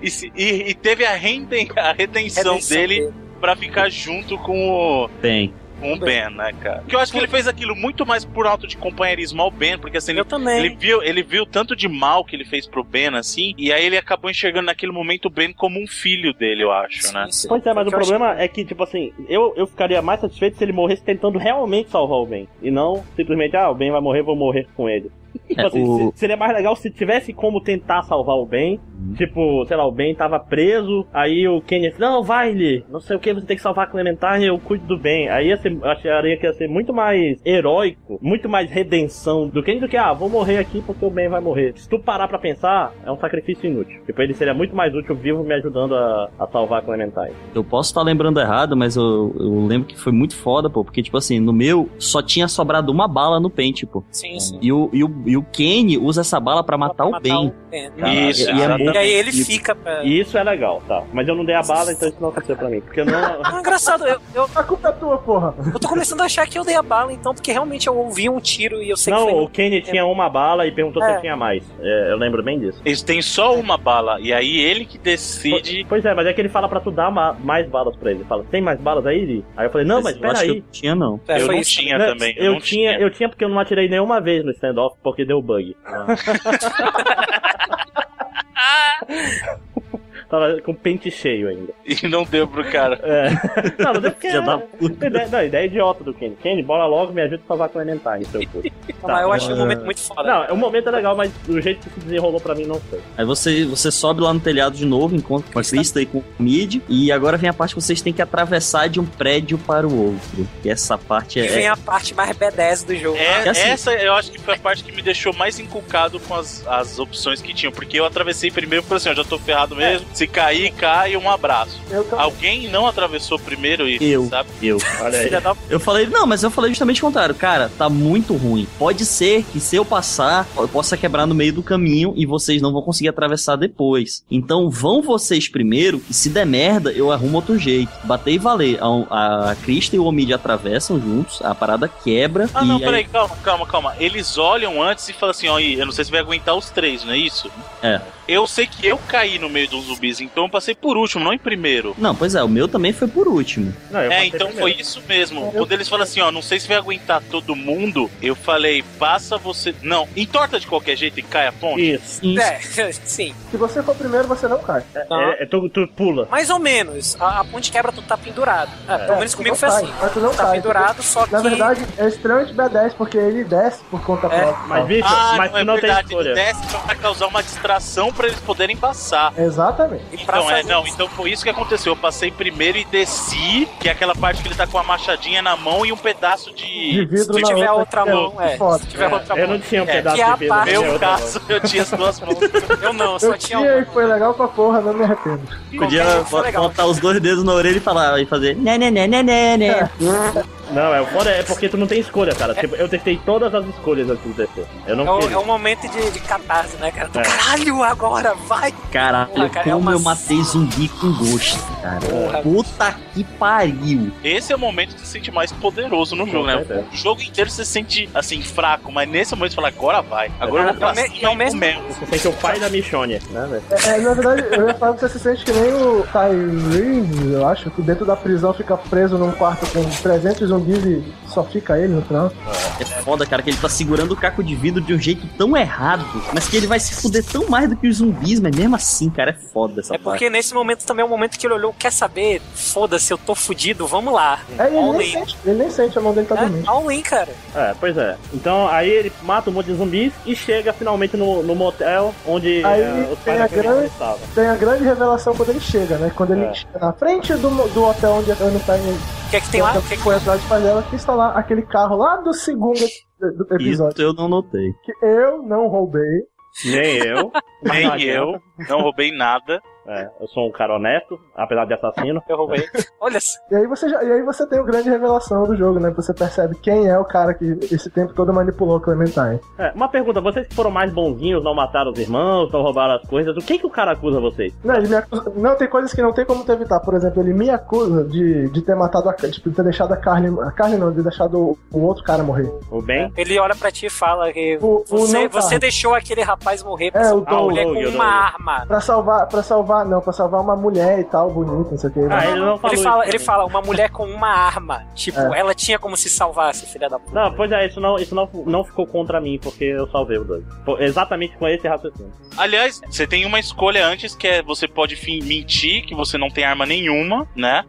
Speaker 2: e, se- e- e teve a, renden, a redenção,
Speaker 3: Redenção
Speaker 2: dele,
Speaker 3: dele.
Speaker 2: pra ficar junto com o,
Speaker 4: Tem.
Speaker 2: com o Ben, né, cara? Porque eu acho que ele fez aquilo muito mais por alto de companheirismo ao Ben, porque assim, ele,
Speaker 3: Eu também.
Speaker 2: ele viu ele viu tanto de mal que ele fez pro Ben, assim, e aí ele acabou enxergando naquele momento o Ben como um filho dele, eu acho, né?
Speaker 1: Pois é, mas o
Speaker 3: Eu acho
Speaker 1: problema é que, tipo assim, eu, eu ficaria mais satisfeito se ele morresse tentando realmente salvar o Ben. E não simplesmente, ah, o Ben vai morrer, vou morrer com ele. Tipo
Speaker 4: É,
Speaker 1: assim,
Speaker 4: o-
Speaker 1: se- seria mais legal se tivesse como tentar salvar o Ben.
Speaker 4: Uhum.
Speaker 1: Tipo, sei lá, o Ben tava preso, aí o Kenny disse, não, vai Lee, não sei o que, você tem que salvar a Clementine, eu cuido do Ben. Aí ia ser, eu acharia que ia ser muito mais heróico, muito mais redenção do Kenny do que, ah, vou morrer aqui porque o Ben vai morrer. Se tu parar pra pensar, é um sacrifício inútil. Tipo, ele seria muito mais útil vivo me ajudando a, a salvar a Clementine.
Speaker 4: Eu posso estar lembrando errado, mas eu, eu lembro que foi muito foda, pô. Porque, tipo assim, no meu só tinha sobrado uma bala no pente, pô.
Speaker 1: é
Speaker 3: Sim, sim.
Speaker 4: E o, e, o, e E o Kenny usa essa bala pra matar o Ben. Tá?
Speaker 1: Isso,
Speaker 4: E- e é
Speaker 1: exatamente.
Speaker 4: muito-
Speaker 3: E aí ele
Speaker 1: E-
Speaker 3: fica pra...
Speaker 1: Isso é legal, tá. Mas eu não dei a bala, então isso não aconteceu pra mim. Porque eu não.
Speaker 3: Ah, engraçado, eu, A culpa é tua, porra. Eu tô começando a achar que eu dei a bala, então, porque realmente eu ouvi um tiro e eu sei que foi...
Speaker 1: Não, o Kenny tinha uma bala e perguntou se
Speaker 3: É.
Speaker 1: eu tinha mais. É, eu lembro bem disso.
Speaker 2: Eles têm só uma bala, e aí ele que decide.
Speaker 1: Pois é, mas é que ele fala pra tu dar ma- mais balas pra ele. Ele Fala, tem mais balas aí, Lee? Aí eu falei, não, mas
Speaker 4: eu acho que eu
Speaker 1: peraí.
Speaker 4: não tinha, não.
Speaker 2: É, Eu foi não isso. tinha também, eu
Speaker 1: Eu,
Speaker 2: não
Speaker 1: tinha,
Speaker 2: tinha. Ah.
Speaker 1: eu tinha porque eu não atirei nenhuma vez no standoff porque deu bug. Tava com pente cheio ainda.
Speaker 2: E não deu pro cara.
Speaker 1: É. Não, não deu porque.
Speaker 2: Filha da
Speaker 1: Ideia, não, ideia é idiota do Kenny. Kenny, bora logo, me ajuda a salvar com o Elementar, seu cu.
Speaker 4: mas eu achei o momento muito
Speaker 3: foda.
Speaker 1: Não, o momento é legal, mas do jeito que se desenrolou pra mim não foi.
Speaker 4: Aí você, você sobe lá no telhado de novo, encontra com a Krista e com o Mid. E agora vem a parte que vocês têm que atravessar de um prédio para o outro. E essa parte
Speaker 3: E vem
Speaker 4: é.
Speaker 3: a parte mais B10 do jogo.
Speaker 2: É,
Speaker 4: É assim.
Speaker 2: Essa eu acho que foi a parte que me deixou mais inculcado com as, as opções que tinham. Porque eu atravessei primeiro e falei assim: eu já tô ferrado mesmo. Se cair, cai, um abraço. Alguém não atravessou primeiro e
Speaker 4: Eu.
Speaker 2: sabe?
Speaker 4: Eu.
Speaker 2: Olha aí.
Speaker 4: Eu falei, não, mas eu falei justamente o contrário. Cara, tá muito ruim. Pode ser que se eu passar, eu possa quebrar no meio do caminho e vocês não vão conseguir atravessar depois. Então vão vocês primeiro e se der merda, eu arrumo outro jeito. Batei e valer. A, a Krista e o Omid atravessam juntos, a parada quebra.
Speaker 2: Ah,
Speaker 4: e
Speaker 2: não,
Speaker 4: aí-
Speaker 2: peraí, calma, calma, calma. Eles olham antes e falam assim: ó, aí, eu não sei se vai aguentar os três, não é isso?
Speaker 4: É.
Speaker 2: Eu sei que eu caí no meio dos zumbis, então eu passei por último, não em primeiro.
Speaker 4: Não, pois é, o meu também foi por último.
Speaker 2: é, então foi isso mesmo. Quando eles falam assim, ó, não sei se vai aguentar todo mundo, eu falei, passa você. Não, entorta de qualquer jeito e cai a ponte.
Speaker 1: Isso.
Speaker 3: É, sim.
Speaker 5: Se você for primeiro, você não cai.
Speaker 3: Tá.
Speaker 1: É, é, tu, tu pula.
Speaker 3: Mais ou menos. A, a ponte quebra, tu tá pendurado. É,
Speaker 5: É,
Speaker 3: pelo menos
Speaker 5: tu
Speaker 3: comigo
Speaker 5: não
Speaker 3: foi
Speaker 5: cai,
Speaker 3: assim.
Speaker 5: Mas tu não
Speaker 3: tá
Speaker 5: cai.
Speaker 3: pendurado, só que...
Speaker 5: Na verdade, é extremamente B10, porque ele desce por conta própria.
Speaker 1: mas, bicho,
Speaker 2: ah,
Speaker 1: mas
Speaker 2: não,
Speaker 1: tu
Speaker 2: é
Speaker 1: não tem
Speaker 2: verdade.
Speaker 1: escolha.
Speaker 2: Ele desce só pra causar uma distração pra eles poderem passar.
Speaker 5: Exatamente.
Speaker 2: Então, é, não, então foi isso que aconteceu. Eu passei primeiro e desci, que é aquela parte que ele tá com a machadinha na mão e um pedaço de.
Speaker 5: De vidro
Speaker 2: se
Speaker 5: na
Speaker 2: tu tiver outra
Speaker 5: outra. É,
Speaker 2: mão, é.
Speaker 5: foda.
Speaker 2: Se tiver
Speaker 5: É,
Speaker 2: outra
Speaker 5: eu
Speaker 2: mão.
Speaker 5: não tinha um
Speaker 2: É,
Speaker 5: pedaço
Speaker 2: que é
Speaker 5: de
Speaker 2: a
Speaker 5: vidro na
Speaker 2: parte-
Speaker 5: minha
Speaker 2: meu
Speaker 5: outra
Speaker 2: caso, eu tinha as duas mãos. Eu não, eu
Speaker 5: Eu tinha e foi legal pra porra, não me arrependo.
Speaker 4: Podia bo- botar os dois dedos na orelha e falar e fazer. Né, né, né, né, né, né.
Speaker 1: Não, é, o foda é porque tu não tem escolha, cara. Tipo, eu testei todas as escolhas antes de descer. Eu
Speaker 3: É
Speaker 1: não
Speaker 3: um,
Speaker 1: queria.
Speaker 3: é um momento de, de catarse, né, cara? Tu,
Speaker 1: É.
Speaker 3: Caralho, agora vai!
Speaker 4: Caralho,
Speaker 3: Porra, cara, é
Speaker 4: como
Speaker 3: uma
Speaker 4: eu matei zumbi com gosto, cara. Puta que pariu.
Speaker 2: Esse é o momento que você se sente mais poderoso no jogo, né?
Speaker 4: certeza.
Speaker 2: O jogo inteiro você se sente, assim, fraco, mas nesse momento você fala, agora vai. Agora eu vou
Speaker 1: É o
Speaker 2: pra
Speaker 1: me-
Speaker 2: cima e mesmo.
Speaker 1: Você tem que o pai da Michonne, né, velho?
Speaker 5: É, é, na verdade, eu ia falar que você se sente é que nem o Tyrese, eu acho, que dentro da prisão fica preso num quarto com 300 zumbis e só fica ele no final.
Speaker 4: É foda, cara, que ele tá segurando o caco de vidro de um jeito tão errado, mas que ele vai se fuder tão mais do que os zumbis, mas mesmo assim, cara, é foda essa
Speaker 3: É porque
Speaker 4: parte.
Speaker 3: nesse momento também é o momento que ele olhou, quer saber? Foda-se, eu tô fudido, vamos lá.
Speaker 5: É, ele
Speaker 3: all
Speaker 5: nem
Speaker 3: in.
Speaker 5: sente, ele nem sente a mão dele tá dormindo.
Speaker 3: É, all in, cara.
Speaker 1: É, pois é. Então aí ele mata um monte de zumbis e chega finalmente no, no motel onde
Speaker 5: Aí
Speaker 1: é, os
Speaker 5: tem
Speaker 1: pais
Speaker 5: a,
Speaker 1: da Michonne
Speaker 5: grande,
Speaker 1: estavam.
Speaker 5: tem a grande revelação quando ele chega, né? Quando ele
Speaker 1: É.
Speaker 5: chega na frente do, mo- do hotel onde a Anne tá em.
Speaker 3: O que é que tem lá?
Speaker 5: O que foi atrás de fazer ela que está lá aquele carro lá do segundo ep- do
Speaker 3: é
Speaker 4: Isso
Speaker 5: episódio.
Speaker 4: eu não notei.
Speaker 5: Que eu não roubei.
Speaker 1: Nem eu.
Speaker 2: Nem
Speaker 1: Não
Speaker 2: eu.
Speaker 1: adianta.
Speaker 2: Não roubei nada.
Speaker 1: É, eu sou um cara honesto, apesar de assassino.
Speaker 3: Eu roubei. Olha
Speaker 5: E aí você já- e aí você tem o grande revelação do jogo, né? Você percebe quem é o cara que esse tempo todo manipulou o Clementine.
Speaker 1: É, uma pergunta, vocês que foram mais bonzinhos, não mataram os irmãos, não roubaram as coisas, o que que o cara acusa vocês?
Speaker 5: Não, Né, ele me acusa- não, tem coisas que não tem como tu evitar. Por exemplo, ele me acusa de, de ter matado a tipo, de ter deixado a Carly. A Carly não, de ter deixado o, o outro cara morrer.
Speaker 1: O bem?
Speaker 3: Ele olha pra ti e fala que você,
Speaker 5: não tá.
Speaker 3: você deixou aquele rapaz morrer
Speaker 5: É,
Speaker 3: pra
Speaker 5: o
Speaker 3: uma
Speaker 5: Doug,
Speaker 3: mulher
Speaker 2: Ah,
Speaker 5: o
Speaker 3: com
Speaker 5: Doug.
Speaker 3: uma arma.
Speaker 5: Pra salvar. Pra salvar. Não, pra salvar uma mulher e tal, bonita, não sei o né? que.
Speaker 1: Ah,
Speaker 3: ele, fala, ele fala, uma mulher com uma arma. Tipo,
Speaker 1: É.
Speaker 3: ela tinha como se salvar, essa filha da puta.
Speaker 1: Não, pois é, isso não, isso não, não ficou contra mim, porque eu salvei o dois. Pô, Exatamente com esse raciocínio.
Speaker 2: Aliás, você tem uma escolha antes que é você pode fin- mentir que você não tem arma nenhuma, né?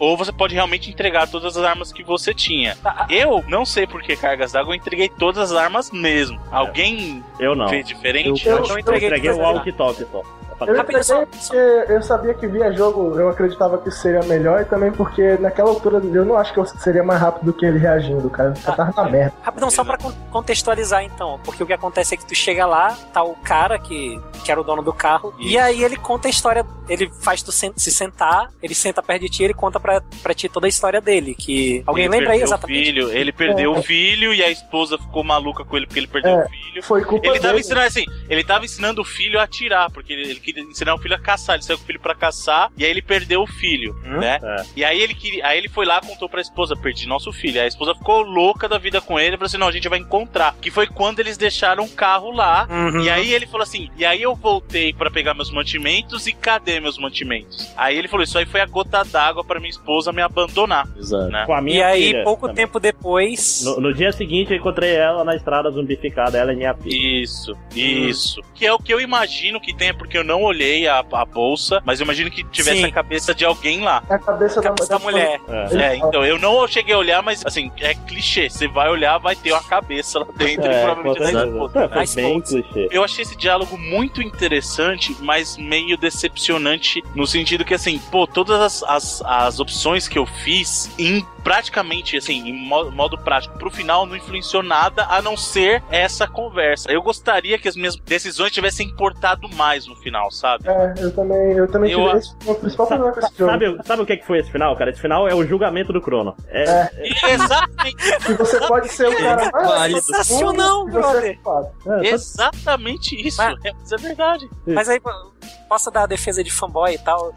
Speaker 2: Ou você pode realmente entregar todas as armas que você tinha.
Speaker 3: Tá,
Speaker 2: Eu não sei por que cargas d'água, eu entreguei todas as armas
Speaker 3: É.
Speaker 2: mesmo. Alguém
Speaker 1: eu não.
Speaker 2: fez diferente?
Speaker 1: Eu, eu entreguei o walkie-talkie só. Eu falei,
Speaker 5: Eu entreguei porque eu sabia que via jogo, eu acreditava que seria melhor e também porque naquela altura eu não acho que eu seria mais rápido do que ele reagindo, cara. Eu tava na merda.
Speaker 3: Rapidão, só pra con- contextualizar então, porque o que acontece é que tu chega lá, tá o cara que, que era o dono do carro, e aí ele conta a história ele faz tu sen- se sentar, ele senta perto de ti e ele conta pra, pra ti toda a história dele. Que. Alguém
Speaker 2: Ele
Speaker 3: lembra aí
Speaker 2: perdeu o
Speaker 3: exatamente?
Speaker 2: Filho, ele perdeu
Speaker 3: É.
Speaker 2: o filho e a esposa ficou maluca com ele porque ele perdeu
Speaker 5: É,
Speaker 2: o filho.
Speaker 5: foi culpa
Speaker 2: ele tava
Speaker 5: dele.
Speaker 2: ensinando assim, ele tava ensinando o filho a atirar, porque ele, ele queria ensinar o filho a caçar, ele saiu com o filho pra caçar e aí ele perdeu o filho,
Speaker 3: Hum?
Speaker 2: né?
Speaker 3: É.
Speaker 2: E aí ele queria, aí ele foi lá contou pra esposa, perdi nosso filho. Aí a esposa ficou louca da vida com ele, falou assim: "Não, a gente vai encontrar". Que foi quando eles deixaram o carro lá.
Speaker 12: Uhum.
Speaker 2: E aí ele falou assim: "E aí eu voltei pra pegar meus mantimentos e cadê meus mantimentos?". Aí ele falou: "Isso aí foi a gota d'água pra minha esposa me abandonar".
Speaker 4: Exato.
Speaker 2: Né?
Speaker 1: Com a minha
Speaker 2: E aí,
Speaker 1: filha
Speaker 2: pouco
Speaker 1: também.
Speaker 3: tempo depois.
Speaker 1: No, no dia seguinte eu encontrei ela na estrada zumbificada, ela e minha filha.
Speaker 2: Isso, isso. Que é o que eu imagino que tenha, porque eu não olhei a, a bolsa, mas eu imagino que tivesse
Speaker 5: Sim.
Speaker 2: a cabeça de alguém lá.
Speaker 5: A cabeça, da,
Speaker 2: mulher. É, então, eu não cheguei a olhar, mas assim, é clichê. Você vai olhar, vai ter uma cabeça lá dentro e
Speaker 1: É,
Speaker 2: provavelmente
Speaker 1: com
Speaker 2: é da
Speaker 1: certeza.
Speaker 2: esposa.
Speaker 1: É, foi
Speaker 2: Mas,
Speaker 1: bem
Speaker 2: pô,
Speaker 1: clichê.
Speaker 2: Eu achei esse diálogo muito interessante, mas meio decepcionante, no sentido que, assim, pô, todas as, as, as opções que eu fiz, em praticamente, assim, em mo- modo, prático, pro final não influenciou nada, a não ser essa conversa. Eu gostaria que as minhas decisões tivessem importado mais no final, sabe?
Speaker 5: É, eu também, eu também
Speaker 2: Eu
Speaker 5: tive
Speaker 2: a-
Speaker 5: esse foi o principal problema com esse jogo.
Speaker 1: Sabe, o- sabe o que, que foi esse final, cara? Esse final é o julgamento do Crono. É,
Speaker 2: Exatamente.
Speaker 5: Que você pode ser o cara mais
Speaker 1: Válido.
Speaker 3: Sensacional,
Speaker 5: que
Speaker 3: brother.
Speaker 5: você faz.
Speaker 1: é,
Speaker 2: Exatamente isso.
Speaker 1: Ah.
Speaker 3: Mas-
Speaker 2: é, isso é verdade.
Speaker 3: Mas aí, pô, posso dar a defesa de fanboy e tal?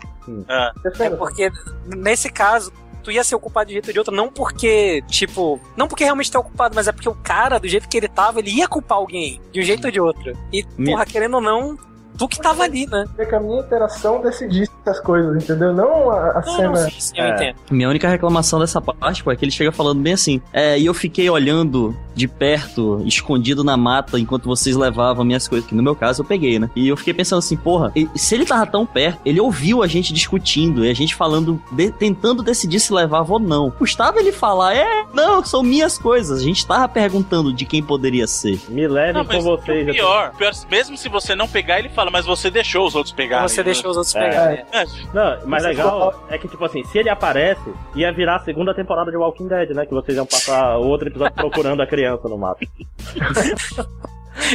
Speaker 2: Ah.
Speaker 3: É porque, nesse caso, tu ia ser ocupado de um jeito ou de outro, não porque, tipo, não porque realmente tu é ocupado, mas é porque o cara, do jeito que ele tava, ele ia culpar alguém, de um jeito ou de outro. E,
Speaker 5: Me-
Speaker 3: porra, querendo ou não, tu que tava ali, né?
Speaker 5: É que a minha interação decidisse essas coisas, entendeu? Não a, a
Speaker 3: Ah,
Speaker 5: cena.
Speaker 4: É, Minha única reclamação dessa parte pô, é que ele chega falando bem assim. É, e eu fiquei olhando de perto, escondido na mata, enquanto vocês levavam minhas coisas, que no meu caso eu peguei, né? E eu fiquei pensando assim, porra, e- se ele tava tão perto, ele ouviu a gente discutindo e a gente falando, de- tentando decidir se levava ou não. Custava ele falar, é, não, são minhas coisas. A gente tava perguntando de quem poderia ser.
Speaker 1: Me leve
Speaker 2: Não, mas e o pior, pior, mesmo se você não pegar, ele fala, mas você deixou os outros pegarem.
Speaker 1: Você deixou os outros
Speaker 2: É.
Speaker 3: né?
Speaker 1: pegarem.
Speaker 2: É.
Speaker 1: Não, mas
Speaker 2: Você
Speaker 1: legal
Speaker 2: falou-
Speaker 1: é que, tipo assim, se ele aparece, ia virar a segunda temporada de Walking Dead, né? Que vocês iam passar o outro episódio procurando a criança no mato.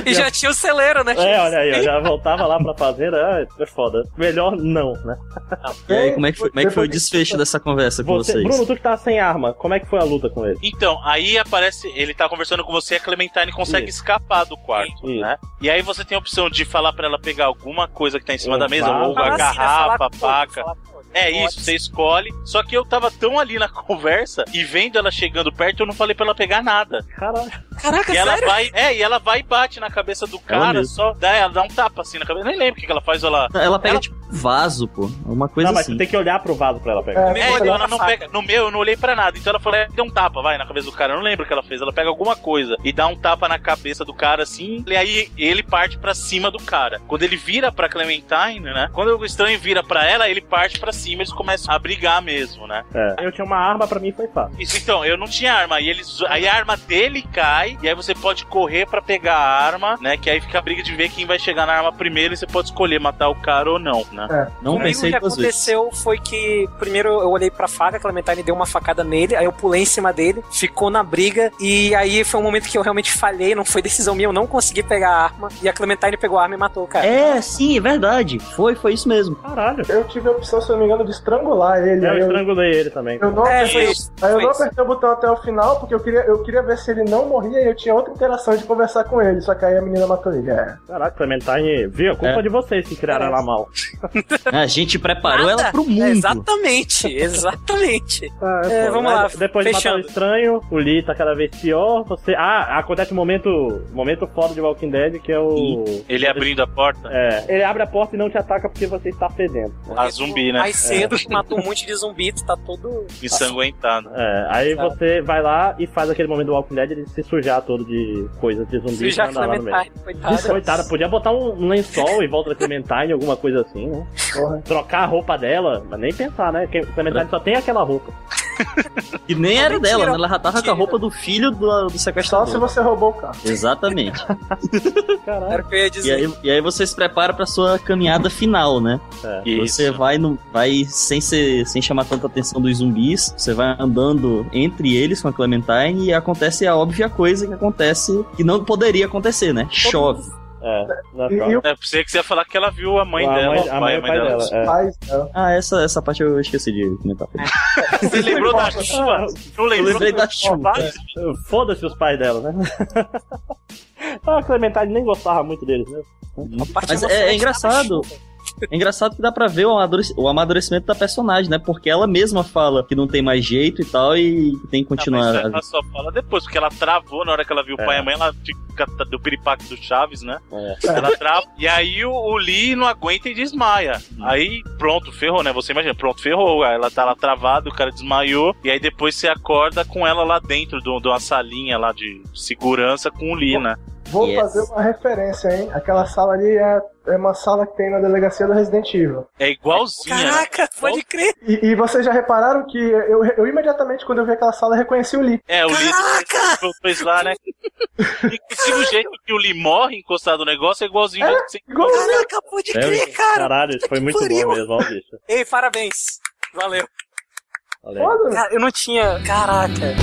Speaker 3: E já tinha o celeiro, né?
Speaker 1: É, olha aí, eu já voltava lá pra fazenda, ah, é foda. Melhor não, né?
Speaker 4: E
Speaker 5: Então,
Speaker 4: aí, como é que foi, como é que foi o desfecho dessa conversa com
Speaker 1: Você,
Speaker 4: vocês?
Speaker 1: Bruno, tu que tá sem arma, como é que foi a luta com ele?
Speaker 2: Então, aí aparece, ele tá conversando com você, a Clementine consegue escapar do
Speaker 4: É?
Speaker 2: quarto, né? E aí você tem a opção de falar pra ela pegar alguma coisa que tá em cima
Speaker 1: Um
Speaker 2: da mesa,
Speaker 3: Ah,
Speaker 1: vaso.
Speaker 2: ou a
Speaker 1: Falar assim, né?
Speaker 2: garrafa,
Speaker 1: Falar
Speaker 2: a faca. É isso, você escolhe. Só que eu tava tão ali na conversa e vendo ela chegando perto, eu não falei pra ela pegar nada.
Speaker 1: Caralho.
Speaker 3: Caraca,
Speaker 2: e ela
Speaker 3: sério?
Speaker 2: vai, É, e ela vai e bate na cabeça do
Speaker 4: Ela
Speaker 2: cara,
Speaker 4: mesmo.
Speaker 2: só dá, ela dá um tapa assim na cabeça. Eu nem lembro o que, que ela faz, ela.
Speaker 4: Ela pega, tipo, um vaso, pô. Uma coisa
Speaker 1: Não, mas
Speaker 4: assim.
Speaker 1: tu tem que olhar pro vaso pra ela
Speaker 2: É,
Speaker 1: pegar.
Speaker 2: então ela não pega. No meu, eu não olhei pra nada. Então ela falou, é, deu um tapa, vai, na cabeça do cara. Eu não lembro o que ela fez. Ela pega alguma coisa e dá um tapa na cabeça do cara, assim. E aí ele parte pra cima do cara. Quando ele vira pra Clementine, né? Quando o estranho vira pra ela, ele parte pra cima. Eles começam a brigar mesmo, né?
Speaker 1: É. Eu tinha uma arma, pra mim foi fácil.
Speaker 2: Isso, então, eu não tinha arma. E eles, aí a arma dele cai, e aí você pode correr pra pegar a arma, né? Que aí fica a briga de ver quem vai chegar na arma primeiro e você pode escolher matar o cara ou não, né?
Speaker 3: Comigo, O que aconteceu foi que primeiro eu olhei pra faca, a Clementine deu uma facada nele, aí eu pulei em cima dele, ficou na briga, e aí foi um momento que eu realmente falhei, não foi decisão minha, eu não consegui pegar a arma, e a Clementine pegou a arma e matou o cara.
Speaker 4: É, sim, é verdade. Foi, foi isso mesmo.
Speaker 1: Caralho.
Speaker 5: Eu tive a opção, se eu não me engano, de estrangular ele.
Speaker 2: É,
Speaker 1: Eu
Speaker 5: aí
Speaker 1: estrangulei ele também.
Speaker 5: Eu não,
Speaker 1: É,
Speaker 5: apertei,
Speaker 1: foi isso,
Speaker 5: aí eu
Speaker 1: foi
Speaker 5: não
Speaker 1: isso.
Speaker 5: apertei o botão até o final, porque eu queria, eu queria ver se ele não morria e eu tinha outra interação de conversar com ele, só que aí a menina matou ele. É.
Speaker 1: Caraca, Clementine, viu? A culpa
Speaker 4: É.
Speaker 1: de vocês que criaram ela mal.
Speaker 4: A gente preparou
Speaker 1: Nada.
Speaker 4: ela pro mundo.
Speaker 3: Exatamente, exatamente. É,
Speaker 1: Pô,
Speaker 3: vamos
Speaker 1: mas
Speaker 3: lá,
Speaker 1: Depois de matar
Speaker 3: fechando.
Speaker 1: o estranho, o Lee tá cada vez pior. Você... Ah, acontece um momento, momento foda de Walking Dead, que é o.
Speaker 2: Ele abrindo a porta.
Speaker 1: É. Ele abre a porta e não te ataca porque você está fedendo.
Speaker 2: A zumbi, né?
Speaker 3: Mais cedo
Speaker 2: É.
Speaker 3: que matou um monte de zumbi, tu tá todo...
Speaker 2: Ensanguentado.
Speaker 1: É, aí você vai lá e faz aquele momento do Walking Dead ele se sujar todo de coisas de zumbi
Speaker 3: Sujar
Speaker 1: pra andar lá no meio.
Speaker 3: Clementine, coitada.
Speaker 1: Isso, é coitada, podia botar um um lençol e volta da Clementine, alguma coisa assim, né? Trocar a roupa dela, mas nem pensar, né? Porque Clementine só tem aquela roupa.
Speaker 4: E nem era dela, né? Ela já tava com a roupa do filho do, do sequestrador.
Speaker 5: É Só se você roubou o carro.
Speaker 4: Exatamente.
Speaker 3: Era o que eu ia
Speaker 4: E
Speaker 3: dizer.
Speaker 4: aí, e aí você se prepara pra sua caminhada final, né?
Speaker 1: É,
Speaker 4: Você vai, no, vai sem, ser, sem chamar tanta atenção dos zumbis, você vai andando entre eles com a Clementine e acontece a óbvia coisa que acontece que não poderia acontecer, né? Chove.
Speaker 1: É, na
Speaker 2: É,
Speaker 1: fralda.
Speaker 2: pra você que você ia falar que ela viu a mãe
Speaker 1: A mãe-
Speaker 2: dela,
Speaker 1: a
Speaker 2: o pai,
Speaker 1: mãe
Speaker 2: a
Speaker 1: e o
Speaker 2: mãe
Speaker 1: pai
Speaker 2: dela.
Speaker 1: dela, é. Pais
Speaker 5: né?
Speaker 4: Ah, essa, essa parte eu esqueci de comentar.
Speaker 2: Você lembrou da chuva? Não lembrou
Speaker 1: lembrei da
Speaker 2: dos
Speaker 1: chuva.
Speaker 2: pais?
Speaker 1: Foda-se os pais dela, né? ah, a Clementine nem gostava muito deles, né?
Speaker 4: Mas é, é engraçado. É engraçado que dá pra ver o amadurec- o amadurecimento da personagem, né? Porque ela mesma fala que não tem mais jeito e tal, e que tem que continuar.
Speaker 2: Tá, Mas é ela só fala depois, porque ela travou na hora que ela viu o
Speaker 1: É.
Speaker 2: pai e a mãe, ela fica do piripaque do Chaves, né? Ela trava. E aí o, o Lee não aguenta e desmaia.
Speaker 1: Hum.
Speaker 2: Aí, pronto, ferrou, né? Você imagina, pronto, ferrou. Ela tá lá travada, o cara desmaiou. E aí depois você acorda com ela lá dentro do- de uma salinha lá de segurança com o Lee, né?
Speaker 5: Vou fazer uma referência, hein? Aquela sala ali é, é uma sala que tem na delegacia do Resident Evil.
Speaker 2: É igualzinha.
Speaker 3: Caraca, pode crer.
Speaker 5: E, e vocês já repararam que eu, eu imediatamente, quando eu vi aquela sala, reconheci o Lee.
Speaker 2: É, o Lee fez lá, né? Inclusive o jeito que o Lee morre encostado no negócio é igualzinho. o jeito que você...
Speaker 3: Caraca,
Speaker 2: É,
Speaker 3: pode crer, cara.
Speaker 1: Caralho, isso foi muito
Speaker 3: pariu.
Speaker 1: bom mesmo, ó, bicho.
Speaker 3: Ei, parabéns. Valeu.
Speaker 1: Olha aí.
Speaker 3: Cara, eu não tinha. Caraca.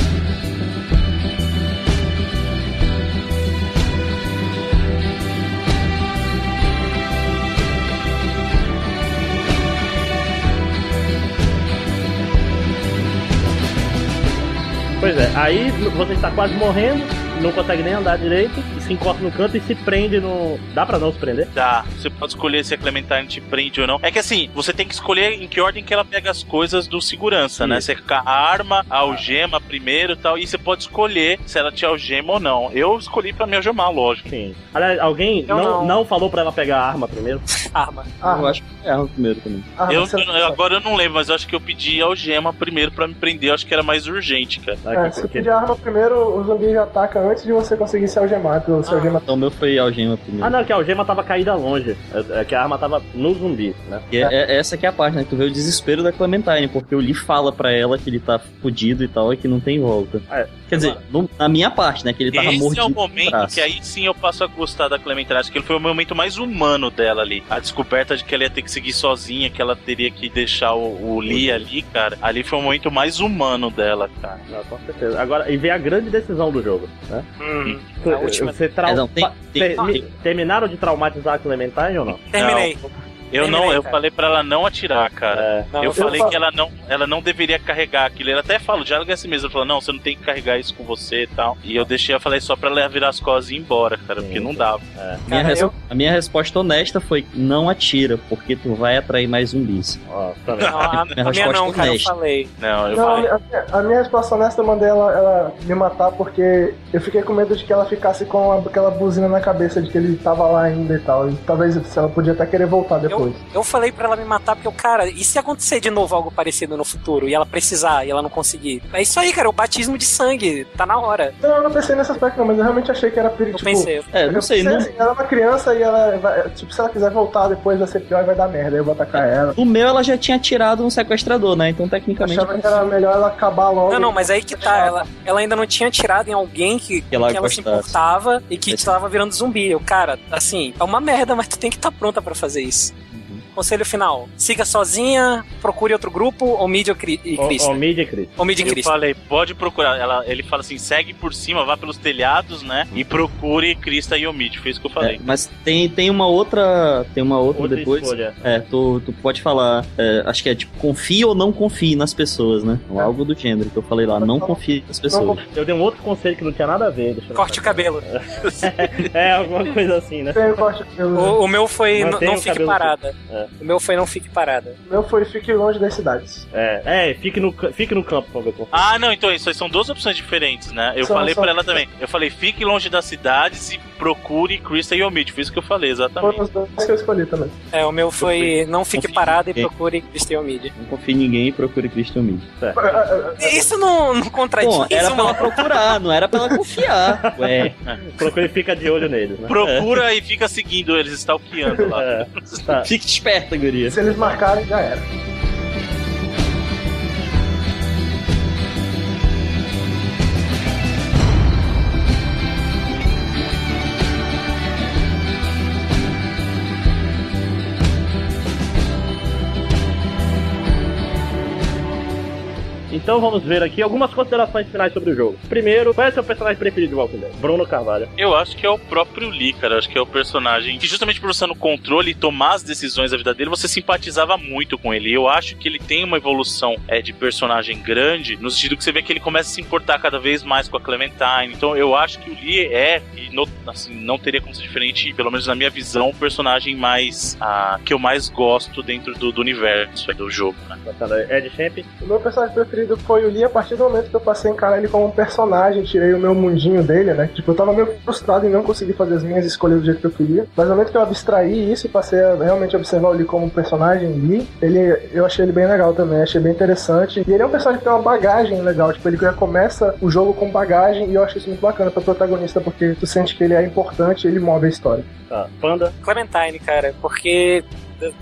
Speaker 1: Pois é, aí você está quase morrendo, não consegue nem andar direito, se encosta no canto e se prende no. Dá pra não se prender?
Speaker 2: Dá. Você pode escolher se a Clementine te prende ou não. É que assim, você tem que escolher em que ordem que ela pega as coisas do segurança, né? Você ca- a arma, a algema primeiro e tal. E você pode escolher se ela te algema ou não. Eu escolhi pra me algemar, lógico.
Speaker 1: Sim. Aliás, alguém
Speaker 2: Eu
Speaker 1: não,
Speaker 2: não.
Speaker 1: não. falou pra ela pegar a arma primeiro?
Speaker 3: Arma.
Speaker 5: Ah,
Speaker 4: Eu acho que é arma primeiro também.
Speaker 2: eu, eu- agora eu não lembro, mas eu acho que eu pedi algema primeiro pra me prender. Eu acho que era mais urgente, cara.
Speaker 5: É, se pedir arma primeiro, o zumbi já ataca antes de você conseguir se algemar, porque
Speaker 2: Ah,
Speaker 5: o seu algema
Speaker 4: Então o meu foi algema primeiro.
Speaker 1: Ah, não, que a algema tava caída longe. É, é que a arma tava no zumbi, né?
Speaker 4: E é- é- essa que é a parte, né? que Tu vê o desespero da Clementine, porque o Lee fala pra ela que ele tá fudido e tal, e que não tem volta.
Speaker 5: É,
Speaker 4: Quer dizer, no- na minha parte, né? Que ele tava
Speaker 2: Esse
Speaker 4: mordido.
Speaker 2: é o
Speaker 4: no
Speaker 2: momento
Speaker 4: braço.
Speaker 2: que aí sim eu passo a gostar da Clementine. Acho que ele foi o momento mais humano dela ali. A descoberta de que ela ia ter que seguir sozinha, que ela teria que deixar o, o Lee
Speaker 4: é.
Speaker 2: ali, cara. Ali foi o momento mais humano dela, cara.
Speaker 1: Não, com certeza. Agora, e vem a grande decisão do jogo, né?
Speaker 3: Hum,
Speaker 2: a última.
Speaker 1: Você trau-
Speaker 2: É, não, tem-
Speaker 1: pa-
Speaker 2: tem-
Speaker 1: ter-
Speaker 2: tem-
Speaker 1: Terminaram de traumatizar a Clementine ou não?
Speaker 2: Terminei. Eu não,
Speaker 1: Terminei,
Speaker 2: eu
Speaker 1: cara.
Speaker 2: falei pra ela não atirar, cara.
Speaker 1: Não,
Speaker 2: eu,
Speaker 1: eu
Speaker 2: falei
Speaker 1: falo-
Speaker 2: que ela não, ela não deveria carregar aquilo. Ela até fala, o diálogo é assim mesmo. Ela fala, não, você não tem que carregar isso com você e tal. E eu deixei, eu falei só pra ela virar as costas e ir embora, cara, porque não dava.
Speaker 4: Minha res- A minha resposta honesta foi: não atira, porque tu vai atrair mais zumbis.
Speaker 5: Não, a- a minha não,
Speaker 2: é
Speaker 5: cara, eu
Speaker 3: falei.
Speaker 2: Não, eu
Speaker 5: Não, a
Speaker 2: falei.
Speaker 5: minha- a minha, a minha resposta honesta eu mandei ela, ela me matar porque eu fiquei com medo de que ela ficasse com a- aquela buzina na cabeça de que ele tava lá ainda e tal. E talvez se ela podia até querer voltar depois.
Speaker 3: Eu falei pra ela me matar porque, eu, cara, e se acontecer de novo algo parecido no futuro e ela precisar e ela não conseguir? É isso aí, cara, o batismo de sangue, tá na hora.
Speaker 5: Não, Então, eu não pensei nesse aspecto não, mas eu realmente achei que era perigo. Tipo,
Speaker 3: pensei. É, não
Speaker 5: eu
Speaker 3: sei,
Speaker 5: pensei
Speaker 3: não-
Speaker 5: assim, ela é uma criança e ela vai, tipo, se ela quiser voltar depois vai ser pior e vai dar merda, eu vou atacar ela.
Speaker 4: O meu, ela já tinha atirado um sequestrador, né? Então, tecnicamente.
Speaker 5: Achava que era melhor ela acabar logo.
Speaker 3: Não, não, mas aí que tá, ela, ela ainda não tinha tirado em alguém que, que
Speaker 4: ela
Speaker 3: ela, se
Speaker 4: gostasse.
Speaker 3: importava e que tava virando zumbi. Eu, cara, assim, é uma merda, mas tu tem que estar pronta pra fazer isso.
Speaker 4: Uhum.
Speaker 3: Conselho final: siga sozinha, procure outro grupo, Omid ou Cri- e Cristo.
Speaker 1: Omid e Cristo.
Speaker 3: Omid e
Speaker 2: eu
Speaker 3: Cristo.
Speaker 2: falei, pode procurar. Ela, ele fala assim, segue por cima, vá pelos telhados, né? E procure Krista e Omid. Foi isso que eu falei.
Speaker 4: É, mas tem, tem uma outra. Tem uma outra,
Speaker 2: Outra
Speaker 4: depois.
Speaker 2: escolha.
Speaker 4: É, tu, tu pode falar. é, acho que é tipo, confie ou não confie nas pessoas, né? Ou Algo do gênero que eu falei lá. Não confie nas pessoas.
Speaker 1: Eu dei um outro conselho que não tinha nada a ver. Deixa eu
Speaker 3: Corte o cabelo.
Speaker 1: é, alguma coisa assim, né?
Speaker 3: O, o meu foi n-
Speaker 1: Mantenha
Speaker 3: não
Speaker 1: o
Speaker 3: fique
Speaker 1: cabelo
Speaker 3: parada.
Speaker 1: curto. É.
Speaker 3: O meu foi não fique parada.
Speaker 5: O meu foi fique longe das cidades.
Speaker 1: É, é fique, no, ca- fique no campo, por favor.
Speaker 2: Ah, não, então isso aí são duas opções diferentes, né? Eu
Speaker 1: São-
Speaker 2: falei
Speaker 1: são-
Speaker 2: pra ela também. Eu falei, fique longe das cidades e procure Krista e Omid. Foi isso que eu falei, exatamente.
Speaker 5: Foram os dois que eu escolhi também.
Speaker 3: É, o meu foi não fique parada e
Speaker 4: ninguém.
Speaker 3: procure Cristo e Omid.
Speaker 4: Não confie em ninguém e procure Cristo em mim.
Speaker 3: Isso não, não contradiz
Speaker 4: Bom, era pra ela
Speaker 3: uma-
Speaker 4: procurar, não era pra ela confiar. Ué.
Speaker 1: Procure e fica de olho neles, né?
Speaker 2: Procura e fica seguindo eles, stalkeando lá.
Speaker 4: Fique esperta, guria.
Speaker 5: Se eles marcarem, já era.
Speaker 1: Então, Então vamos ver aqui algumas considerações finais sobre o jogo. Primeiro, qual é o seu personagem preferido de Walking Dead? Bruno Carvalho.
Speaker 2: Eu acho que é o próprio Lee, cara. Eu acho que é o personagem que, justamente por estar no controle e tomar as decisões da vida dele, você simpatizava muito com ele. Eu acho que ele tem uma evolução é, de personagem grande, no sentido que você vê que ele começa a se importar cada vez mais com a Clementine. Então eu acho que o Lee é, e no- assim, não teria como ser diferente, pelo menos na minha visão, o personagem mais. ah, que eu mais gosto dentro do, do universo é, do jogo. Né?
Speaker 1: Ed Champ.
Speaker 5: O meu personagem preferido foi o Lee a partir do momento que eu passei a encarar ele como um personagem, tirei o meu mundinho dele, né? Tipo, eu tava meio frustrado em não conseguir fazer as minhas escolhas do jeito que eu queria. Mas no momento que eu abstraí isso e passei a realmente observar o Lee como um personagem Lee, ele, eu achei ele bem legal também, achei bem interessante. E ele é um personagem que tem uma bagagem legal, tipo, ele já começa o jogo com bagagem e eu acho isso muito bacana pra protagonista, porque tu sente que ele é importante e ele move a história.
Speaker 1: Tá, Panda.
Speaker 3: Clementine, cara, porque. Eu,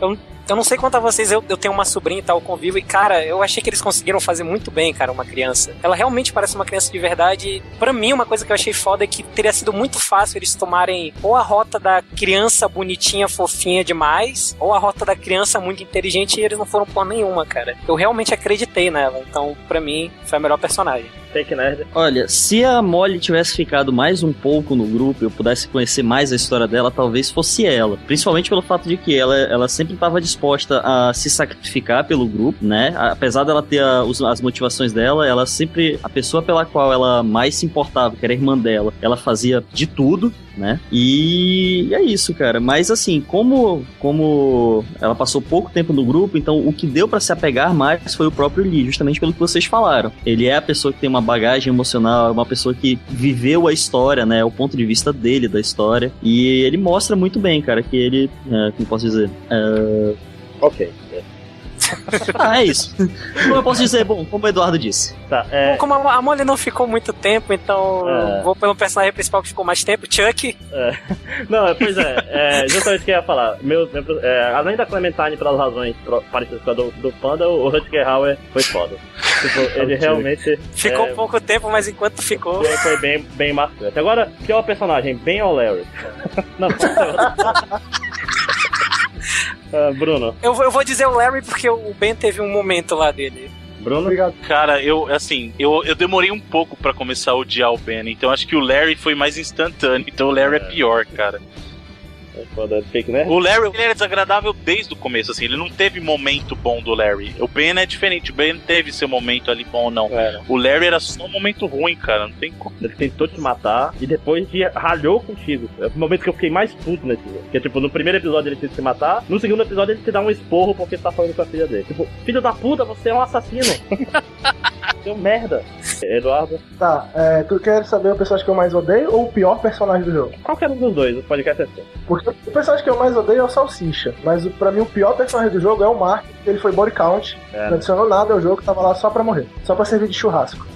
Speaker 3: eu- eu não sei quanto a vocês, eu, eu tenho uma sobrinha e tal, eu convivo, e cara, eu achei que eles conseguiram fazer muito bem, cara, uma criança. Ela realmente parece uma criança de verdade. Pra mim, uma coisa que eu achei foda é que teria sido muito fácil eles tomarem ou a rota da criança bonitinha, fofinha demais, ou a rota da criança muito inteligente, e eles não foram por nenhuma, cara. Eu realmente acreditei nela, então, pra mim, foi a melhor personagem.
Speaker 1: Fake Nerd.
Speaker 4: Olha, se a Molly tivesse ficado mais um pouco no grupo e eu pudesse conhecer mais a história dela, talvez fosse ela. Principalmente pelo fato de que ela, ela sempre estava disposta a se sacrificar pelo grupo, né? Apesar dela ter a- os- as motivações dela, ela sempre. A pessoa pela qual ela mais se importava, que era a irmã dela, ela fazia de tudo, né? E é isso, cara. Mas assim, como, como ela passou pouco tempo no grupo, então o que deu pra se apegar mais foi o próprio Lee, justamente pelo que vocês falaram. Ele é a pessoa que tem uma bagagem emocional, é uma pessoa que viveu a história, né? O ponto de vista dele da história. E ele mostra muito bem, cara, que ele. é, como posso dizer? É,
Speaker 1: Ok.
Speaker 4: Ah, é isso. Como eu posso dizer? Bom, como o Eduardo disse.
Speaker 1: Tá,
Speaker 3: Bom, Como a a Molly não ficou muito tempo, então
Speaker 4: É.
Speaker 3: eu vou pelo personagem principal que ficou mais tempo, Chuck.
Speaker 1: É. Não, é, pois é, é justamente o que eu ia falar. Meu, meu- é, além da Clementine, pelas razões pro- parecidas com a do, do Panda, o Rutger Hauer foi foda. Tipo, ele realmente.
Speaker 3: Ficou
Speaker 1: é,
Speaker 3: pouco tempo, mas enquanto ficou.
Speaker 1: foi, foi bem, bem marcante. Agora, que é o personagem? Ben ou Larry? Não, Ah, Bruno.
Speaker 3: Eu, vou- eu vou dizer o Larry porque o Ben teve um momento lá dele.
Speaker 1: Bruno?
Speaker 5: Obrigado.
Speaker 2: Cara, eu, assim, eu, eu demorei um pouco pra começar a odiar o Ben, então acho que o Larry foi mais instantâneo, então o Larry é pior, cara.
Speaker 1: né?
Speaker 2: O Larry, ele era desagradável desde o começo, assim, ele não teve momento bom do Larry. O Ben é diferente, o Ben teve seu momento ali bom ou não.
Speaker 1: É.
Speaker 2: O Larry era só um momento ruim, cara, não tem como.
Speaker 1: Ele tentou te matar e depois te ralhou contigo. É o momento que eu fiquei mais puto nesse jogo. Porque, tipo, no primeiro episódio ele tenta te matar, no segundo episódio ele te dá um esporro porque você tá falando com a filha dele. Tipo, filho da puta, você é um assassino. Seu merda. Eduardo.
Speaker 5: Tá, é, tu quer saber o personagem que eu mais odeio ou o pior personagem do jogo?
Speaker 1: Qualquer um dos dois, o podcast é seu.
Speaker 5: Porque o personagem que eu mais odeio é o Salsicha, mas o- pra mim o pior personagem do jogo é o Mark, ele foi body count,
Speaker 1: É.
Speaker 5: não adicionou nada ao jogo, tava lá só pra morrer, só pra servir de churrasco.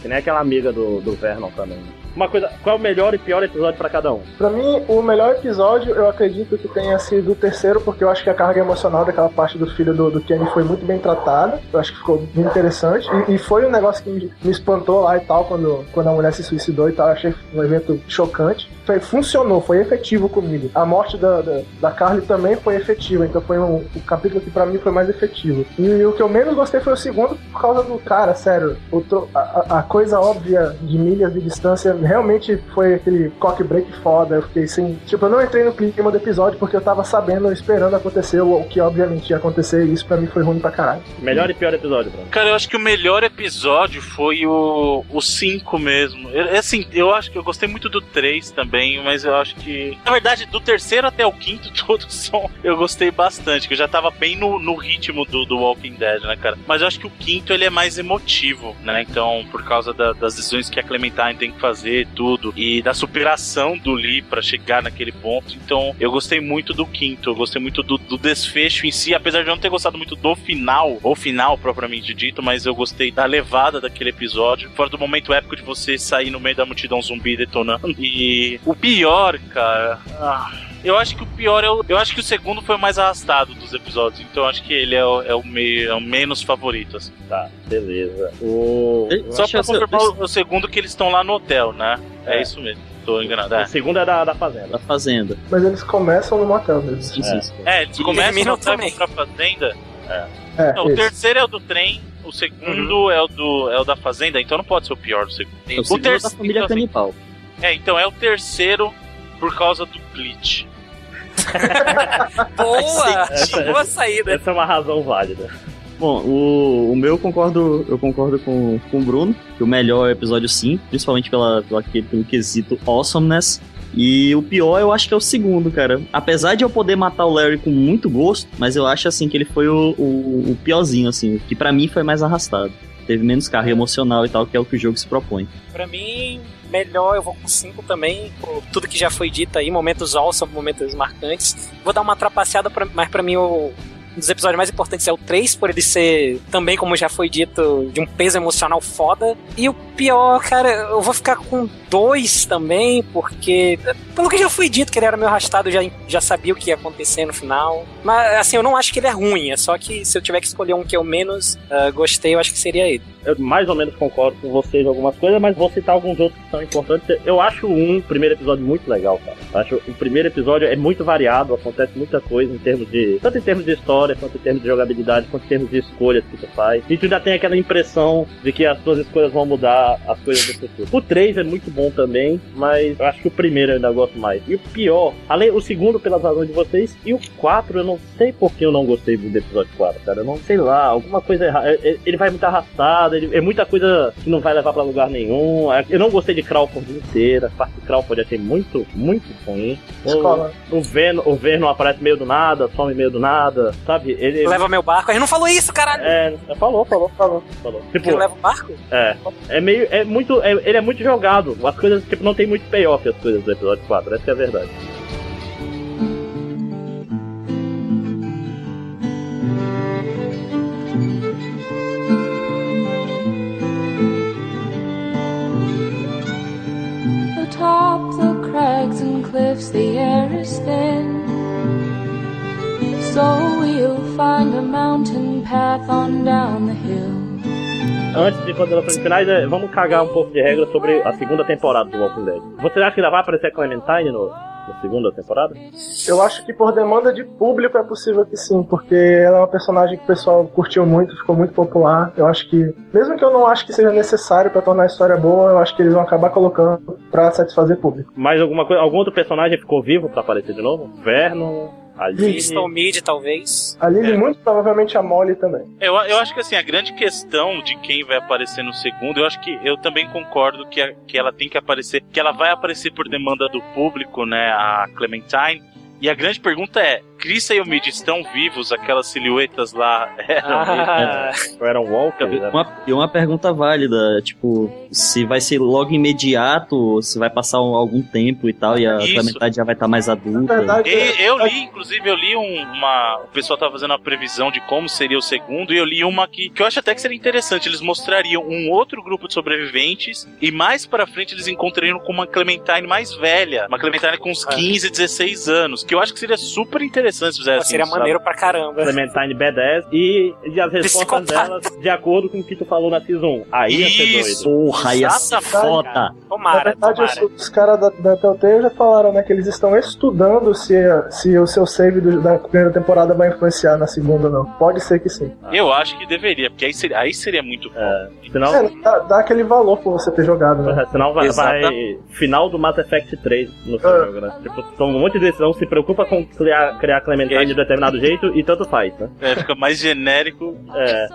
Speaker 1: Que nem aquela amiga do, do Vernon também. né? Uma coisa, qual é o melhor e pior episódio pra cada um?
Speaker 5: Pra mim, o melhor episódio eu acredito que tenha sido o terceiro, porque eu acho que a carga emocional daquela parte do filho do, do Kenny foi muito bem tratada. Eu acho que ficou bem interessante. E, e foi um negócio que me, me espantou lá e tal, quando, quando a mulher se suicidou e tal. Eu achei um evento chocante. Foi, funcionou, foi efetivo comigo. A morte da, da, da Carly também foi efetiva, então foi um, o capítulo que pra mim foi mais efetivo. E, o que eu menos gostei foi o segundo, por causa do cara, sério. O tro- a, a- a coisa óbvia de milhas de distância realmente foi aquele cock break foda. Eu fiquei sem. Tipo, eu não entrei no clima do episódio porque eu tava sabendo, esperando acontecer o o que obviamente ia acontecer, e isso pra mim foi ruim pra caralho.
Speaker 1: Melhor e pior episódio, Bruno.
Speaker 2: Cara, eu acho que o melhor episódio foi o 5 mesmo. Eu, é assim, eu acho que eu gostei muito do 3 também, mas eu acho que. Na verdade, do terceiro até o quinto, todos são. Eu gostei bastante, que eu já tava bem no, no ritmo do, do Walking Dead, né, cara? Mas eu acho que o quinto ele é mais emotivo, né? Então, por causa da- das decisões que a Clementine tem que fazer e tudo, e da superação do Lee pra chegar naquele ponto. Então, eu gostei muito do quinto, eu gostei muito do, do desfecho em si, apesar de eu não ter gostado muito do final, ou final propriamente dito, mas eu gostei da levada daquele episódio, fora do momento épico de você sair no meio da multidão zumbi detonando. E o pior, cara. ah, eu acho que o pior é o. Eu acho que o segundo foi o mais arrastado dos episódios. Então eu acho que ele é o, é o, meio, é o menos favorito. Assim.
Speaker 1: Tá, beleza. O...
Speaker 2: Só
Speaker 1: Deixa
Speaker 2: pra
Speaker 1: eu-
Speaker 2: confirmar o- o segundo que eles estão lá no hotel, né? É, isso mesmo. Tô enganado. É.
Speaker 1: O segundo é da, da Fazenda.
Speaker 4: Da Fazenda.
Speaker 5: Mas eles começam no motel mesmo.
Speaker 2: É, eles começam
Speaker 1: terminam
Speaker 2: no pra fazenda.
Speaker 5: É,
Speaker 2: Não, o
Speaker 5: esse.
Speaker 2: terceiro é o do trem O
Speaker 1: Uhum.
Speaker 2: segundo é o do é o da fazenda, então não pode ser o pior do segundo.
Speaker 4: É o segundo
Speaker 2: ter-
Speaker 4: da família
Speaker 2: então, assim,
Speaker 4: canibal.
Speaker 2: é, então é o terceiro por causa do glitch.
Speaker 3: Boa! Boa saída.
Speaker 1: Essa é uma razão válida.
Speaker 4: Bom, o, o meu eu concordo, eu concordo com, com o Bruno, que o melhor é o episódio 5, principalmente pela, pela, aquele- pelo quesito awesomeness. E o pior eu acho que é o segundo, cara. Apesar de eu poder matar o Larry com muito gosto, mas eu acho assim que ele foi o, o, o piorzinho, assim, que pra mim foi mais arrastado. Teve menos carga emocional e tal, que é o que o jogo se propõe.
Speaker 3: Pra mim, melhor eu vou com 5 também, por tudo que já foi dito aí, momentos awesome, momentos marcantes. Vou dar uma trapaceada, pra- mas pra mim o. Um dos episódios mais importantes é o 3, por ele ser também, como já foi dito, de um peso emocional foda. E o pior, cara, eu vou ficar com dois também, porque. Pelo que já foi dito, que ele era meio arrastado, eu já, já sabia o que ia acontecer no final. Mas assim, eu não acho que ele é ruim, é só que se eu tiver que escolher um que eu menos ah, gostei, eu acho que seria ele.
Speaker 1: Eu mais ou menos concordo com vocês em algumas coisas, mas vou citar alguns outros que são importantes. Eu acho um primeiro episódio muito legal, cara. Eu acho o primeiro episódio é muito variado, acontece muita coisa em termos de. Tanto em termos de história, quanto em termos de jogabilidade, quanto em termos de escolhas que tu faz. E tu já tem aquela impressão de que as tuas escolhas vão mudar as coisas do futuro. O 3 é muito bom também, mas eu acho que o primeiro eu ainda gosto mais. E o pior, além o segundo pelas razões de vocês, e o 4 eu não sei por que eu não gostei do episódio 4, cara. Eu não sei lá, alguma coisa errada. É- é- Ele vai muito arrastado, ele, é muita coisa que não vai levar pra lugar nenhum. É- Eu não gostei de Crawford inteira, a parte de Crawford achei muito, muito ruim.
Speaker 5: Escola.
Speaker 1: O, o Venom, o Venom aparece meio do nada, some meio do nada, sabe? Ele
Speaker 3: Leva meu barco. A gente não falou isso, caralho!
Speaker 1: É, falou, falou, falou, falou. Tipo,
Speaker 3: Que eu levo o barco?
Speaker 1: é. É meio. É muito. é- ele é muito jogado. As coisas, tipo, não tem muito payoff as coisas do episódio 4. Essa que é a verdade.
Speaker 12: Atop the crags and cliffs, the air is thin. So we'll find a mountain path on down the hill.
Speaker 1: Antes de considerações finais, é, vamos cagar um pouco de regra sobre a segunda temporada do Walking Dead. Você acha que ainda vai aparecer a Clementine no, na segunda temporada?
Speaker 5: Eu acho que por demanda de público é possível que sim, porque ela é uma personagem que o pessoal curtiu muito, ficou muito popular. Eu acho que, mesmo que eu não acho que seja necessário pra tornar a história boa, eu acho que eles vão acabar colocando pra satisfazer público.
Speaker 1: Mais alguma coisa? Algum outro personagem ficou vivo pra aparecer de novo? Verno, Aline.
Speaker 3: Crystal Mid, talvez.
Speaker 5: A Lily, muito provavelmente a Molly também.
Speaker 2: Eu, eu acho que assim, a grande questão de quem vai aparecer no segundo, eu acho que eu também concordo que, a- que ela tem que aparecer, que ela vai aparecer por demanda do público, né? A Clementine. E a grande pergunta é: Chris e o Mid estão vivos? Aquelas silhuetas lá eram,
Speaker 4: Ah.
Speaker 1: Ou eram Walkers? né?
Speaker 4: Uma- e uma pergunta válida, tipo, se vai ser logo imediato, ou se vai passar um- algum tempo e tal, e a
Speaker 2: Isso.
Speaker 4: Clementine já vai estar mais adulta.
Speaker 2: E eu li, inclusive, eu li um- uma. O pessoal tava fazendo uma previsão de como seria o segundo, e eu li uma que, que eu acho até que seria interessante. Eles mostrariam um outro grupo de sobreviventes, e mais pra frente eles encontrariam com uma Clementine mais velha. Uma Clementine com
Speaker 1: Ah.
Speaker 2: uns 15, 16 anos. Que eu acho que seria super interessante se fizesse.
Speaker 1: Seria
Speaker 2: isso,
Speaker 1: maneiro
Speaker 2: é, assim, sabe?
Speaker 3: pra caramba.
Speaker 1: Clementine B10 e, e as respostas delas de acordo com o que tu falou na Season 1. Aí ia ser doido.
Speaker 4: Isso. Porra,
Speaker 1: é
Speaker 4: ia ser
Speaker 1: Exatamente.
Speaker 4: foda.
Speaker 5: Na verdade, os, os caras da, da Telltale já falaram, né, que eles estão estudando se, se o seu save do- da primeira temporada vai influenciar na segunda ou não. Pode ser que sim.
Speaker 2: Eu acho que deveria, porque aí seria, aí seria muito bom.
Speaker 1: Senão,
Speaker 5: É, dá, dá aquele valor por você ter jogado, né?
Speaker 1: Senão vai, vai-
Speaker 5: Exatamente.
Speaker 1: final do Mass Effect 3 no seu jogo, né? Tipo, toma um monte de decisão, se preocupa com criar, criar Clementine de determinado jeito e tanto faz, né?
Speaker 2: É, fica mais genérico.
Speaker 1: É.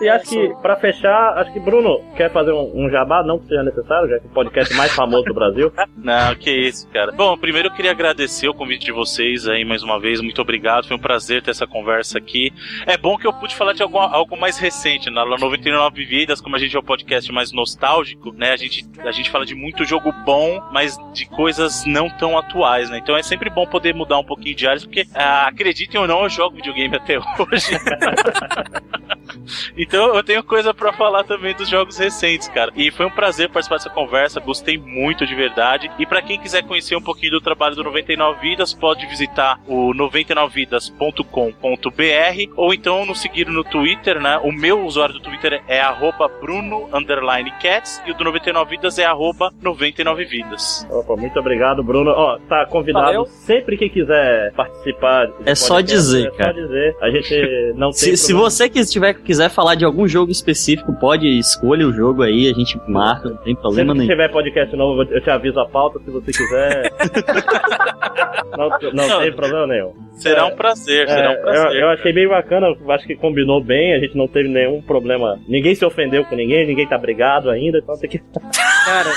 Speaker 1: E acho que, pra fechar, acho que Bruno quer fazer um, um jabá, não que seja necessário, já que é o podcast mais famoso do Brasil.
Speaker 2: Não, que isso, cara. Bom, primeiro eu queria agradecer o convite de vocês aí mais uma vez. Muito obrigado, foi um prazer ter essa conversa aqui. É bom que eu pude falar de alguma- algo mais recente, né? na 99 Vidas, como a gente é um podcast mais nostálgico, né? A gente, a gente fala de muito jogo bom, mas de coisas não tão atuais, né? Então é sempre bom poder mudar um pouquinho de áreas, porque, ah, acreditem ou não, eu jogo videogame até hoje. Então eu tenho coisa pra falar também dos jogos recentes, cara. E foi um prazer participar dessa conversa, gostei muito de verdade. E pra quem quiser conhecer um pouquinho do trabalho do 99 Vidas, pode visitar o 99vidas.com.br ou então nos seguir no Twitter, né? O meu usuário do Twitter é arroba Bruno underline Cats e o do 99 Vidas é arroba 99 Vidas.
Speaker 1: Opa, muito obrigado, Bruno. Ó, tá convidado
Speaker 2: Valeu.
Speaker 1: sempre que quiser participar. do
Speaker 4: É só
Speaker 1: podcast,
Speaker 4: dizer,
Speaker 1: é
Speaker 4: cara.
Speaker 1: só dizer. A gente não tem
Speaker 4: Se, se
Speaker 1: problema.
Speaker 4: você que estiver quiser falar de algum jogo específico, pode escolha o jogo aí, a gente marca, não tem problema
Speaker 13: Sempre que
Speaker 4: nenhum.
Speaker 13: tiver podcast novo, eu te aviso a pauta se você quiser. não, não tem problema nenhum.
Speaker 2: Será um prazer,
Speaker 1: é,
Speaker 2: será um prazer.
Speaker 13: É, Eu, eu achei bem bacana, eu acho que combinou bem, a gente não teve nenhum problema. Ninguém se ofendeu com ninguém, ninguém tá brigado ainda, então tem que.
Speaker 3: Cara.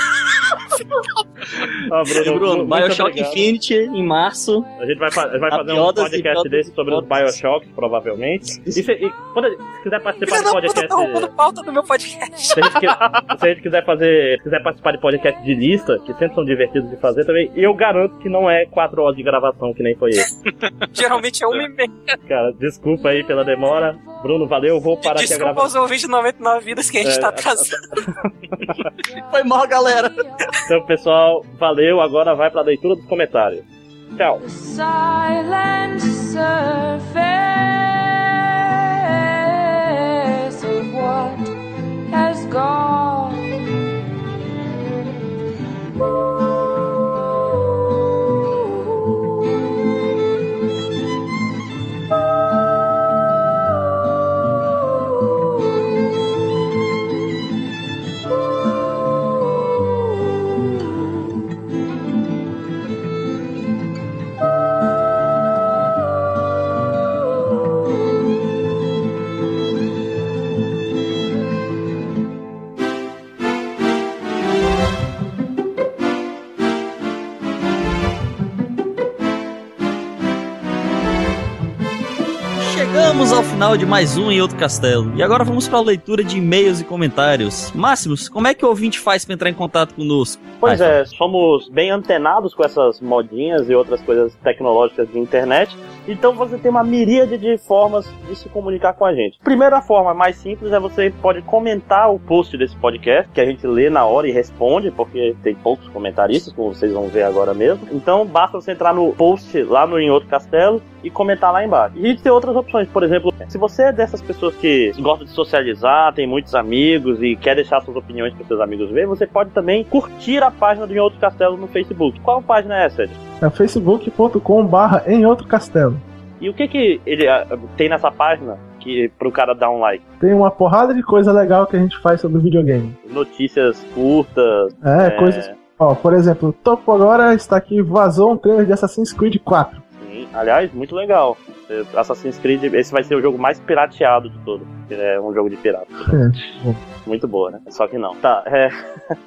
Speaker 13: Ah, Bruno,
Speaker 4: Bruno,
Speaker 13: muito
Speaker 4: Bioshock
Speaker 13: obrigado.
Speaker 4: Infinity em março.
Speaker 13: A gente vai, fa- vai fazer um
Speaker 4: Abiodas e
Speaker 13: podcast
Speaker 4: Biodas
Speaker 13: desse sobre os Bioshocks, provavelmente. E se, e quando, se quiser participar
Speaker 1: um
Speaker 13: do podcast.
Speaker 3: Tá roubando pauta do meu podcast.
Speaker 13: Se a, gente, que- se a gente quiser fazer, quiser participar de podcast de lista, que sempre são divertidos de fazer também, eu garanto que não é quatro horas de gravação, que nem foi esse.
Speaker 3: Geralmente é uma e meia.
Speaker 13: Cara, desculpa aí pela demora. Bruno, valeu, vou parar aqui a
Speaker 3: Desculpa aos
Speaker 13: gravação.
Speaker 3: ouvintes de 99 vidas que a gente
Speaker 13: É,
Speaker 3: tá
Speaker 13: a-
Speaker 3: atrasando.
Speaker 4: Foi mal, galera.
Speaker 13: Então, pessoal, valeu. Agora vai pra leitura dos comentários. Tchau.
Speaker 14: silent surface of what has gone.
Speaker 4: Chegamos ao final de mais um em outro castelo. E agora vamos para a leitura de e-mails e comentários. Máximos, como é que o ouvinte faz para entrar em contato conosco?
Speaker 1: Pois é, somos bem antenados com essas modinhas e outras coisas tecnológicas de internet. Então você tem uma miríade de formas de se comunicar com a gente. Primeira forma mais simples é você pode comentar o post desse podcast, que a gente lê na hora e responde, porque tem poucos comentaristas, como vocês vão ver agora mesmo. Então basta você entrar no post lá no Em Outro Castelo e comentar lá embaixo. E tem outras opções, por exemplo, se você é dessas pessoas que gosta de socializar, tem muitos amigos e quer deixar suas opiniões para seus amigos ver, você pode também curtir a página do Em Outro Castelo no Facebook. Qual página é essa, Ed?
Speaker 5: É facebook.com/barra em outro castelo.
Speaker 1: E o que que ele ah, tem nessa página que pro cara dar um like?
Speaker 5: Tem uma porrada de coisa legal que a gente faz sobre videogame.
Speaker 1: Notícias curtas.
Speaker 5: É, coisas. Ó, por exemplo, topo agora está aqui, vazou um trailer de Assassin's Creed 4.
Speaker 1: Sim, aliás, muito legal. Eh, Assassin's Creed, esse vai ser o jogo mais pirateado de todo. Ele é um jogo de pirata. Muito boa, né? Só que não. Tá, é.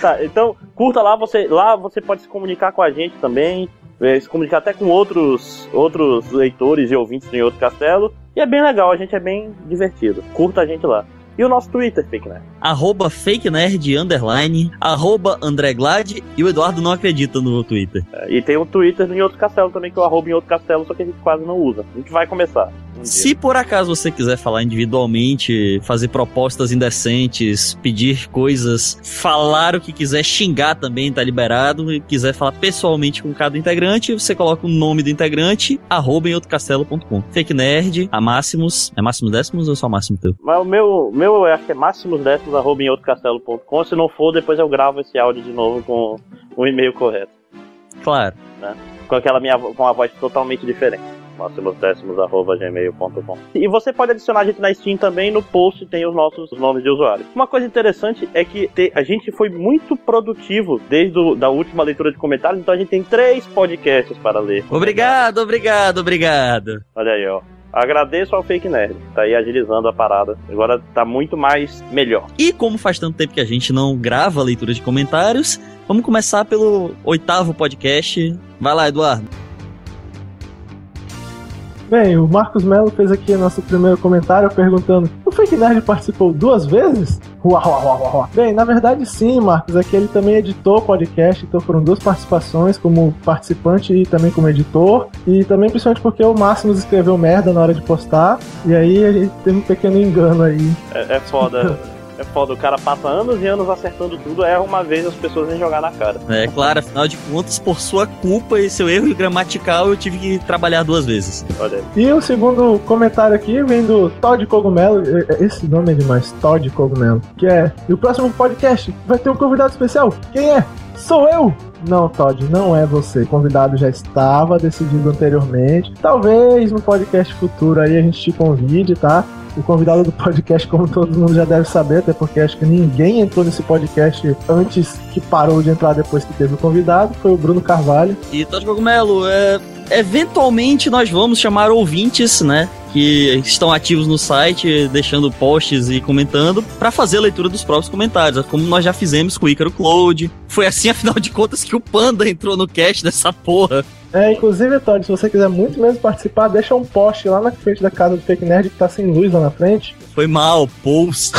Speaker 1: tá, então curta lá, você lá você pode se comunicar com a gente também, eh, se comunicar até com outros outros leitores e ouvintes do Em Outro Castelo. E é bem legal, a gente é bem divertido. Curta a gente lá. E o nosso Twitter, né? Fake Nerd.
Speaker 4: Arroba fake nerd underline, arroba André Glade e o Eduardo não acredita no Twitter.
Speaker 1: E tem um Twitter do Em Outro Castelo também, que eu arrobo em outro castelo, só que a gente quase não usa. A gente vai começar. um
Speaker 4: Um Se por acaso você quiser falar individualmente, fazer propostas indecentes, pedir coisas, falar o que quiser, xingar também, tá liberado. E quiser falar pessoalmente com cada integrante, você coloca o nome do integrante, arroba em outrocastelo.com. Fake Nerd, a Máximos. É Máximos Décimos ou só Máximo teu?
Speaker 1: Mas o meu, meu eu acho que é máximos décimos, arroba em outrocastelo.com. Se não for, depois eu gravo esse áudio de novo com o e-mail correto.
Speaker 4: Claro.
Speaker 1: né? Com aquela minha vo- com a voz totalmente diferente. Máximos décimos, arroba gmail.com. E você pode adicionar a gente na Steam também, no post tem os nossos nomes de usuário. Uma coisa interessante é que te- a gente foi muito produtivo desde o, da última leitura de comentários, então a gente tem três podcasts para ler.
Speaker 4: Obrigado, obrigado, obrigado.
Speaker 1: Olha aí, ó. Agradeço ao Fake Nerd, tá aí agilizando a parada. Agora tá muito mais melhor.
Speaker 4: E como faz tanto tempo que a gente não grava a leitura de comentários, vamos começar pelo oitavo podcast. Vai lá, Eduardo.
Speaker 5: Bem, o Marcos Melo fez aqui nosso primeiro comentário perguntando: o Fake Nerd participou duas vezes? Uau, uau, uau, uau, uau. Bem, na verdade sim, Marcos. É que ele também editou o podcast, então foram duas participações como participante e também como editor. E também principalmente porque o Máximos escreveu merda na hora de postar. E aí a gente teve um pequeno engano aí.
Speaker 1: É, é foda. É foda, o cara passa anos e anos acertando tudo, erra uma vez as pessoas vêm jogar na cara.
Speaker 4: É claro, afinal de contas, por sua culpa e seu erro gramatical, eu tive que trabalhar duas vezes.
Speaker 1: Olha
Speaker 5: E o segundo comentário aqui vem do Todd Cogumelo. E- e- Esse nome é demais, Todd Cogumelo. Que é. E o próximo podcast vai ter um convidado especial. Quem é? Sou eu! Não, Todd, não é você. O convidado já estava decidido anteriormente. Talvez no podcast futuro aí a gente te convide, tá? o convidado do podcast, como todo mundo já deve saber, até porque acho que ninguém entrou nesse podcast antes que parou de entrar depois que teve o convidado, foi o Bruno Carvalho.
Speaker 4: E Todd Cogumelo, é, eventualmente nós vamos chamar ouvintes, né? Que estão ativos no site, deixando posts e comentando, para fazer a leitura dos próprios comentários, como nós já fizemos com o Ícaro Cloud. Foi assim, afinal de contas, que o Panda entrou no cast dessa porra.
Speaker 5: É, inclusive, Todd, se você quiser muito mesmo participar, deixa um post lá na frente da casa do Fake Nerd que tá sem luz lá na frente.
Speaker 4: Foi mal, post.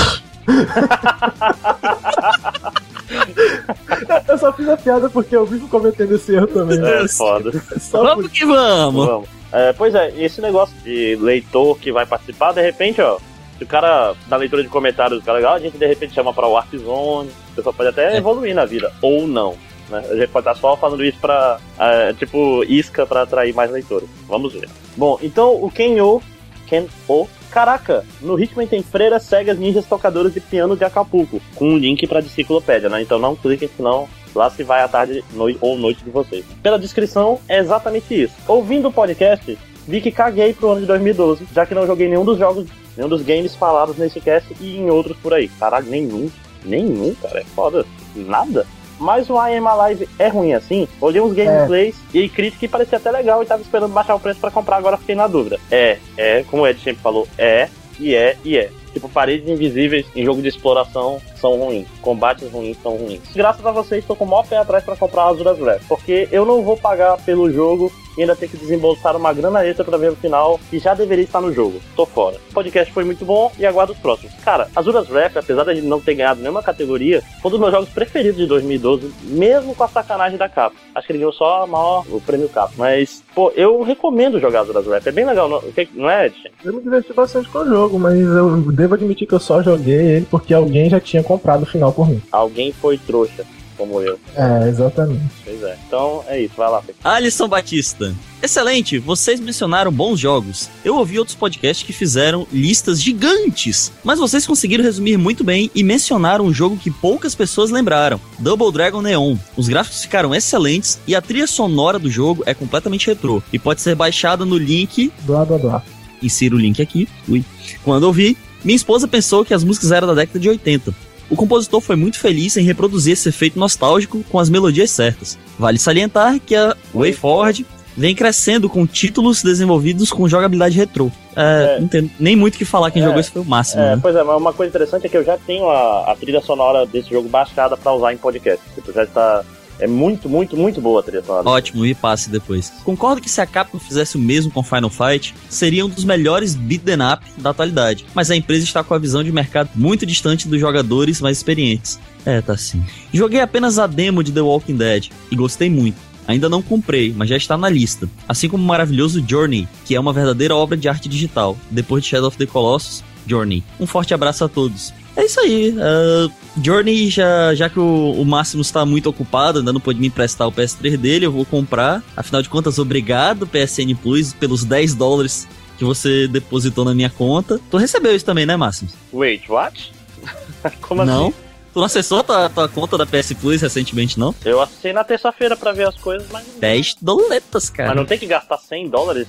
Speaker 5: eu só fiz a piada porque eu vivo cometendo esse erro também. né?
Speaker 1: É foda.
Speaker 5: Só
Speaker 4: vamos que vamos!
Speaker 1: Vamos. É, pois é, esse negócio de leitor que vai participar, de repente, ó, se o cara, na leitura de comentários, o cara legal, a gente de repente chama pra Warp Zone, o pessoal pode até evoluir na vida, ou não. Né? A gente pode estar só falando isso pra, ah, tipo, isca pra atrair mais leitores. Vamos ver. Bom, então o Kenyo, Ken-O, Caraca, no Hitman tem freiras, cegas, ninjas, tocadoras de piano de Acapulco, com um link pra enciclopédia, né? Então não cliquem, senão lá se vai a tarde noi- ou noite de vocês. Pela descrição, é exatamente isso. Ouvindo o podcast, vi que caguei pro ano de 2012, já que não joguei nenhum dos jogos, nenhum dos games falados nesse cast e em outros por aí. Caralho, nenhum, nenhum, cara, é foda. Nada. Mas o I Am Alive é ruim assim? Olhei uns gameplays e crítica que parecia até legal e tava esperando baixar o preço pra comprar, agora fiquei na dúvida. É, é, como o Ed sempre falou, é, e é, e é. Tipo, paredes invisíveis em jogo de exploração são ruins. Combates ruins são ruins. Graças a vocês, tô com o maior pé atrás pra comprar Azuras Wrath. Porque eu não vou pagar pelo jogo e ainda ter que desembolsar uma grana extra pra ver o final, que já deveria estar no jogo. Tô fora. O podcast foi muito bom e aguardo os próximos. Cara, Azuras Wrath, apesar de não ter ganhado nenhuma categoria, foi um dos meus jogos preferidos de 2012, mesmo com a sacanagem da capa. Acho que ele ganhou só a maior, o prêmio capa. Mas, pô, eu recomendo jogar Azuras Wrath. É bem legal, não, não é, Ed?
Speaker 5: Eu me diverti bastante com o jogo, mas eu devo admitir que eu só joguei ele porque alguém já tinha comprado o final por mim.
Speaker 1: Alguém foi trouxa, como eu.
Speaker 5: É, exatamente.
Speaker 1: Pois é. Então é isso, vai lá. Fê.
Speaker 4: Alisson Batista. Excelente, vocês mencionaram bons jogos. Eu ouvi outros podcasts que fizeram listas gigantes, mas vocês conseguiram resumir muito bem e mencionaram um jogo que poucas pessoas lembraram: Double Dragon Neon. Os gráficos ficaram excelentes e a trilha sonora do jogo é completamente retrô e pode ser baixada no link.
Speaker 5: Blá blá blá.
Speaker 4: Insiro o link aqui. Ui. Quando eu vi, minha esposa pensou que as músicas eram da década de 80. O compositor foi muito feliz em reproduzir esse efeito nostálgico com as melodias certas. Vale salientar que a WayForward vem crescendo com títulos desenvolvidos com jogabilidade retrô. É, Não tem nem muito o que falar, quem
Speaker 1: É.
Speaker 4: jogou isso foi o máximo.
Speaker 1: É,
Speaker 4: né?
Speaker 1: pois é, mas uma coisa interessante é que eu já tenho a, a trilha sonora desse jogo baixada pra usar em podcast. Tipo, já está. É muito, muito, muito boa a trilha sonora.
Speaker 4: Ótimo, e passe depois. Concordo que se a Capcom fizesse o mesmo com Final Fight, seria um dos melhores beat'em up da atualidade. Mas a empresa está com a visão de mercado muito distante dos jogadores mais experientes. É, tá sim. Joguei apenas a demo de The Walking Dead e gostei muito. Ainda não comprei, mas já está na lista. Assim como o maravilhoso Journey, que é uma verdadeira obra de arte digital. Depois de Shadow of the Colossus, Journey. Um forte abraço a todos. É isso aí. ah, Journey, já, já que o, o Máximo está muito ocupado, ainda não pôde me emprestar o PS3 dele, eu vou comprar. Afinal de contas, obrigado, PSN Plus, pelos 10 dólares que você depositou na minha conta. Tu recebeu isso também, né, Máximo?
Speaker 1: Wait, what? Como
Speaker 4: não?
Speaker 1: assim?
Speaker 4: Tu não acessou a tua, tua conta da PS Plus recentemente, não?
Speaker 1: Eu acessei na terça-feira pra ver as coisas, mas,
Speaker 4: 10 doletas, cara.
Speaker 1: mas não tem que gastar 100 dólares.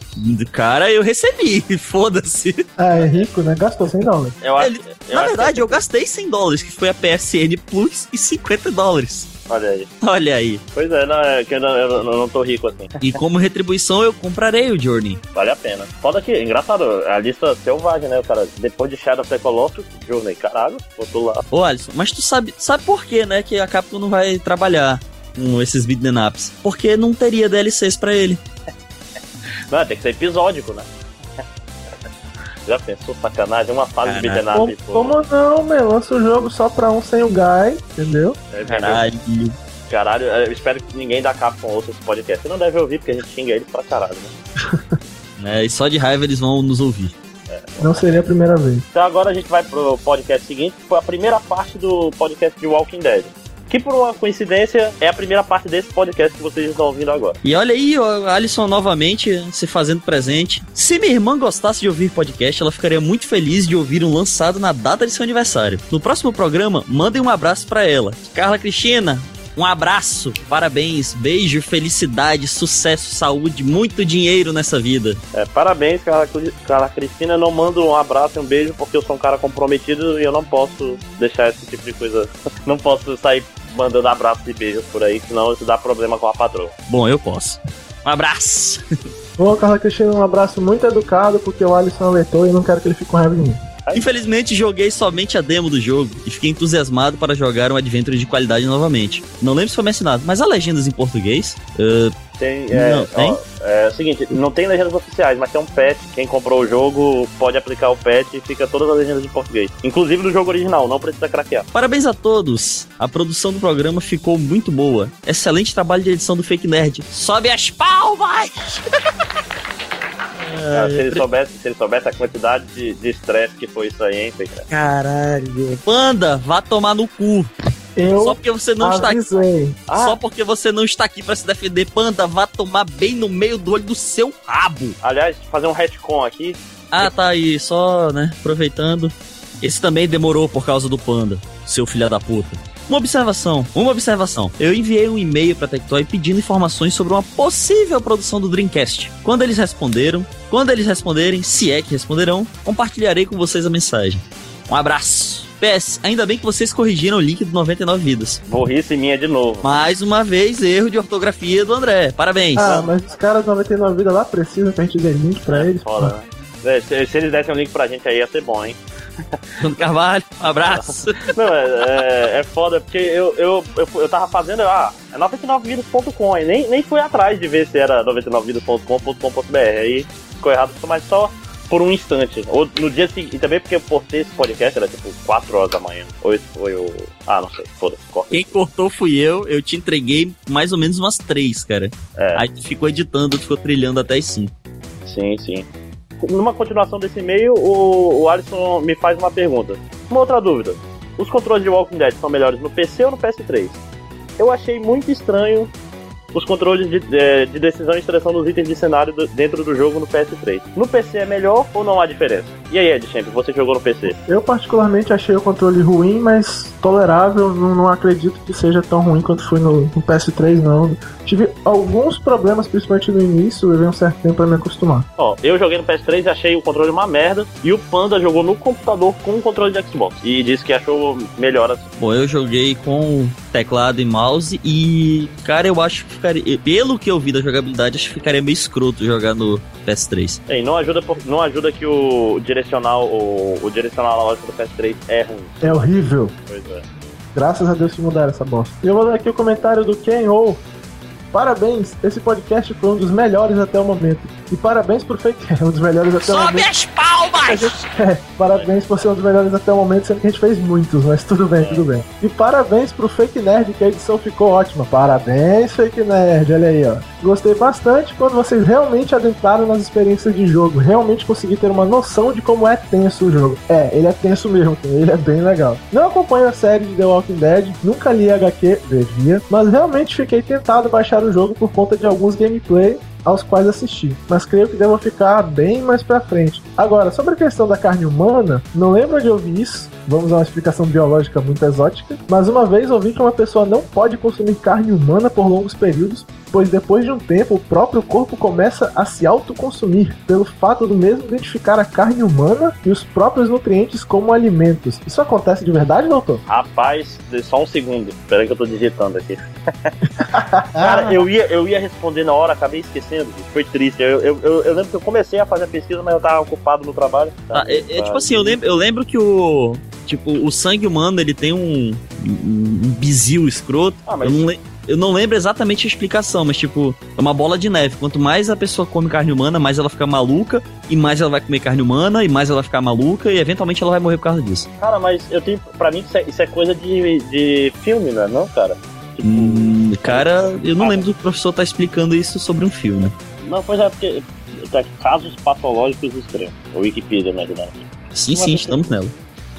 Speaker 4: Cara, eu recebi, foda-se.
Speaker 5: Ah, é rico, né? Gastou 100 dólares.
Speaker 1: Eu acho. é
Speaker 4: Na verdade, eu gastei 100 dólares, que foi a PSN Plus, e 50 dólares.
Speaker 1: Olha aí.
Speaker 4: Olha aí.
Speaker 1: Pois é, não, é que eu, não, eu não- eu não tô rico assim.
Speaker 4: E como retribuição, eu comprarei o Journey.
Speaker 1: Vale a pena. Foda que, engraçado, a lista selvagem, né? O cara, depois de Shadow of the Colossus, Journey, caralho, botou lá.
Speaker 4: Ô, Alisson, mas tu sabe, sabe por quê, né? Que a Capcom não vai trabalhar com esses beat'em ups. Porque não teria DLCs pra ele.
Speaker 1: Não, tem que ser episódico, né? Já pensou, sacanagem? Uma fase de beat'em
Speaker 5: Como,
Speaker 1: up, pô.
Speaker 5: como não, meu? Lança o jogo só pra um sem o Guy, entendeu?
Speaker 1: É,
Speaker 4: Caralho.
Speaker 1: Caralho, eu espero que ninguém da Capcom ouça esse podcast. Você não deve ouvir, porque a gente xinga eles pra caralho, né?
Speaker 4: Né? E só de raiva eles vão nos ouvir.
Speaker 5: Não seria a primeira vez.
Speaker 1: Então agora a gente vai pro podcast seguinte, que foi a primeira parte do podcast de Walking Dead. Que por uma coincidência é a primeira parte desse podcast que vocês estão ouvindo agora.
Speaker 4: E olha aí, ó, a Alison novamente se fazendo presente. Se minha irmã gostasse de ouvir podcast, ela ficaria muito feliz de ouvir um lançado na data de seu aniversário. No próximo programa, mandem um abraço pra ela. Carla Cristina, Um abraço, parabéns, beijo, felicidade, sucesso, saúde, muito dinheiro nessa vida.
Speaker 1: É, parabéns, Carla, Cri- Carla Cristina. Eu não mando um abraço e um beijo porque eu sou um cara comprometido e eu não posso deixar esse tipo de coisa. Não posso sair mandando abraços e beijos por aí, senão isso dá problema com a patroa.
Speaker 4: Bom, eu posso. Um abraço.
Speaker 5: Ô, Carla Cristina, um abraço muito educado, porque o Alisson alertou e eu não quero que ele fique com raiva de mim.
Speaker 4: Infelizmente, joguei somente a demo do jogo e fiquei entusiasmado para jogar um adventure de qualidade novamente. Não lembro se foi mencionado, mas há legendas em português? Ah,
Speaker 1: Tem, é,
Speaker 4: Não, tem?
Speaker 1: ó, é, o seguinte, não tem legendas oficiais, mas tem um patch. Quem comprou o jogo pode aplicar o patch e fica todas as legendas em português. Inclusive do jogo original, não precisa craquear.
Speaker 4: Parabéns a todos! A produção do programa ficou muito boa. Excelente trabalho de edição do Fake Nerd. Sobe as palmas! É,
Speaker 1: Cara, Ah, se, ele soubesse, se ele soubesse a quantidade de de estresse que foi isso aí, hein, Fê, cara?
Speaker 4: Caralho. Panda, vá tomar no cu.
Speaker 5: Eu
Speaker 4: Só porque você não
Speaker 5: avisei. Ah.
Speaker 4: está aqui. Só porque você não está aqui para se defender, Panda, vá tomar bem no meio do olho do seu rabo.
Speaker 1: Aliás, fazer um retcon aqui.
Speaker 4: Ah, tá aí, só, né, aproveitando. Esse também demorou por causa do Panda, seu filho da puta. Uma observação, uma observação. Eu enviei um e-mail pra Tectoy pedindo informações sobre uma possível produção do Dreamcast. Quando eles responderam, quando eles responderem, se é que responderão, compartilharei com vocês a mensagem. Um abraço. PS, ainda bem que vocês corrigiram o link do 99 vidas.
Speaker 1: Burrice minha de novo.
Speaker 4: Mais uma vez, erro de ortografia do André. Parabéns.
Speaker 5: Ah, mas os caras do 99 Vida lá precisam que a gente dê link pra eles.
Speaker 1: Foda, né? É, Se, se eles dessem um link pra gente aí, ia ser bom, hein?
Speaker 4: Bruno Carvalho, um abraço.
Speaker 1: Não, é, é, é foda, porque eu, eu, eu, eu tava fazendo, ah, é 99vidas.com, aí nem, nem fui atrás de ver se era 99vidas.com.com.br, aí ficou errado, mas só por um instante. Ou no dia seguinte, e também porque eu postei esse podcast, era tipo 4 horas da manhã, ou isso foi o... Ah, não sei, foda-se, corta.
Speaker 4: Quem cortou fui eu, eu te entreguei mais ou menos umas três, cara. Aí tu ficou editando, tu ficou trilhando até as cinco.
Speaker 1: Sim, sim. Numa continuação desse e-mail, o, o Alisson me faz uma pergunta. Uma outra dúvida. Os controles de Walking Dead são melhores no PC ou no PS3? Eu achei muito estranho os controles de, eh, de decisão e seleção dos itens de cenário do- dentro do jogo no PS3. No PC é melhor ou não há diferença? E aí, Ed Champ, você jogou no PC?
Speaker 5: Eu particularmente achei o controle ruim, mas tolerável. Não, não acredito que seja tão ruim quanto foi no, no PS3, não. Tive alguns problemas, principalmente no início. Levei um certo tempo pra me acostumar.
Speaker 1: Ó, eu joguei no PS3 e achei o controle uma merda. E o Panda jogou no computador com o controle de Xbox. E disse que achou melhor assim.
Speaker 4: Bom, eu joguei com teclado e mouse e, cara, eu acho que ficaria. Pelo que eu vi da jogabilidade, acho que ficaria meio escroto jogar no PS3.
Speaker 1: Ei, não ajuda, por- não ajuda que o direcional, o, o direcional analógico do PS3 é ruim.
Speaker 5: É horrível.
Speaker 1: Pois é.
Speaker 5: Graças a Deus que mudaram essa bosta. E eu vou dar aqui o comentário do Ken ou Parabéns, esse podcast foi um dos melhores até o momento. E parabéns pro Fake um dos melhores até o
Speaker 4: Sobe
Speaker 5: momento.
Speaker 4: as palmas!
Speaker 5: É, parabéns por ser um dos melhores até o momento, sendo que a gente fez muitos, mas tudo bem, tudo bem. E parabéns pro Fake Nerd, que a edição ficou ótima. Parabéns, Fake Nerd, olha aí, ó. Gostei bastante quando vocês realmente adentraram nas experiências de jogo, realmente consegui ter uma noção de como é tenso o jogo. É, ele é tenso mesmo, ele é bem legal. Não acompanho a série de The Walking Dead, nunca li HQ, devia, mas realmente fiquei tentado baixar o jogo por conta de alguns gameplay aos quais assisti, mas creio que devo ficar bem mais pra frente. Agora, sobre a questão da carne humana, não lembro onde eu vi isso, vamos a uma explicação biológica muito exótica, mas uma vez ouvi que uma pessoa não pode consumir carne humana por longos períodos, pois depois de um tempo o próprio corpo começa a se autoconsumir, pelo fato do mesmo identificar a carne humana e os próprios nutrientes como alimentos. Isso acontece de verdade, doutor?
Speaker 1: Rapaz, só um segundo. Espera aí que eu tô digitando aqui.
Speaker 5: Ah.
Speaker 1: Cara, eu ia, eu ia responder na hora, acabei esquecendo. bicho. Foi triste. Eu, eu, eu, eu lembro que eu comecei a fazer a pesquisa, mas eu tava ocupado no trabalho.
Speaker 4: Tá, é, é tipo assim, eu lembro, eu lembro que o. Tipo, o sangue humano ele tem um. um um bizil escroto. eu, não le- eu não lembro exatamente a explicação, mas tipo, é uma bola de neve. Quanto mais a pessoa come carne humana, mais ela fica maluca, e mais ela vai comer carne humana, e mais ela vai ficar maluca, e eventualmente ela vai morrer por causa disso.
Speaker 1: Cara, mas eu tenho. Pra mim, isso é, isso é coisa de, de filme, né? Não, cara?
Speaker 4: Hum, cara, eu não lembro do professor tá explicando isso sobre um filme.
Speaker 1: Não, pois é, porque. Tá, casos patológicos extremos. O Wikipedia me ajudando aqui.
Speaker 4: Sim, sim, estamos nela.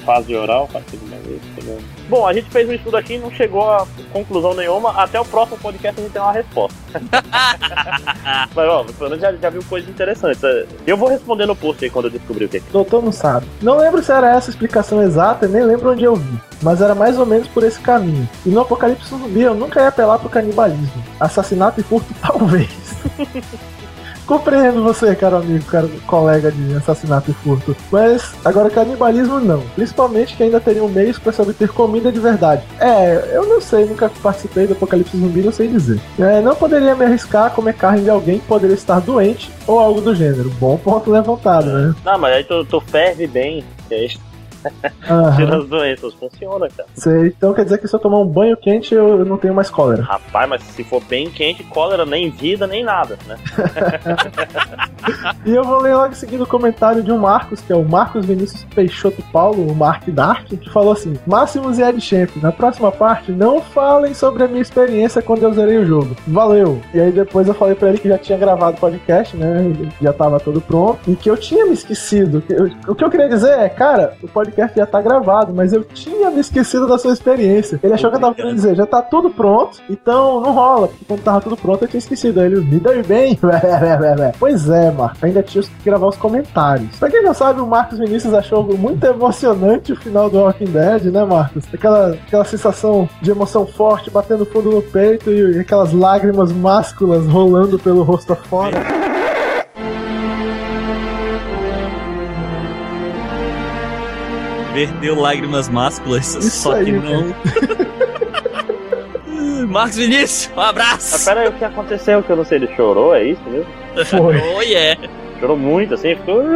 Speaker 1: fase oral, faz tudo uma vez, entendeu? Bom, a gente fez um estudo aqui e não chegou a conclusão nenhuma. Até o próximo podcast a gente tem uma resposta. Mas, ó, pelo menos já, já viu coisas interessantes. Eu vou responder no post aí quando eu descobrir o que é.
Speaker 5: Doutor não sabe. Não lembro se era essa a explicação exata, nem lembro onde eu vi. Mas era mais ou menos por esse caminho. E no Apocalipse Zumbi eu nunca ia apelar pro canibalismo. Assassinato e furto, talvez. Compreendo você, caro amigo, caro colega de assassinato e furto. Mas agora canibalismo não. Principalmente que ainda um teriam meios para se obter comida de verdade. É, eu não sei, nunca participei do apocalipse zumbi, não sei dizer. É, não poderia me arriscar a comer carne de alguém que poderia estar doente ou algo do gênero. Bom ponto levantado, né?
Speaker 1: Não, mas aí tu, tu ferve bem, que aí tira
Speaker 5: Aham.
Speaker 1: as doenças. Funciona, cara.
Speaker 5: Sei, então quer dizer que se eu tomar um banho quente eu não tenho mais cólera.
Speaker 1: Rapaz, mas se for bem quente, cólera nem vida, nem nada, né?
Speaker 5: E eu vou ler logo em seguida o comentário de um Marcos, que é o Marcos Vinícius Peixoto Paulo, o Mark Dark, que falou assim: Máximos e Ed Champ, na próxima parte não falem sobre a minha experiência quando eu zerei o jogo. Valeu! E aí depois eu falei pra ele que já tinha gravado o podcast, né? Já tava todo pronto, e que eu tinha me esquecido. Eu- o que eu queria dizer é, cara, o podcast já tá gravado, mas eu tinha me esquecido da sua experiência. Ele achou que eu tava querendo dizer, já tá tudo pronto, então não rola, porque quando tava tudo pronto eu tinha esquecido. Aí ele me deu bem. pois é, Marco, ainda tinha que gravar os comentários. Pra quem não sabe, o Marcos Vinícius achou muito emocionante o final do Walking Dead, né, Marcos? Aquela, aquela sensação de emoção forte batendo fundo no peito e aquelas lágrimas másculas rolando pelo rosto afora.
Speaker 4: Perdeu lágrimas másculas, só
Speaker 5: aí,
Speaker 4: que não. Marcos Vinícius, um abraço!
Speaker 1: Mas pera aí, o que aconteceu que eu não sei? Ele chorou, é isso mesmo?
Speaker 5: Foi.
Speaker 4: Oh, yeah.
Speaker 1: Chorou muito, assim, ficou...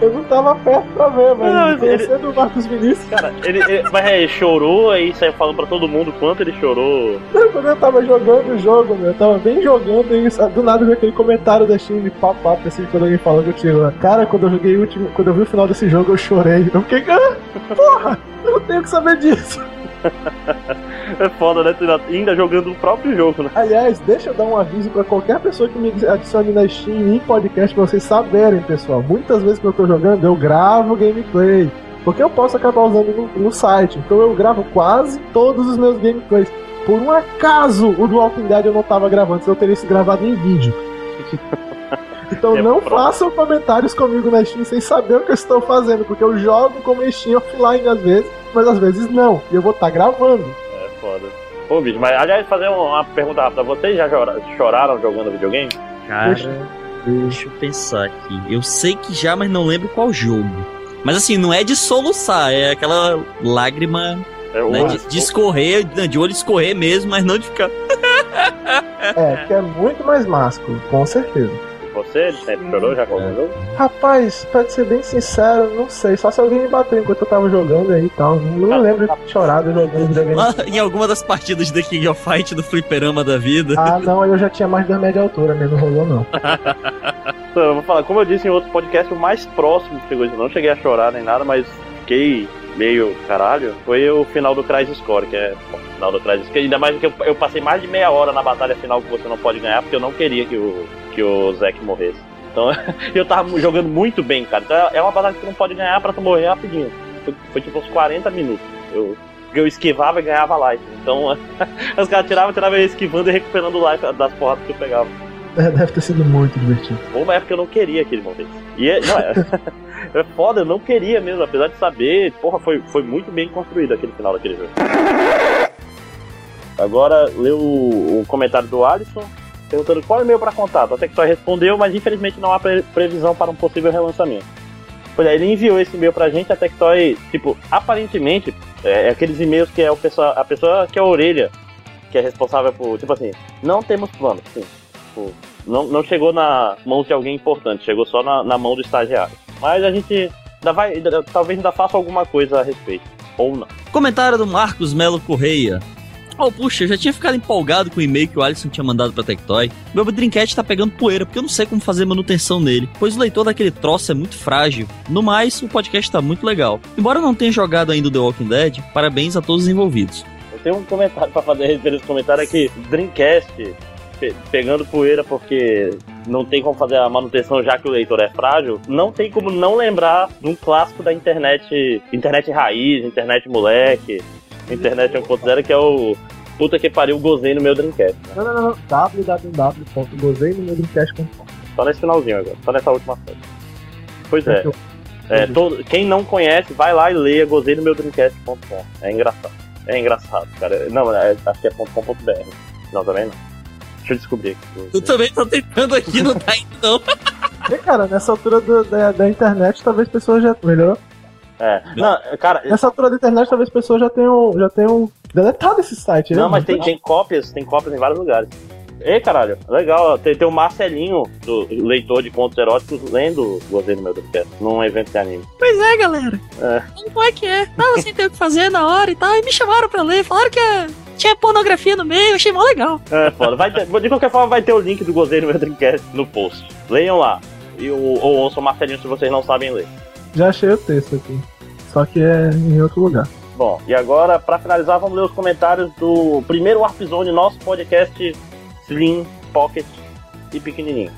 Speaker 5: Eu não tava perto pra ver, mas
Speaker 1: Não,
Speaker 5: não,
Speaker 1: ele-
Speaker 5: conhecendo o Marcos Vinícius,
Speaker 1: Cara, ele, ele- mas é, ele chorou, aí saiu falando pra todo mundo quanto ele chorou.
Speaker 5: Quando eu tava jogando o jogo, meu, eu tava bem jogando e isso- do nada veio aquele comentário da Steam de papap assim, quando alguém falou que eu tinha. Cara, quando eu joguei o último, quando eu vi o final desse jogo, eu chorei. Eu fiquei, ah, porra, eu não tenho que saber disso.
Speaker 1: É foda, né? Tu ainda jogando o próprio jogo, né?
Speaker 5: Aliás, deixa eu dar um aviso pra qualquer pessoa que me adicione na Steam e em podcast pra vocês saberem, pessoal. Muitas vezes que eu tô jogando, eu gravo gameplay. Porque eu posso acabar usando no, no site. Então eu gravo quase todos os meus gameplays. Por um acaso, o do Walking Dead eu não tava gravando, senão eu teria isso gravado em vídeo. Então
Speaker 1: É
Speaker 5: não
Speaker 1: próprio.
Speaker 5: façam comentários comigo na Steam sem saber o que eu estou fazendo, porque eu jogo como Steam offline às vezes, mas às vezes não. E eu vou estar gravando.
Speaker 1: É foda. Ô, bicho, mas aliás, fazer uma pergunta rápida. Vocês já chora- choraram jogando videogame?
Speaker 4: Cara, deixa eu pensar aqui. Eu sei que já, mas não lembro qual jogo. Mas assim, não é de soluçar, é aquela lágrima
Speaker 1: É,
Speaker 4: né,
Speaker 1: o-
Speaker 4: de, de escorrer, de de olho escorrer mesmo, mas não de ficar.
Speaker 5: É, porque é muito mais másculo, com certeza.
Speaker 1: Você sempre chorou já com
Speaker 4: É.
Speaker 1: algum jogo?
Speaker 5: Rapaz, pra ser bem sincero, não sei. Só se alguém me bateu enquanto eu tava jogando aí e tal.
Speaker 1: Tá.
Speaker 5: Não lembro de ter chorado jogando videogame.
Speaker 4: Lá em alguma das partidas da King of Fight do fliperama da vida.
Speaker 5: Ah, não, aí eu já tinha mais de dois metros de altura, né? Não rolou, não.
Speaker 1: Então, eu vou falar, como eu disse em outro podcast, o mais próximo que chegou isso, não cheguei a chorar nem nada, mas fiquei meio caralho, foi o final do Crisis Score, que é o final do Crisis Score. Ainda mais que eu, eu passei mais de meia hora na batalha final que você não pode ganhar, porque eu não queria que o, que o Zack morresse. Então eu tava jogando muito bem, cara. Então é uma batalha que tu não pode ganhar pra tu morrer rapidinho. Foi, foi tipo uns 40 minutos. Eu, eu esquivava e ganhava life. Então os caras tiravam, tiravam eu esquivando e recuperando life das porradas que eu pegava.
Speaker 5: É, deve ter sido muito divertido.
Speaker 1: Ou uma época eu não queria que ele morresse. E é, não, é, é foda, eu não queria mesmo, apesar de saber, porra, foi, foi muito bem construído aquele final daquele jogo. Agora lê o, o comentário do Alisson perguntando qual e-mail para contato. Até que só respondeu, mas infelizmente não há pre- previsão para um possível relançamento. Pois é, ele enviou esse e-mail pra gente, a Tectoy, tipo, aparentemente, é, é aqueles e-mails que é o pessoa, a pessoa que é a orelha, que é responsável por, tipo assim, não temos plano, sim. Tipo, não, não chegou na mão de alguém importante, chegou só na, na mão do estagiário. Mas a gente ainda vai, ainda- talvez ainda faça alguma coisa a respeito, ou não.
Speaker 4: Comentário do Marcos Melo Correia. Oh, puxa, eu já tinha ficado empolgado com o e-mail que o Alisson tinha mandado pra Tectoy. Meu Dreamcast tá pegando poeira, porque eu não sei como fazer manutenção nele, pois o leitor daquele troço é muito frágil. No mais, o podcast tá muito legal. Embora eu não tenha jogado ainda o The Walking Dead, parabéns a todos os envolvidos.
Speaker 1: Eu tenho um comentário pra fazer a respeito desse comentário aqui. Dreamcast pe- pegando poeira porque não tem como fazer a manutenção já que o leitor é frágil, não tem como não lembrar de um clássico da internet, internet raiz, internet moleque, internet 1.0, que é o puta que pariu, gozei no meu Dreamcast.
Speaker 5: Não, não, não. www.gozeinomedreamcast.com
Speaker 1: Só Tá nesse finalzinho agora, só nessa última frase. Pois é.
Speaker 4: Uhum.
Speaker 1: É, todo- quem não conhece, vai lá e leia gozei no meu Dreamcast.com. É engraçado. É engraçado, cara. Não, é, acho que é .com.br. Não, também não. Deixa eu descobrir aqui.
Speaker 4: Eu também tô tentando aqui, não tá indo não.
Speaker 5: E, cara, nessa altura do- da, da internet, talvez pessoas já. Melhorou?
Speaker 1: É. Não, cara.
Speaker 5: Nessa altura da internet, talvez pessoas já tenham, já tenham deletado esse site, né?
Speaker 1: Não, mas tem, tem cópias, tem cópias em vários lugares. Ei, caralho, legal, ó, tem, tem o Marcelinho, do leitor de contos eróticos, lendo Gozei no meu Dreamcast, num evento de anime.
Speaker 15: Pois é, galera.
Speaker 1: É.
Speaker 15: Como é que é? Tava sem ter o que fazer na hora e tal. E me chamaram pra ler. Falaram que é- tinha pornografia no meio. Achei mó legal.
Speaker 1: É, foda. Vai ter- de qualquer forma, vai ter o link do Gozei no meu Dreamcast no post. Leiam lá. E, ou, ou ouçam o Marcelinho se vocês não sabem ler.
Speaker 5: Já achei o texto aqui. Só que é em outro lugar.
Speaker 1: Bom, e agora, pra finalizar, vamos ler os comentários do primeiro Warpzone, nosso podcast Slim, Pocket e Pequenininho.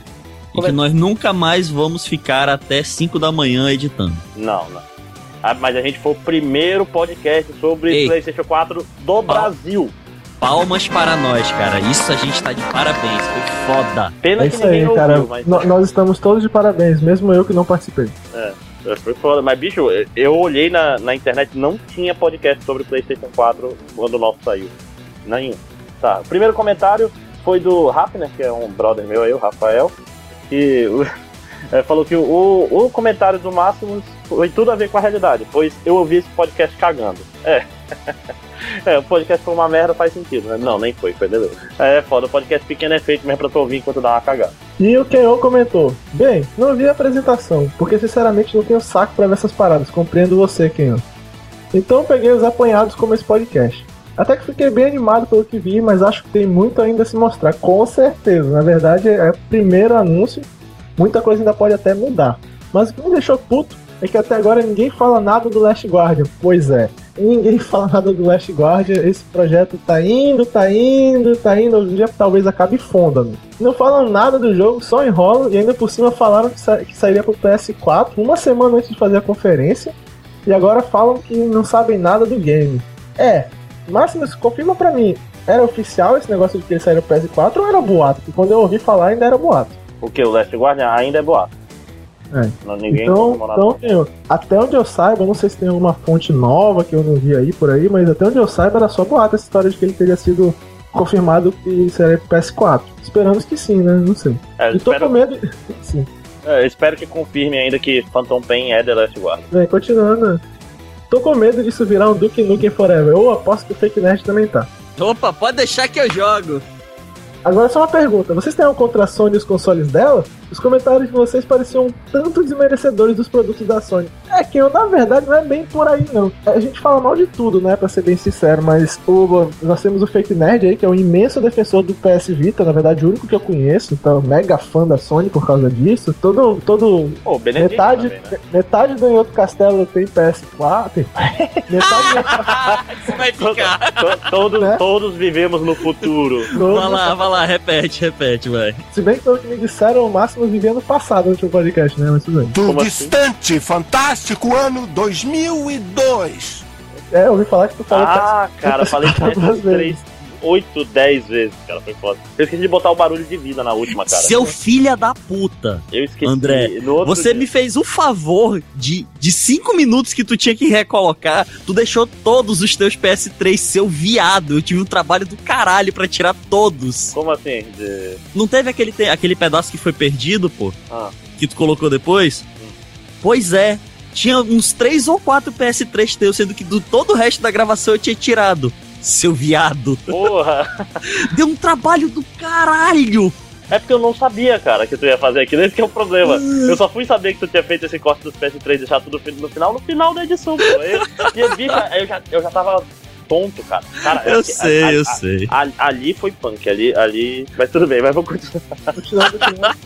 Speaker 4: E que nós nunca mais vamos ficar até 5 da manhã editando.
Speaker 1: Não, não. Ah, mas a gente foi o primeiro podcast sobre PlayStation 4 do Brasil.
Speaker 4: Palmas para nós, cara. Isso a gente tá de parabéns. Foi foda.
Speaker 1: Pena
Speaker 5: É isso aí, cara. No- Nós estamos todos de parabéns, mesmo eu que não participei.
Speaker 1: É, foi foda. Mas, bicho, eu olhei na, na internet, não tinha podcast sobre o PlayStation 4 quando o nosso saiu. Nenhum. Tá, o primeiro comentário foi do Rapner, que é um brother meu aí, o Rafael, que o- é, falou que o, o comentário do Máximo foi tudo a ver com a realidade, pois eu ouvi esse podcast cagando. É. É, o podcast foi uma merda, faz sentido, né? Não, nem foi, foi beleza. É foda, o podcast pequeno é feito mesmo pra tu ouvir enquanto dá uma cagada.
Speaker 5: E o K.O. comentou: Bem, não vi a apresentação, porque sinceramente não tenho saco pra ver essas paradas, compreendo você, K.O. Então peguei os apanhados como esse podcast. Até que fiquei bem animado pelo que vi, mas acho que tem muito ainda a se mostrar, com certeza. Na verdade, é o primeiro anúncio, muita coisa ainda pode até mudar. Mas o que me deixou puto é que até agora ninguém fala nada do Last Guardian. Pois é, ninguém fala nada do Last Guardian. Esse projeto tá indo, tá indo, tá indo. Hoje em dia talvez acabe fonda. né? Não falam nada do jogo, só enrolam e ainda por cima falaram que, sa- que sairia pro PS4 uma semana antes de fazer a conferência. E agora falam que não sabem nada do game. É, Máximos, confirma pra mim. Era oficial esse negócio de que ele saiu pro PS4 ou era boato? Porque quando eu ouvi falar ainda era boato.
Speaker 1: O que? O Last Guardian ainda é boato.
Speaker 5: É.
Speaker 1: Não, ninguém
Speaker 5: então,
Speaker 1: confirmou nada.
Speaker 5: então eu- até onde eu saiba, eu não sei se tem alguma fonte nova que eu não vi aí por aí, mas até onde eu saiba era só boato essa história de que ele teria sido confirmado que seria pro PS4. Esperamos que sim, né? Não sei.
Speaker 1: É,
Speaker 5: e tô
Speaker 1: espero-
Speaker 5: com medo. sim.
Speaker 1: É, eu espero que confirme ainda que Phantom Pain é The Last Guard.
Speaker 5: Bem, continuando. né? Tô com medo disso virar um Duke Nukem Forever. Eu aposto que o Fake Nerd também tá.
Speaker 4: Opa, pode deixar que eu jogo.
Speaker 5: Agora só uma pergunta, vocês têm algo contra a Sony e os consoles dela? Os comentários de vocês pareciam um tanto desmerecedores dos produtos da Sony. É que eu, na verdade, não é bem por aí não. A gente fala mal de tudo, né, pra ser bem sincero, mas o, nós temos o Fake Nerd aí, que é um imenso defensor do PS Vita, na verdade o único que eu conheço, então mega fã da Sony por causa disso. Todo, todo
Speaker 1: Pô, o Benedito
Speaker 5: metade,
Speaker 1: também, né?
Speaker 5: metade do outro castelo tem PS4, tem... metade
Speaker 4: Vai ficar.
Speaker 1: Todos,
Speaker 5: Né?
Speaker 1: todos vivemos no futuro.
Speaker 4: Vai lá, vai lá, repete, repete, vai.
Speaker 5: Se bem que pelo que me disseram, o máximo vivia no passado no último podcast, né? Mas tudo bem.
Speaker 7: Do distante, fantástico ano e 2002.
Speaker 5: É, eu ouvi falar que tá tu falou
Speaker 1: Ah,
Speaker 5: PS4
Speaker 1: cara, falei
Speaker 5: duas
Speaker 1: 3,
Speaker 5: vezes.
Speaker 1: 3, 8, 10 vezes, cara, foi foda. Eu esqueci de botar o barulho de vida na última, Ah, cara.
Speaker 4: Seu filha da puta.
Speaker 1: Eu esqueci.
Speaker 4: André,
Speaker 1: No outro
Speaker 4: você
Speaker 1: dia-
Speaker 4: me fez o favor de, de cinco minutos que tu tinha que recolocar, tu deixou todos os teus PS3, seu viado. Eu tive um trabalho do caralho pra tirar todos.
Speaker 1: Como assim? De-
Speaker 4: Não teve aquele, te- aquele pedaço que foi perdido, pô?
Speaker 1: Ah.
Speaker 4: Que tu colocou depois? Pois é. Tinha uns três ou quatro PS3 teus, sendo que do todo o resto da gravação eu tinha tirado. Seu viado.
Speaker 1: Porra!
Speaker 4: Deu um trabalho do caralho!
Speaker 1: É porque eu não sabia, cara, que tu ia fazer aquilo. Esse que é o problema. Eu só fui saber que tu tinha feito esse corte dos PS3 e deixar tudo no final, no final da edição, pô. Eu, e eu, vi, cara, eu, já, eu já tava tonto, cara. cara
Speaker 4: Eu
Speaker 1: a-
Speaker 4: sei,
Speaker 1: é,
Speaker 4: eu sei.
Speaker 1: a- ali foi punk, ali, ali... Mas tudo bem, mas vou continuar.
Speaker 5: Continuando, continuando.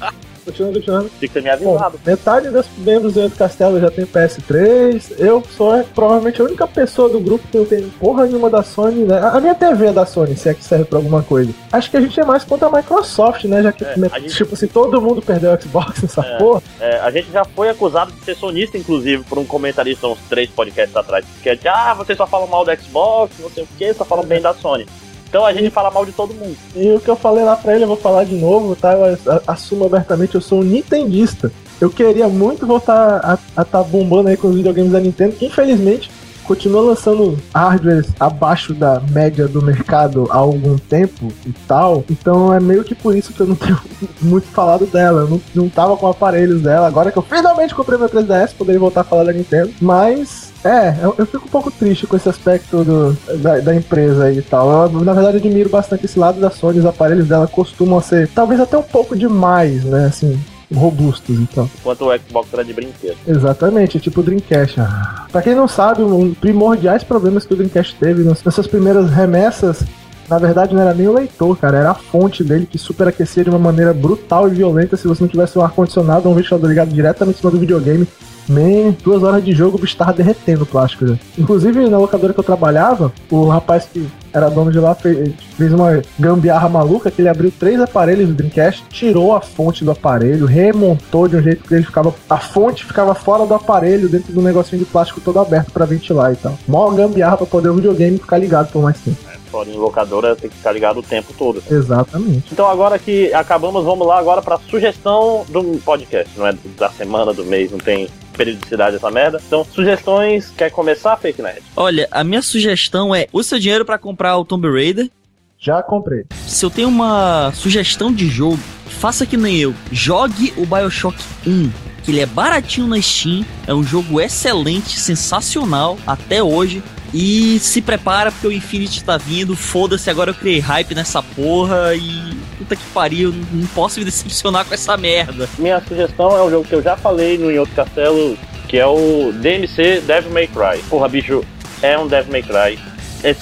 Speaker 5: Continuando, continuando.
Speaker 1: Tem que ter me avisado.
Speaker 5: Bom, metade dos membros do Evandro Castelo já tem PS3. Eu sou é, provavelmente a única pessoa do grupo que não tem porra nenhuma da Sony. Né? A minha TV é da Sony, se é que serve pra alguma coisa. Acho que a gente é mais contra a Microsoft, né? Já que,
Speaker 1: É,
Speaker 5: me-
Speaker 1: a gente-
Speaker 5: tipo assim, todo mundo perdeu o Xbox nessa
Speaker 1: É,
Speaker 5: porra.
Speaker 1: é, a gente já foi acusado de ser sonista, inclusive, por um comentarista uns três podcasts atrás. Que é de, ah, vocês só falam mal do Xbox, não sei o que, só falam bem da Sony. Então a gente fala mal de todo mundo.
Speaker 5: E o que eu falei lá pra ele, eu vou falar de novo, tá? Eu a- assumo abertamente, eu sou um nintendista. Eu queria muito voltar a estar bombando aí com os videogames da Nintendo, que infelizmente continua lançando hardwares abaixo da média do mercado há algum tempo e tal. Então é meio que por isso que eu não tenho muito falado dela. Eu não, não tava com aparelhos dela. Agora que eu finalmente comprei meu 3DS, poderia voltar a falar da Nintendo. Mas é, eu, eu fico um pouco triste com esse aspecto do- da, da empresa aí e tal. Eu, na verdade, admiro bastante esse lado da Sony. Os aparelhos dela costumam ser, talvez até um pouco demais, né? Assim, robustos então. e tal.
Speaker 1: Enquanto o Xbox era de brinquedo.
Speaker 5: Exatamente, é tipo o Dreamcast. Ah. Pra quem não sabe, um dos primordiais problemas que o Dreamcast teve nas nas suas primeiras remessas, na verdade não era nem o leitor, cara, era a fonte dele que superaquecia de uma maneira brutal e violenta se você não tivesse um ar-condicionado ou um ventilador ligado diretamente em cima do videogame. Man, duas horas de jogo, o bicho tava derretendo o plástico. já. Inclusive, na locadora que eu trabalhava, o rapaz que era dono de lá fez, fez uma gambiarra maluca que ele abriu três aparelhos do Dreamcast, tirou a fonte do aparelho, remontou de um jeito que ele ficava. A fonte ficava fora do aparelho, dentro do negocinho de plástico todo aberto pra ventilar e tal. Mó gambiarra pra poder o videogame ficar ligado por mais tempo.
Speaker 1: Fora em locadora tem que ficar ligado o tempo todo.
Speaker 5: Exatamente.
Speaker 1: Então agora que acabamos, vamos lá agora pra sugestão do podcast. Não é da semana, do mês, não tem periodicidade essa merda. Então, sugestões, quer começar, Fake Nerd?
Speaker 4: Olha, a minha sugestão é o seu dinheiro pra comprar o Tomb Raider.
Speaker 5: Já comprei.
Speaker 4: Se eu tenho uma sugestão de jogo, faça que nem eu. Jogue o BioShock 1. Que ele é baratinho na Steam, é um jogo excelente, sensacional até hoje. E se prepara porque o Infinity tá vindo. Foda-se, agora eu criei hype nessa porra e puta que pariu, não não posso me decepcionar com essa merda.
Speaker 1: Minha sugestão é um jogo que eu já falei no Em Outro Castelo, que é o DMC Devil May Cry. Porra, bicho, é um Devil May Cry. É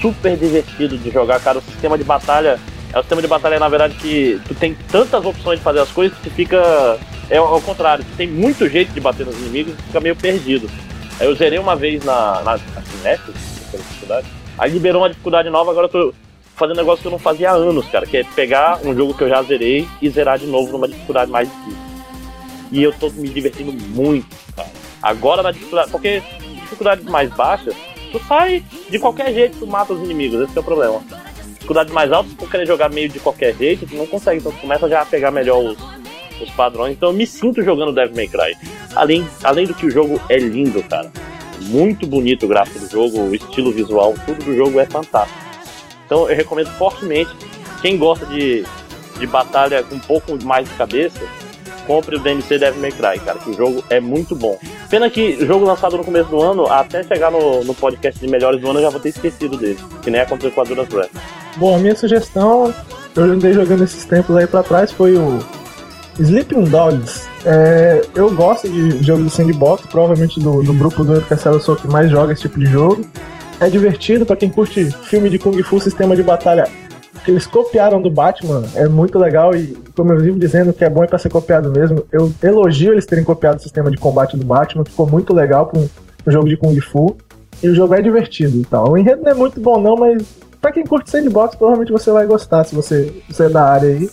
Speaker 1: super divertido de jogar, cara. O sistema de batalha é o sistema de batalha, na verdade, que tu tem tantas opções de fazer as coisas que tu fica. É ao contrário, tu tem muito jeito de bater nos inimigos e tu fica meio perdido. Aí eu zerei uma vez na. na assim, Netflix, pela dificuldade. Aí liberou uma dificuldade nova, agora eu tô fazer um negócio que eu não fazia há anos, cara, que é pegar um jogo que eu já zerei e zerar de novo numa dificuldade mais difícil. E eu tô me divertindo muito, cara. Agora na dificuldade. Porque dificuldades mais baixas, tu sai de qualquer jeito, tu mata os inimigos, esse que é o problema. Dificuldades mais altas, tu querer jogar meio de qualquer jeito, tu não consegue, então tu começa já a pegar melhor os, os padrões. Então eu me sinto jogando Devil May Cry. Além, além do que o jogo é lindo, cara. Muito bonito o gráfico do jogo, o estilo visual, tudo do jogo é fantástico. Então eu recomendo fortemente. Quem gosta de, de batalha com um pouco mais de cabeça, compre o DMC Devil May Cry, cara, que o jogo é muito bom. Pena que jogo lançado no começo do ano, até chegar no, no podcast de melhores do ano, eu já vou ter esquecido dele. Que nem é aconteceu com a Duras Breath.
Speaker 5: Bom, a minha sugestão, eu andei jogando esses tempos aí pra trás, foi o Sleeping Dogs. É, eu gosto de jogo de sandbox, provavelmente do, do grupo do Andro Castelo eu sou o que mais joga esse tipo de jogo. É divertido pra quem curte filme de Kung Fu, sistema de batalha que eles copiaram do Batman, é muito legal e como eu vivo dizendo que é bom é pra ser copiado mesmo, eu elogio eles terem copiado o sistema de combate do Batman, que ficou muito legal pra um, um jogo de Kung Fu e o jogo é divertido e tal. O enredo não é muito bom não, mas pra quem curte sandbox provavelmente você vai gostar se você, você é da área aí.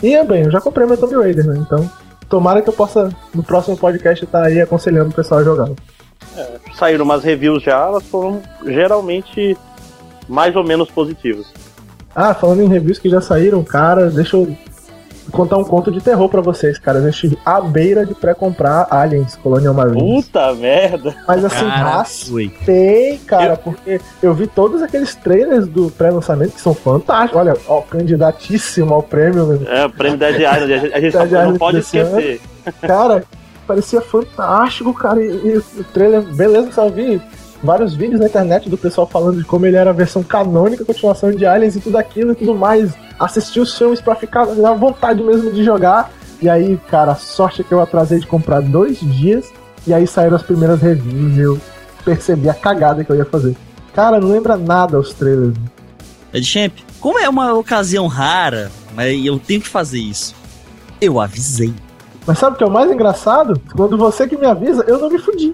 Speaker 5: E é bem, eu já comprei meu Tomb Raider, né, então tomara que eu possa no próximo podcast estar aí aconselhando o pessoal a jogar.
Speaker 1: Saíram umas reviews já, elas foram geralmente mais ou menos positivas.
Speaker 5: Ah, falando em reviews que já saíram, cara, deixa eu contar um conto de terror pra vocês, cara. Eu estive à beira de pré-comprar Aliens Colonial Marines.
Speaker 1: Puta merda!
Speaker 5: Mas assim,
Speaker 4: Cara,
Speaker 5: raspei, cara, porque eu vi todos aqueles trailers do pré-lançamento que são fantásticos. Olha, ó, candidatíssimo ao prêmio. meu
Speaker 1: É, o prêmio 10 reais, a gente, a gente só não pode
Speaker 5: desse ano.
Speaker 1: esquecer.
Speaker 5: Cara, parecia fantástico, cara. E, e o trailer, beleza, só vi vários vídeos na internet do pessoal falando de como ele era a versão canônica, continuação de Aliens e tudo aquilo e tudo mais. Assisti os filmes pra ficar na vontade mesmo de jogar. E aí, cara, a sorte é que eu atrasei de comprar dois dias. E aí saíram as primeiras reviews e eu percebi a cagada que eu ia fazer. Cara, não lembra nada os trailers.
Speaker 4: É de champ. Como é uma ocasião rara, mas eu tenho que fazer isso. Eu avisei.
Speaker 5: Mas sabe o que é o mais engraçado? Quando você que me avisa, eu não me fudi.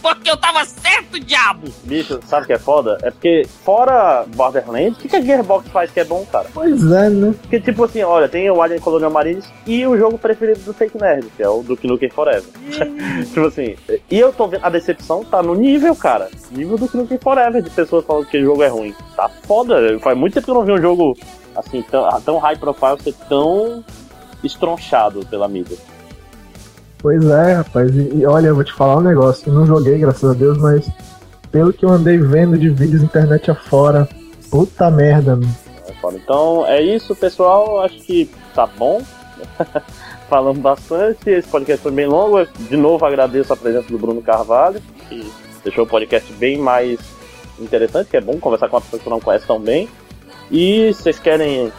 Speaker 16: Porque eu tava certo, diabo!
Speaker 1: Bicho, sabe o que é foda? É porque, fora Borderlands, o que, que a Gearbox faz que é bom, cara?
Speaker 5: Pois é, né?
Speaker 1: Porque, tipo assim, olha, tem o Alien Colonial Marines e o jogo preferido do Fake Nerd, que é o Duke Nukem Forever. tipo assim, e eu tô vendo, a decepção tá no nível, cara. Nível do Duke Nukem Forever, de pessoas falando que o jogo é ruim. Tá foda, faz muito tempo que eu não vi um jogo, assim, tão, tão high profile ser tão estronchado pela mídia.
Speaker 5: Pois é, rapaz. E, e olha, eu vou te falar um negócio. Eu não joguei, graças a Deus, mas pelo que eu andei vendo de vídeos internet afora, puta merda, mano.
Speaker 1: É foda. Então é isso, pessoal. Acho que tá bom. Falamos bastante. Esse podcast foi bem longo. Eu, de novo, agradeço a presença do Bruno Carvalho, que deixou o podcast bem mais interessante, que é bom conversar com uma pessoa que não conhece tão bem. E vocês querem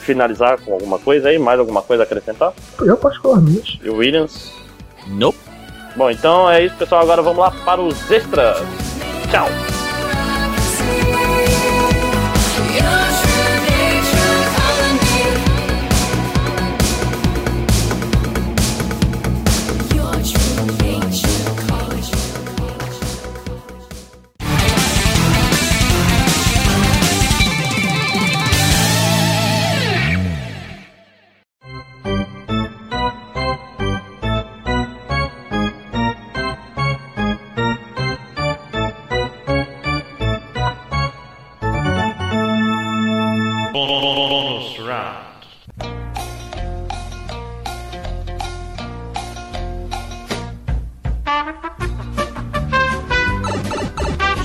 Speaker 1: finalizar com alguma coisa aí? Mais alguma coisa a acrescentar?
Speaker 5: Eu particularmente.
Speaker 1: E o Williams?
Speaker 4: Nope.
Speaker 1: Bom, então é isso, pessoal. Agora vamos lá para os extras. Tchau.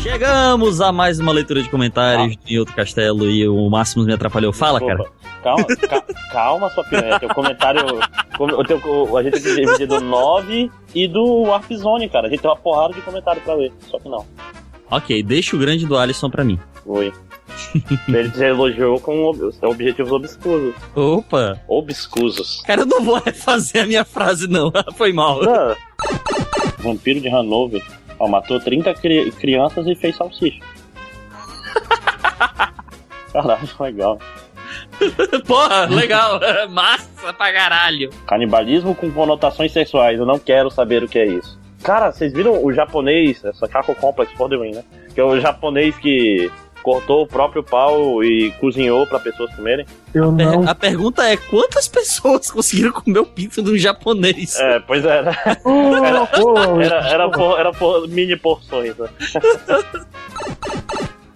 Speaker 4: Chegamos a mais uma leitura de comentários de outro castelo e o Máximo me atrapalhou. Fala,
Speaker 1: Desculpa.
Speaker 4: cara.
Speaker 1: Calma, ca- calma, sua piranha. Teu comentário. com- o teu- o- a gente tem dividido do 9 e do Warp Zone, cara. A gente tem uma porrada de comentário pra ler. Só que não.
Speaker 4: Ok, deixa o grande do Alisson pra mim.
Speaker 1: Oi. Ele te elogiou com ob- objetivos obscuros.
Speaker 4: Opa!
Speaker 1: Obscusos.
Speaker 4: Cara, eu não vou refazer a minha frase, não. Foi mal.
Speaker 1: Não. Vampiro de Hanover ó, matou 30 cri- crianças e fez salsicha. Caralho, legal.
Speaker 4: Porra, legal. Massa pra caralho.
Speaker 1: Canibalismo com conotações sexuais, eu não quero saber o que é isso. Cara, vocês viram o japonês, essa Kako Complex for the win, né? Que é o japonês que cortou o próprio pau e cozinhou pra pessoas comerem.
Speaker 5: Eu
Speaker 4: não. A pergunta é: quantas pessoas conseguiram comer o pinto de um japonês?
Speaker 1: É, pois é, né? Era, era, era, por- era por- mini porções, né?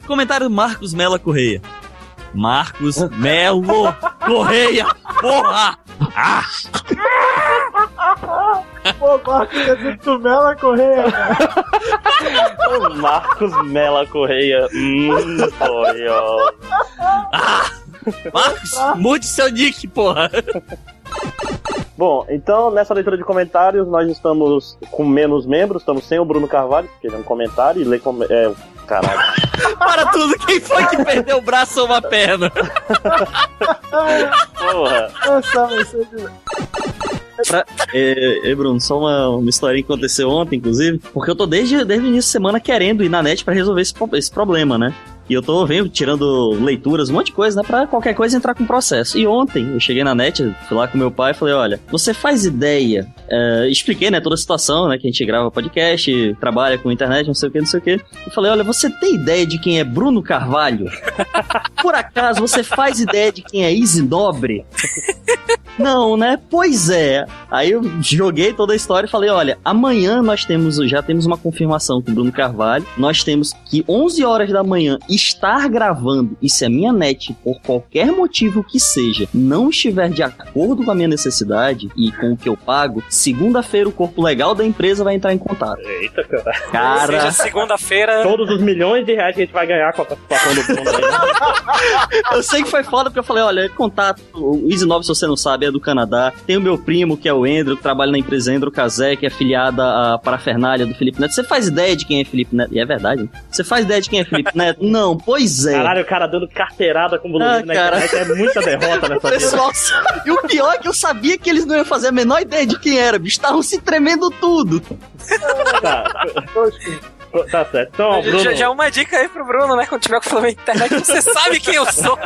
Speaker 4: Comentário do Marcos Mela Correia. Marcos Melo Correia! Porra! Ah!
Speaker 5: Pô, Marcos, quer dizer que tu mela correia, cara.
Speaker 1: O Marcos Mela Correia. Hum, correiola.
Speaker 4: Marcos, mude seu nick, porra.
Speaker 1: Bom, então nessa leitura de comentários nós estamos com menos membros, estamos sem o Bruno Carvalho, porque ele é um comentário e lê. Com... É, caralho.
Speaker 4: Para tudo, quem foi que perdeu o braço ou uma perna?
Speaker 1: Porra.
Speaker 5: Nossa, mas você...
Speaker 4: Pra- É, é, Bruno, só uma, uma historinha que aconteceu ontem, inclusive. Porque eu tô desde, desde o início de semana querendo ir na net pra resolver esse, po- esse problema, né? E eu tô vendo, tirando leituras, um monte de coisa, né? Pra qualquer coisa entrar com processo. E ontem eu cheguei na net, fui lá com meu pai e falei: olha, você faz ideia. é, expliquei, né? Toda a situação, né? Que a gente grava podcast, trabalha com internet, não sei o que, não sei o que. E falei: olha, você tem ideia de quem é Bruno Carvalho? Por acaso você faz ideia de quem é Easy Nobre? Não, né? Pois é. Aí eu joguei toda a história e falei, olha, amanhã nós temos, já temos uma confirmação com o Bruno Carvalho. Nós temos que 11 horas da manhã estar gravando e se a minha net, por qualquer motivo que seja, não estiver de acordo com a minha necessidade e com o que eu pago, segunda-feira o corpo legal da empresa vai entrar em contato.
Speaker 1: Eita, cara.
Speaker 4: Cara.
Speaker 3: Ou seja, segunda-feira.
Speaker 4: Todos
Speaker 1: os milhões de reais que a gente vai ganhar com a participação do Bruno. né?
Speaker 4: Eu sei que foi foda porque eu falei, olha, contato, o Easy 9, se você não sabe, é do Canadá. Tem o meu primo, que é o Endro, que trabalha na empresa Endro Kazé, que é filiada à parafernália do Felipe Neto. Você faz ideia de quem é Felipe Neto? E é verdade, né? Você faz ideia de quem é Felipe Neto? Não, pois é.
Speaker 17: Caralho, o cara dando carteirada com o Bruno
Speaker 4: Ah,
Speaker 1: né,
Speaker 17: na
Speaker 4: cara.
Speaker 17: internet é muita derrota nessa
Speaker 4: O pessoal,
Speaker 17: vida.
Speaker 4: e o pior é que eu sabia que eles não iam fazer a menor ideia de quem era, bicho. Estavam se tremendo tudo.
Speaker 1: Tá.
Speaker 5: é
Speaker 1: tá certo. Então,
Speaker 3: Já, já é uma dica aí pro Bruno, né? Quando tiver com o Flamengo Internet, você sabe quem eu sou.